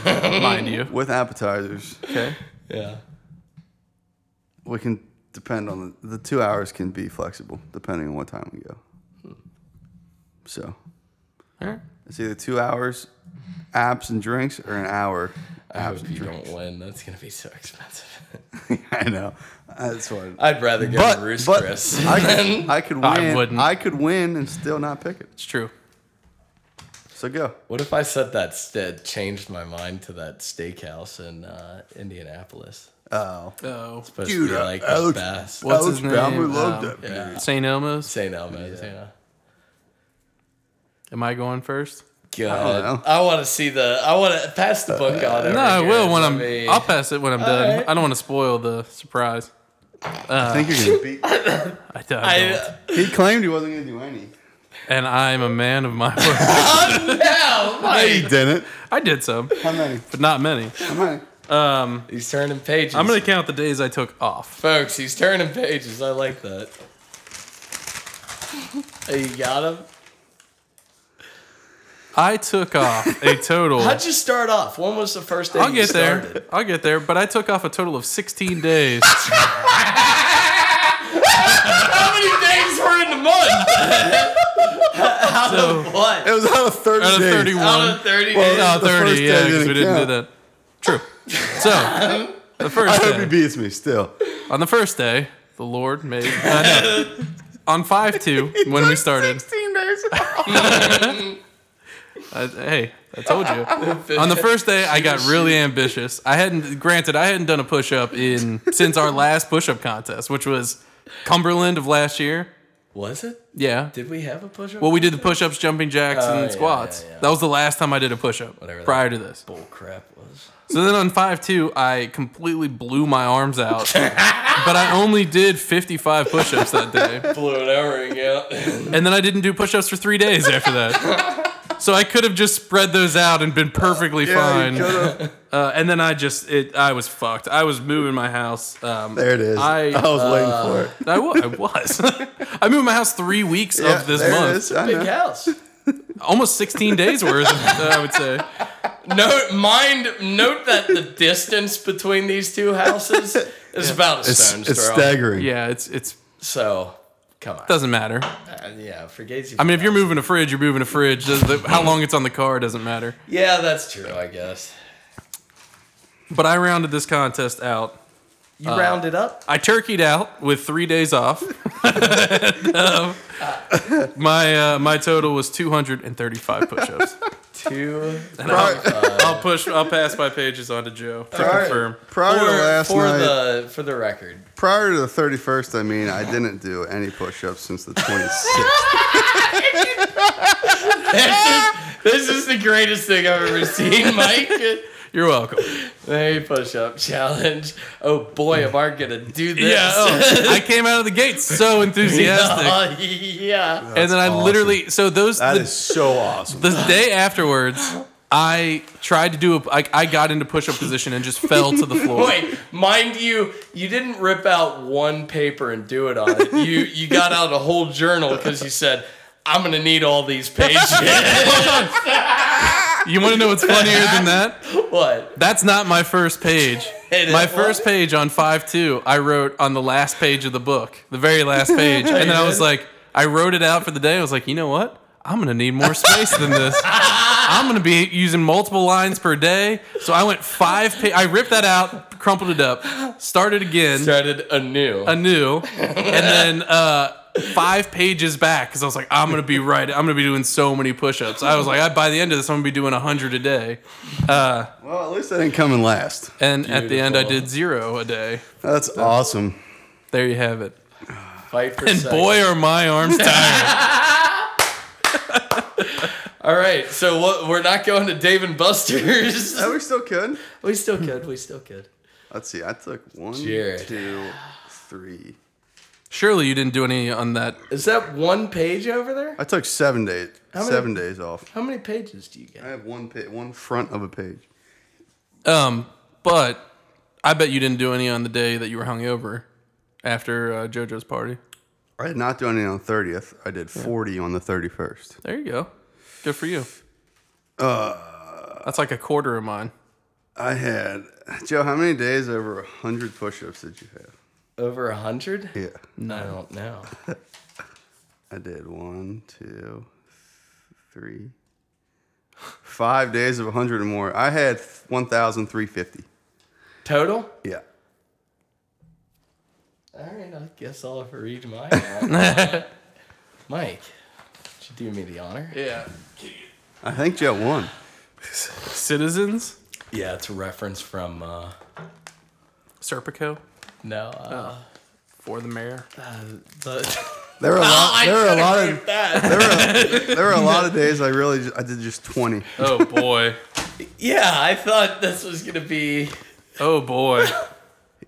[SPEAKER 1] Mind you.
[SPEAKER 3] with appetizers.
[SPEAKER 1] Okay.
[SPEAKER 2] Yeah.
[SPEAKER 3] We can depend on the, the two hours can be flexible depending on what time we go. So
[SPEAKER 1] All right.
[SPEAKER 3] it's either two hours, apps and drinks, or an hour.
[SPEAKER 2] I hope you don't win. That's gonna be so expensive.
[SPEAKER 3] I know. That's what.
[SPEAKER 2] I'd rather go
[SPEAKER 3] But,
[SPEAKER 2] to Roost
[SPEAKER 3] but
[SPEAKER 2] Chris.
[SPEAKER 3] I could, I could win.
[SPEAKER 1] I
[SPEAKER 3] I,
[SPEAKER 1] wouldn't.
[SPEAKER 3] could win and still not pick it.
[SPEAKER 1] It's true.
[SPEAKER 3] So go.
[SPEAKER 2] what if I said that st- changed my mind to that steakhouse in uh, Indianapolis?
[SPEAKER 3] Oh.
[SPEAKER 1] Oh.
[SPEAKER 2] Supposed
[SPEAKER 3] Dude,
[SPEAKER 2] to be
[SPEAKER 3] uh,
[SPEAKER 2] like
[SPEAKER 3] ouch.
[SPEAKER 2] the best.
[SPEAKER 1] What's his
[SPEAKER 3] Ouch, man, we
[SPEAKER 1] name?
[SPEAKER 3] loved
[SPEAKER 1] Um,
[SPEAKER 3] it.
[SPEAKER 2] Yeah.
[SPEAKER 1] St. Elmo's.
[SPEAKER 2] St. Elmo's. Yeah.
[SPEAKER 1] Am I going first?
[SPEAKER 2] God,
[SPEAKER 3] know. Uh,
[SPEAKER 2] I, want to see the. I want to pass the book on. over
[SPEAKER 1] No, I
[SPEAKER 2] here.
[SPEAKER 1] will when I'm.
[SPEAKER 2] mean,
[SPEAKER 1] I'll pass it when I'm done.
[SPEAKER 2] right.
[SPEAKER 1] I don't want to spoil the surprise.
[SPEAKER 3] I think you're gonna beat.
[SPEAKER 1] I, don't.
[SPEAKER 2] I,
[SPEAKER 3] He claimed he wasn't gonna do any.
[SPEAKER 1] and I'm a man of my word.
[SPEAKER 2] no,
[SPEAKER 3] He
[SPEAKER 2] Mike.
[SPEAKER 3] didn't.
[SPEAKER 1] I did some,
[SPEAKER 3] How many?
[SPEAKER 1] but not many.
[SPEAKER 3] How many?
[SPEAKER 2] He's turning pages.
[SPEAKER 1] I'm gonna count the days I took off.
[SPEAKER 2] folks. He's turning pages. I like that. Hey, you got him.
[SPEAKER 1] I took off a total.
[SPEAKER 2] How'd you start off? When was the first day
[SPEAKER 1] I'll
[SPEAKER 2] you
[SPEAKER 1] get
[SPEAKER 2] started?
[SPEAKER 1] there. I'll get there. But I took off a total of 16 days.
[SPEAKER 2] How many days were in the month? Out
[SPEAKER 1] So-
[SPEAKER 2] of what?
[SPEAKER 3] It was out of thirty.
[SPEAKER 1] Out of
[SPEAKER 3] days.
[SPEAKER 1] 31.
[SPEAKER 2] Out of 30
[SPEAKER 1] No,
[SPEAKER 2] days.
[SPEAKER 3] the first
[SPEAKER 1] 30.
[SPEAKER 3] day
[SPEAKER 1] Yeah, because we
[SPEAKER 3] didn't
[SPEAKER 1] didn't do that.
[SPEAKER 3] count.
[SPEAKER 1] True. So, the first
[SPEAKER 3] I hope he
[SPEAKER 1] day,
[SPEAKER 3] beats me still.
[SPEAKER 1] on the first day, the Lord made. Uh, no. on 5 2, when we started.
[SPEAKER 3] 16 days.
[SPEAKER 1] I, hey, I told you. On the first day, I got really ambitious. I hadn't, granted, I hadn't done a push up in since our last push up contest, which was Cumberland of last year.
[SPEAKER 2] Was it?
[SPEAKER 1] Yeah.
[SPEAKER 2] Did we have a push up?
[SPEAKER 1] Well, we did the push ups, jumping jacks,
[SPEAKER 2] Oh, yeah,
[SPEAKER 1] and squats.
[SPEAKER 2] yeah, yeah.
[SPEAKER 1] That was the last time I did a push up
[SPEAKER 2] Whatever that-
[SPEAKER 1] prior to this.
[SPEAKER 2] bull crap was.
[SPEAKER 1] So then on 5'2, I completely blew my arms out. but I only did 55 push ups that day.
[SPEAKER 2] Blew an O-ring out.
[SPEAKER 1] And then I didn't do push ups for three days after that. So I could have just spread those out and been perfectly
[SPEAKER 3] Yeah, you
[SPEAKER 1] fine.
[SPEAKER 3] could've.
[SPEAKER 1] Uh, and then I just it I was fucked. I was moving my house. Um,
[SPEAKER 3] There it is.
[SPEAKER 1] I
[SPEAKER 3] I, uh, was waiting for it.
[SPEAKER 1] I, wa- I was. I moved my house three weeks
[SPEAKER 3] Yeah,
[SPEAKER 1] of this
[SPEAKER 3] there it
[SPEAKER 1] month,
[SPEAKER 3] is. I know.
[SPEAKER 2] Big house.
[SPEAKER 1] almost sixteen days worth. uh, I would say.
[SPEAKER 2] Note, mind, note that the distance between these two houses is about a
[SPEAKER 3] It's,
[SPEAKER 2] stone's
[SPEAKER 3] it's
[SPEAKER 2] throw.
[SPEAKER 3] staggering.
[SPEAKER 1] Yeah, it's it's
[SPEAKER 2] so, come on.
[SPEAKER 1] doesn't matter.
[SPEAKER 2] Uh, yeah, forget you.
[SPEAKER 1] I mean, if you're moving a fridge, you're moving a fridge. Does the, how long it's on the car doesn't matter.
[SPEAKER 2] yeah, that's true. I guess
[SPEAKER 1] But I rounded this contest out.
[SPEAKER 2] you
[SPEAKER 1] Uh,
[SPEAKER 2] round it up.
[SPEAKER 1] I turkeyed out with three days off. Um, my uh, my total was 235 push-ups.
[SPEAKER 2] Two.
[SPEAKER 3] Prior,
[SPEAKER 1] I'll push. I'll pass my pages on to Joe to
[SPEAKER 3] prior-
[SPEAKER 1] confirm.
[SPEAKER 3] prior to
[SPEAKER 2] for-
[SPEAKER 3] last
[SPEAKER 2] for
[SPEAKER 3] night,
[SPEAKER 2] the for the record,
[SPEAKER 3] prior to the 31st, I mean, I didn't do any push-ups since the 26th.
[SPEAKER 2] this is the greatest thing I've ever seen, Mike.
[SPEAKER 1] You're welcome.
[SPEAKER 2] Hey, push up challenge. Oh boy, am I gonna do this?
[SPEAKER 1] Yeah, oh, I came out of the gates so enthusiastic,
[SPEAKER 2] Yeah, yeah.
[SPEAKER 1] and then I
[SPEAKER 3] awesome.
[SPEAKER 1] literally so those
[SPEAKER 3] That
[SPEAKER 1] the,
[SPEAKER 3] is so awesome.
[SPEAKER 1] the day afterwards, I tried to do a I, I got into push up position and just fell to the floor.
[SPEAKER 2] Wait, mind you, you didn't rip out one paper and do it on it. You you got out a whole journal because you said, "I'm gonna need all these pages."
[SPEAKER 1] You want to know what's funnier than that?
[SPEAKER 2] what?
[SPEAKER 1] That's not my first page.
[SPEAKER 2] It is
[SPEAKER 1] my
[SPEAKER 2] what?
[SPEAKER 1] first page on 5-2, I wrote on the last page of the book, the very last page. And then I was like, I wrote it out for the day. I was like, you know what? I'm going to need more space than this. I'm going to be using multiple lines per day. So I went five pa- I ripped that out, crumpled it up, started again
[SPEAKER 2] Started anew.
[SPEAKER 1] anew, and then uh, five pages back because I was like, I'm gonna be right. I'm gonna be doing so many push-ups. I was like, I, by the end of this, I'm gonna be doing hundred a day.
[SPEAKER 3] Well, at least I didn't come in last.
[SPEAKER 1] And at the end, I
[SPEAKER 2] Beautiful.
[SPEAKER 1] did zero a day.
[SPEAKER 3] That's awesome.
[SPEAKER 1] There you have it.
[SPEAKER 2] Fight for
[SPEAKER 1] And
[SPEAKER 2] sex.
[SPEAKER 1] boy, are my arms tired.
[SPEAKER 2] All right, so what, we're not going to Dave and Buster's.
[SPEAKER 3] Are we still could?
[SPEAKER 2] we still could. We still could.
[SPEAKER 3] Let's see. I took one, two, three.
[SPEAKER 2] Jared.
[SPEAKER 1] Surely you didn't do any on that.
[SPEAKER 2] Is that one page over there?
[SPEAKER 3] I took seven days.
[SPEAKER 2] many-
[SPEAKER 3] Seven days off.
[SPEAKER 2] How many pages do you
[SPEAKER 3] I
[SPEAKER 2] get?
[SPEAKER 3] have one pa- one front of a page.
[SPEAKER 1] Um, but I bet you didn't do any on the day that you were hungover after uh, JoJo's party.
[SPEAKER 3] I did not do any on thirtieth. I did forty on the thirty first.
[SPEAKER 1] There you go. Good for you. Uh, That's like a quarter of mine.
[SPEAKER 3] I had Joe. How many days over a hundred push-ups did you have?
[SPEAKER 2] Over a hundred?
[SPEAKER 3] Yeah,
[SPEAKER 2] No, I don't know.
[SPEAKER 3] I did one, two, three, five days of hundred or more. I had one thousand three fifty.
[SPEAKER 2] Total?
[SPEAKER 3] Yeah.
[SPEAKER 2] All right, I guess I'll have to read mine. out. Mike, would you do me the honor?
[SPEAKER 1] Yeah.
[SPEAKER 3] I think Joe won.
[SPEAKER 1] Citizens.
[SPEAKER 2] Yeah, it's a reference from. Uh,
[SPEAKER 1] Serpico
[SPEAKER 2] no.
[SPEAKER 3] Oh.
[SPEAKER 2] Uh,
[SPEAKER 1] for the mayor.
[SPEAKER 2] the,
[SPEAKER 3] There were a lot. There were a lot of
[SPEAKER 2] that.
[SPEAKER 3] there were, there were a lot of days I really just, I did just twenty.
[SPEAKER 1] Oh boy.
[SPEAKER 2] Yeah, I thought this was gonna be.
[SPEAKER 1] Oh boy.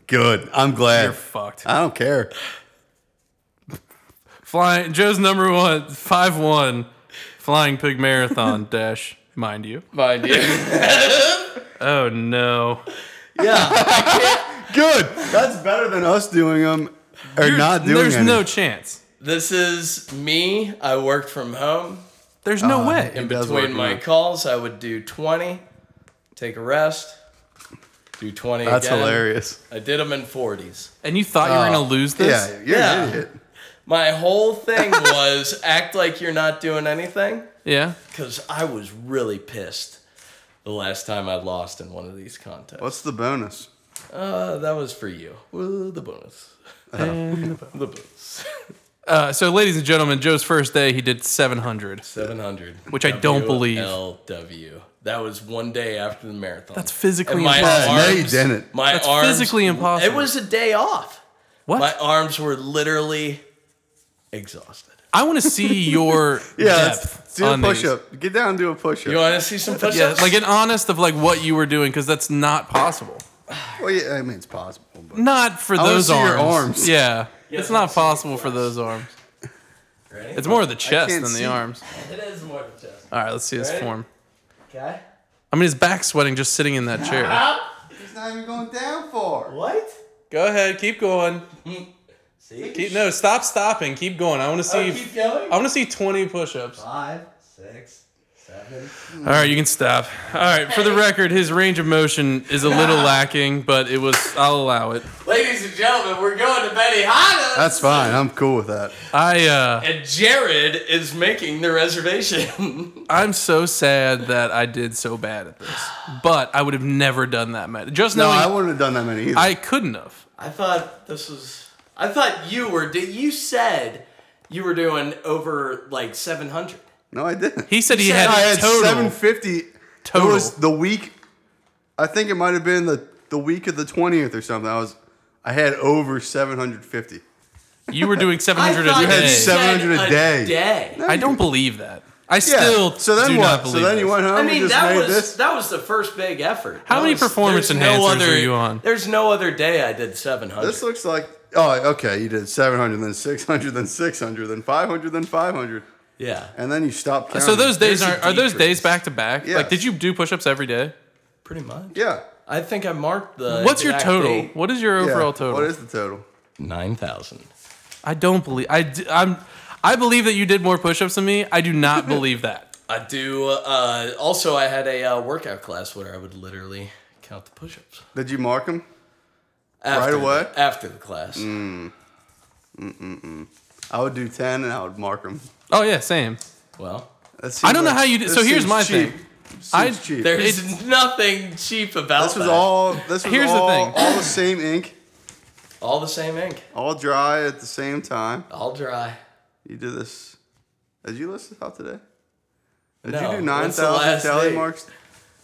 [SPEAKER 3] Good. I'm glad.
[SPEAKER 1] You're fucked.
[SPEAKER 3] I don't care.
[SPEAKER 1] Flying Joe's number one five one flying pig marathon dash, mind you.
[SPEAKER 2] Mind you.
[SPEAKER 1] Oh no.
[SPEAKER 2] yeah.
[SPEAKER 3] Good. That's better than us doing them or not doing
[SPEAKER 1] There's
[SPEAKER 3] any.
[SPEAKER 1] no chance.
[SPEAKER 2] This is me. I worked from home.
[SPEAKER 1] There's no way.
[SPEAKER 2] In
[SPEAKER 3] Uh, It does work,
[SPEAKER 2] between my
[SPEAKER 3] yeah.
[SPEAKER 2] calls, I would do 20, take a rest, do 20
[SPEAKER 3] That's
[SPEAKER 2] again.
[SPEAKER 3] hilarious.
[SPEAKER 2] I did them in 40s.
[SPEAKER 1] and you thought you were
[SPEAKER 3] Oh,
[SPEAKER 1] gonna lose this?
[SPEAKER 3] Yeah, you're
[SPEAKER 2] Yeah.
[SPEAKER 3] an idiot.
[SPEAKER 2] My whole thing was act like you're not doing anything
[SPEAKER 1] Yeah.
[SPEAKER 2] because I was really pissed. the last time I lost in one of these contests.
[SPEAKER 3] What's the bonus?
[SPEAKER 2] Uh, that was for you. Woo, the bonus.
[SPEAKER 3] Uh-huh.
[SPEAKER 2] the bonus.
[SPEAKER 1] Uh, so, ladies and gentlemen, Joe's first day, he did 700.
[SPEAKER 2] 700.
[SPEAKER 1] Which I don't believe.
[SPEAKER 2] LW. That was one day after the marathon.
[SPEAKER 1] That's physically
[SPEAKER 2] And my
[SPEAKER 1] impossible.
[SPEAKER 3] No, you
[SPEAKER 2] arms-
[SPEAKER 3] didn't.
[SPEAKER 2] My
[SPEAKER 1] That's
[SPEAKER 2] arms,
[SPEAKER 1] physically impossible.
[SPEAKER 2] It was a day off.
[SPEAKER 1] What?
[SPEAKER 2] My arms were literally exhausted.
[SPEAKER 1] I want to see your depth
[SPEAKER 3] let's do a
[SPEAKER 1] on
[SPEAKER 3] push
[SPEAKER 1] these.
[SPEAKER 3] up. Get down and do a push
[SPEAKER 2] You
[SPEAKER 3] up.
[SPEAKER 2] want to see some push
[SPEAKER 1] Yeah, like an honest of like what you were doing because that's not possible.
[SPEAKER 3] Well, yeah, I mean, it's possible. But.
[SPEAKER 1] Not for
[SPEAKER 3] wanna
[SPEAKER 1] those
[SPEAKER 3] see
[SPEAKER 1] arms.
[SPEAKER 3] your arms.
[SPEAKER 1] Yeah,
[SPEAKER 2] Yeah,
[SPEAKER 1] it's
[SPEAKER 2] I wanna
[SPEAKER 1] not
[SPEAKER 2] see your
[SPEAKER 1] possible for
[SPEAKER 2] flesh.
[SPEAKER 1] those arms.
[SPEAKER 2] Ready?
[SPEAKER 1] It's more of the chest
[SPEAKER 3] can't
[SPEAKER 1] than the
[SPEAKER 3] see.
[SPEAKER 1] arms.
[SPEAKER 2] It is more than chest.
[SPEAKER 1] All right, let's see his
[SPEAKER 2] Ready?
[SPEAKER 1] form.
[SPEAKER 2] Okay.
[SPEAKER 1] I mean, his back's sweating just sitting in that chair.
[SPEAKER 3] He's not even going down far.
[SPEAKER 2] What?
[SPEAKER 1] Go ahead, keep going.
[SPEAKER 2] See?
[SPEAKER 1] Keep, no, stop stopping. Keep going. I want to see.
[SPEAKER 2] Oh, keep going.
[SPEAKER 1] I want to see 20 push-ups. All
[SPEAKER 2] Five, six, seven.
[SPEAKER 1] right, you can stop. All right, for the record, his range of motion is a little lacking, but it was. I'll allow it.
[SPEAKER 2] Ladies and gentlemen, we're going to Benny Hanna's.
[SPEAKER 3] That's fine. I'm cool with that.
[SPEAKER 1] I uh,
[SPEAKER 2] And Jared is making the reservation.
[SPEAKER 1] I'm so sad that I did so bad at this, but I would have never done that. Matt. Just
[SPEAKER 3] No,
[SPEAKER 1] knowing
[SPEAKER 3] I
[SPEAKER 1] I
[SPEAKER 3] wouldn't have done that many either.
[SPEAKER 1] I couldn't have.
[SPEAKER 2] I thought this was. I thought you were. Did you said you were doing over like seven hundred?
[SPEAKER 3] no, I didn't.
[SPEAKER 1] He said he
[SPEAKER 2] said
[SPEAKER 1] had,
[SPEAKER 2] I
[SPEAKER 3] I had
[SPEAKER 1] total.
[SPEAKER 3] 750.
[SPEAKER 1] Total.
[SPEAKER 3] It was the week. I think it might have been the the week of the 20th or something. I was. I had over 750.
[SPEAKER 1] You were doing 700 a
[SPEAKER 2] I thought
[SPEAKER 1] day.
[SPEAKER 3] had
[SPEAKER 2] you said
[SPEAKER 3] 700 a day.
[SPEAKER 1] I don't believe that. I still
[SPEAKER 3] so then
[SPEAKER 1] do
[SPEAKER 3] what?
[SPEAKER 1] not believe
[SPEAKER 3] so then you
[SPEAKER 1] this.
[SPEAKER 3] went home
[SPEAKER 2] I
[SPEAKER 3] and
[SPEAKER 2] mean,
[SPEAKER 3] just
[SPEAKER 2] that
[SPEAKER 3] made
[SPEAKER 2] was
[SPEAKER 3] this.
[SPEAKER 2] that was the first big effort.
[SPEAKER 1] How
[SPEAKER 2] That
[SPEAKER 1] many
[SPEAKER 2] was-
[SPEAKER 1] performance
[SPEAKER 2] there's
[SPEAKER 1] enhancers
[SPEAKER 2] no other,
[SPEAKER 1] are you on?
[SPEAKER 2] There's no other day I did seven hundred.
[SPEAKER 3] This looks like oh okay. You did 700, then 600, then 600, then 500, then 500,
[SPEAKER 2] yeah,
[SPEAKER 3] and then you stopped counting.
[SPEAKER 1] So those days
[SPEAKER 2] There's a
[SPEAKER 1] are are those
[SPEAKER 2] decrease.
[SPEAKER 1] days back to back?
[SPEAKER 3] Yes.
[SPEAKER 1] Like, did you do push-ups every day?
[SPEAKER 2] pretty much.
[SPEAKER 3] Yeah.
[SPEAKER 2] I think I marked the.
[SPEAKER 1] What's your
[SPEAKER 2] exact
[SPEAKER 1] total?
[SPEAKER 2] date.
[SPEAKER 1] What is your
[SPEAKER 3] yeah.
[SPEAKER 1] overall total?
[SPEAKER 3] What is the total?
[SPEAKER 2] Nine thousand.
[SPEAKER 1] I don't believe I. d- I'm. I believe that you did more push-ups than me. I do not believe that.
[SPEAKER 2] I do. Uh, also, I had a uh, workout class where I would literally count the push-ups
[SPEAKER 3] Did you mark them?
[SPEAKER 2] After the-
[SPEAKER 3] away? Mm.
[SPEAKER 2] after the class.
[SPEAKER 3] I would do 10 and I would mark them.
[SPEAKER 1] Oh yeah, same.
[SPEAKER 2] Well,
[SPEAKER 1] I don't know how you do- so here's my thing. I-
[SPEAKER 3] cheap.
[SPEAKER 1] there-
[SPEAKER 2] there's
[SPEAKER 1] It's-
[SPEAKER 2] nothing cheap about
[SPEAKER 3] This was
[SPEAKER 2] that.
[SPEAKER 3] all. This was
[SPEAKER 1] Here's the
[SPEAKER 3] all,
[SPEAKER 1] thing.
[SPEAKER 3] all the same ink,
[SPEAKER 2] all the same ink,
[SPEAKER 3] all dry at the same time.
[SPEAKER 2] all dry.
[SPEAKER 3] You did this. Did you list this out today? Did
[SPEAKER 2] No.
[SPEAKER 3] you do nine
[SPEAKER 2] When's the
[SPEAKER 3] thousand
[SPEAKER 2] last
[SPEAKER 3] tally
[SPEAKER 2] day?
[SPEAKER 3] marks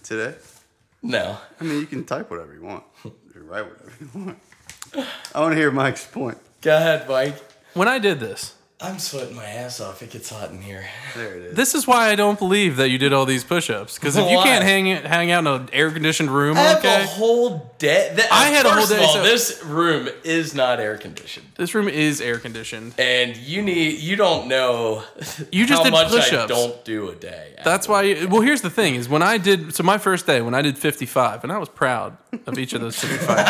[SPEAKER 3] today?
[SPEAKER 2] No,
[SPEAKER 3] I mean, you can type whatever you want. You can write whatever you want. I want to hear Mike's point.
[SPEAKER 2] go ahead, Mike.
[SPEAKER 1] When I did this,
[SPEAKER 2] I'm sweating my ass off. It gets hot in here.
[SPEAKER 3] There it is.
[SPEAKER 1] this is why I don't believe that you did all these push-ups. Because if you
[SPEAKER 2] Why?
[SPEAKER 1] can't hang it- hang out in an air-conditioned room,
[SPEAKER 2] I have
[SPEAKER 1] okay,
[SPEAKER 2] a whole day. That,
[SPEAKER 1] I had a whole
[SPEAKER 2] first of
[SPEAKER 1] day,
[SPEAKER 2] all,
[SPEAKER 1] so-
[SPEAKER 2] this room is not air conditioned,
[SPEAKER 1] this room is air-conditioned.
[SPEAKER 2] and you need. You don't know.
[SPEAKER 1] You just
[SPEAKER 2] how
[SPEAKER 1] did
[SPEAKER 2] much I
[SPEAKER 1] push-ups.
[SPEAKER 2] don't do a day.
[SPEAKER 1] That's why. Well, here's the thing: is when I did so my first day when I did 55, and I was proud of each of those 55.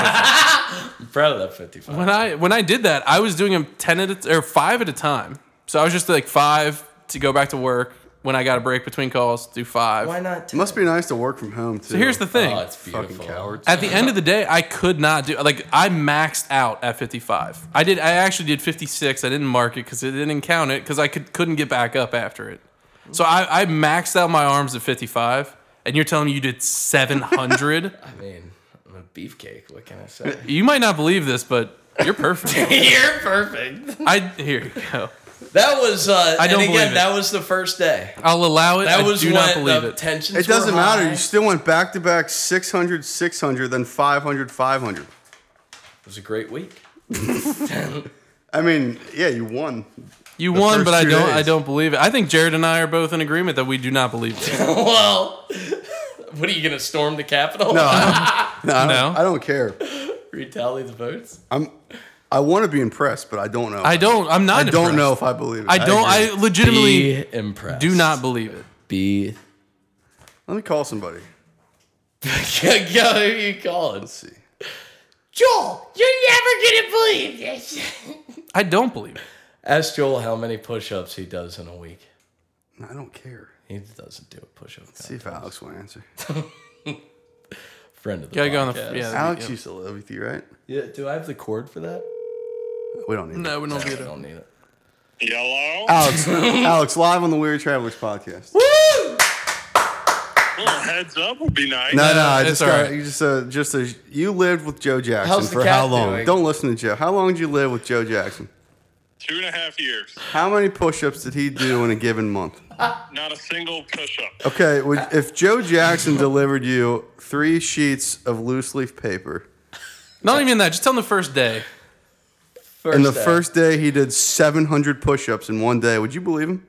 [SPEAKER 2] I'm proud of that 55.
[SPEAKER 1] when I when I did that, I was doing them 10 at a, or five at a time. So I was just like five to go back to work when I got a break between calls. Do five.
[SPEAKER 2] Why not?
[SPEAKER 3] It must be nice to work from home too.
[SPEAKER 1] So here's the thing.
[SPEAKER 2] Oh, it's
[SPEAKER 3] Fucking
[SPEAKER 2] beautiful.
[SPEAKER 3] cowards.
[SPEAKER 1] at the end of the day, I could not do like I maxed out at 55. I did. I actually did 56. I didn't mark it because it didn't count it because I could couldn't get back up after it. So I, I maxed out my arms at 55, and you're telling me you did 700.
[SPEAKER 2] I mean, I'm a beefcake. What can I say?
[SPEAKER 1] You might not believe this, but you're perfect.
[SPEAKER 2] You're perfect.
[SPEAKER 1] I here you go.
[SPEAKER 2] That was. Uh,
[SPEAKER 1] I don't
[SPEAKER 2] and
[SPEAKER 1] believe
[SPEAKER 2] again,
[SPEAKER 1] it.
[SPEAKER 2] that was the first day.
[SPEAKER 1] I'll allow it.
[SPEAKER 2] That
[SPEAKER 1] I
[SPEAKER 2] was uh,
[SPEAKER 1] do
[SPEAKER 2] when
[SPEAKER 1] not believe
[SPEAKER 2] the
[SPEAKER 1] it.
[SPEAKER 2] tensions.
[SPEAKER 3] It doesn't
[SPEAKER 2] were high.
[SPEAKER 3] matter. You still went back to back 600, 600, then 500, 500.
[SPEAKER 2] It was a great week.
[SPEAKER 3] I mean, yeah, you won.
[SPEAKER 1] you won,
[SPEAKER 3] first
[SPEAKER 1] but I
[SPEAKER 3] two
[SPEAKER 1] don't.
[SPEAKER 3] days.
[SPEAKER 1] I don't believe it. I think Jared and I are both in agreement that we do not believe it.
[SPEAKER 2] well, what are you gonna storm the Capitol?
[SPEAKER 3] No, I don't, no, I don't-
[SPEAKER 1] No.
[SPEAKER 3] I don't care.
[SPEAKER 2] retally the votes.
[SPEAKER 3] I'm. I want to be impressed, but I don't know.
[SPEAKER 1] I don't. I'm not.
[SPEAKER 3] I don't
[SPEAKER 1] impressed.
[SPEAKER 3] know if I believe it.
[SPEAKER 1] I don't. I,
[SPEAKER 3] agree.
[SPEAKER 1] legitimately
[SPEAKER 2] impressed.
[SPEAKER 1] do not believe it.
[SPEAKER 2] be.
[SPEAKER 3] Let me call somebody.
[SPEAKER 2] Yo, who are you calling?
[SPEAKER 3] Let's see.
[SPEAKER 2] Joel, you're never gonna believe this.
[SPEAKER 1] I don't believe it.
[SPEAKER 2] Ask Joel how many push-ups he does in a week.
[SPEAKER 3] I don't care.
[SPEAKER 2] He doesn't do a push-up. contest.
[SPEAKER 3] See if Alex will answer.
[SPEAKER 2] Friend of the
[SPEAKER 1] Gotta go on
[SPEAKER 2] podcast.
[SPEAKER 1] the yeah.
[SPEAKER 3] Alex
[SPEAKER 1] yeah.
[SPEAKER 3] used to live with you, right?
[SPEAKER 2] yeah. Do I have the cord for that?
[SPEAKER 3] We don't need.
[SPEAKER 1] No, we don't
[SPEAKER 2] I
[SPEAKER 1] get it.
[SPEAKER 2] don't need it.
[SPEAKER 4] Yellow.
[SPEAKER 3] Uh, Alex. Alex live on the Weird Travelers podcast.
[SPEAKER 2] Woo!
[SPEAKER 4] little heads up would be nice.
[SPEAKER 3] No, no, I
[SPEAKER 1] it's
[SPEAKER 3] just
[SPEAKER 1] all
[SPEAKER 3] got
[SPEAKER 1] right.
[SPEAKER 3] you just uh, just a, you lived with Joe Jackson
[SPEAKER 2] How's the
[SPEAKER 3] for how
[SPEAKER 2] cat
[SPEAKER 3] long?
[SPEAKER 2] doing?
[SPEAKER 3] Don't listen to Joe. How long did you live with Joe Jackson?
[SPEAKER 4] Two and a half years.
[SPEAKER 3] How many push-ups did he do in a given month?
[SPEAKER 4] Not a single push up.
[SPEAKER 3] Okay, would, if Joe Jackson delivered you three sheets of loose leaf paper,
[SPEAKER 1] Not even that. Just tell him the first day.
[SPEAKER 2] First
[SPEAKER 3] and the
[SPEAKER 2] day.
[SPEAKER 3] first day he did 700 push-ups in one day, would you believe him?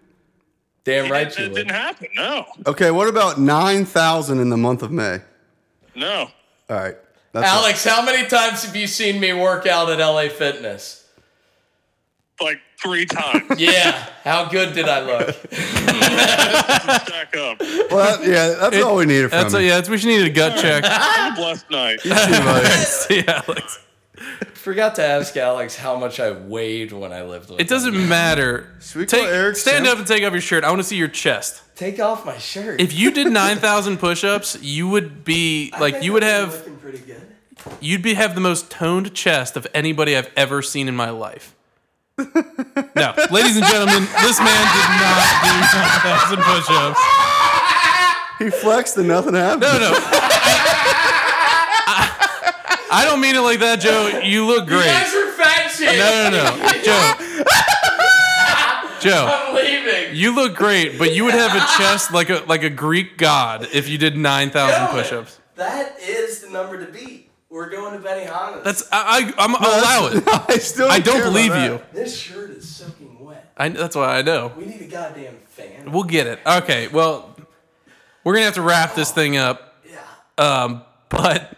[SPEAKER 2] damn
[SPEAKER 4] That,
[SPEAKER 2] right you
[SPEAKER 4] that
[SPEAKER 2] would.
[SPEAKER 4] didn't happen. No.
[SPEAKER 3] Okay, what about 9,000 in the month of May?
[SPEAKER 4] No.
[SPEAKER 3] All right, that's not-
[SPEAKER 2] Alex, how many times have you seen me work out at LA Fitness?
[SPEAKER 4] Like three times.
[SPEAKER 2] Yeah, how good did I look?
[SPEAKER 4] Stack up. Have
[SPEAKER 3] Well, that- yeah, that's all we needed from
[SPEAKER 1] That's
[SPEAKER 3] him.
[SPEAKER 1] a, yeah. That's, we should need a gut check.
[SPEAKER 4] a blessed night.
[SPEAKER 1] See, Alex.
[SPEAKER 2] Forgot to ask Alex how much I weighed when I lived with.
[SPEAKER 1] It doesn't matter.
[SPEAKER 3] Should we call
[SPEAKER 1] take,
[SPEAKER 3] Eric
[SPEAKER 1] stand
[SPEAKER 3] Sim?
[SPEAKER 1] up and take off your shirt. I want to see your chest.
[SPEAKER 2] him. Take off my shirt.
[SPEAKER 1] If you did nine thousand push-ups, you would be like you would have
[SPEAKER 2] Looking pretty good.
[SPEAKER 1] you'd be have the most toned chest of anybody I've ever seen in my life. No, ladies and gentlemen, this man did not do nine thousand push-ups.
[SPEAKER 3] He flexed and nothing happened.
[SPEAKER 1] No, no. I- I don't mean it like that, Joe. You look
[SPEAKER 2] You
[SPEAKER 1] great.
[SPEAKER 2] guys are fat shit.
[SPEAKER 1] No, no, no, Joe. Joe,
[SPEAKER 2] I'm leaving.
[SPEAKER 1] you look great, but you would have a chest like a like a Greek god if you did nine thousand push-ups.
[SPEAKER 2] That is the number to beat. We're going to Benihana's.
[SPEAKER 1] That's I, I I'm I'll allow it.
[SPEAKER 3] I still
[SPEAKER 1] I don't
[SPEAKER 3] care about
[SPEAKER 1] believe
[SPEAKER 3] that.
[SPEAKER 1] you.
[SPEAKER 2] this shirt is soaking wet.
[SPEAKER 1] I, that's why I know.
[SPEAKER 2] We need a goddamn fan.
[SPEAKER 1] We'll get it. Okay. Well, we're gonna have to wrap this thing up.
[SPEAKER 2] yeah.
[SPEAKER 1] Um, but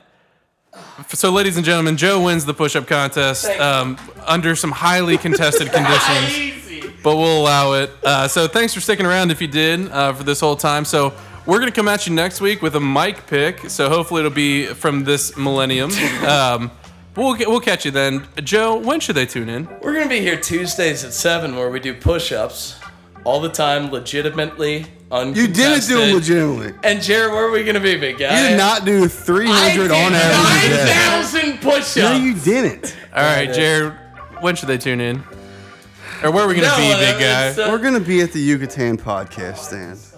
[SPEAKER 1] so, ladies and gentlemen, Joe wins the push-up contest
[SPEAKER 2] Thank you.
[SPEAKER 1] um, under some highly contested conditions.
[SPEAKER 2] Easy.
[SPEAKER 1] but we'll allow it. Uh, so thanks for sticking around if you did uh, for this whole time. So we're gonna come at you next week with a mic pick. So hopefully it'll be from this millennium. Um, we'll get, we'll catch you then, Joe. When should they tune in?
[SPEAKER 2] We're gonna be here Tuesdays at seven, where we do push-ups all the time, legitimately,
[SPEAKER 3] You didn't
[SPEAKER 2] uncontested.
[SPEAKER 3] do him legitimately.
[SPEAKER 2] And Jared, where are we gonna be, big guy?
[SPEAKER 3] You did not do 300 on average. a day.
[SPEAKER 2] Nine thousand push-ups.
[SPEAKER 3] No, you didn't.
[SPEAKER 1] All right, Jared. When should they tune in? Or where are we gonna
[SPEAKER 2] No,
[SPEAKER 1] be, big
[SPEAKER 2] it's,
[SPEAKER 1] guy?
[SPEAKER 2] uh,
[SPEAKER 3] We're gonna be at the Yucatan podcast stand.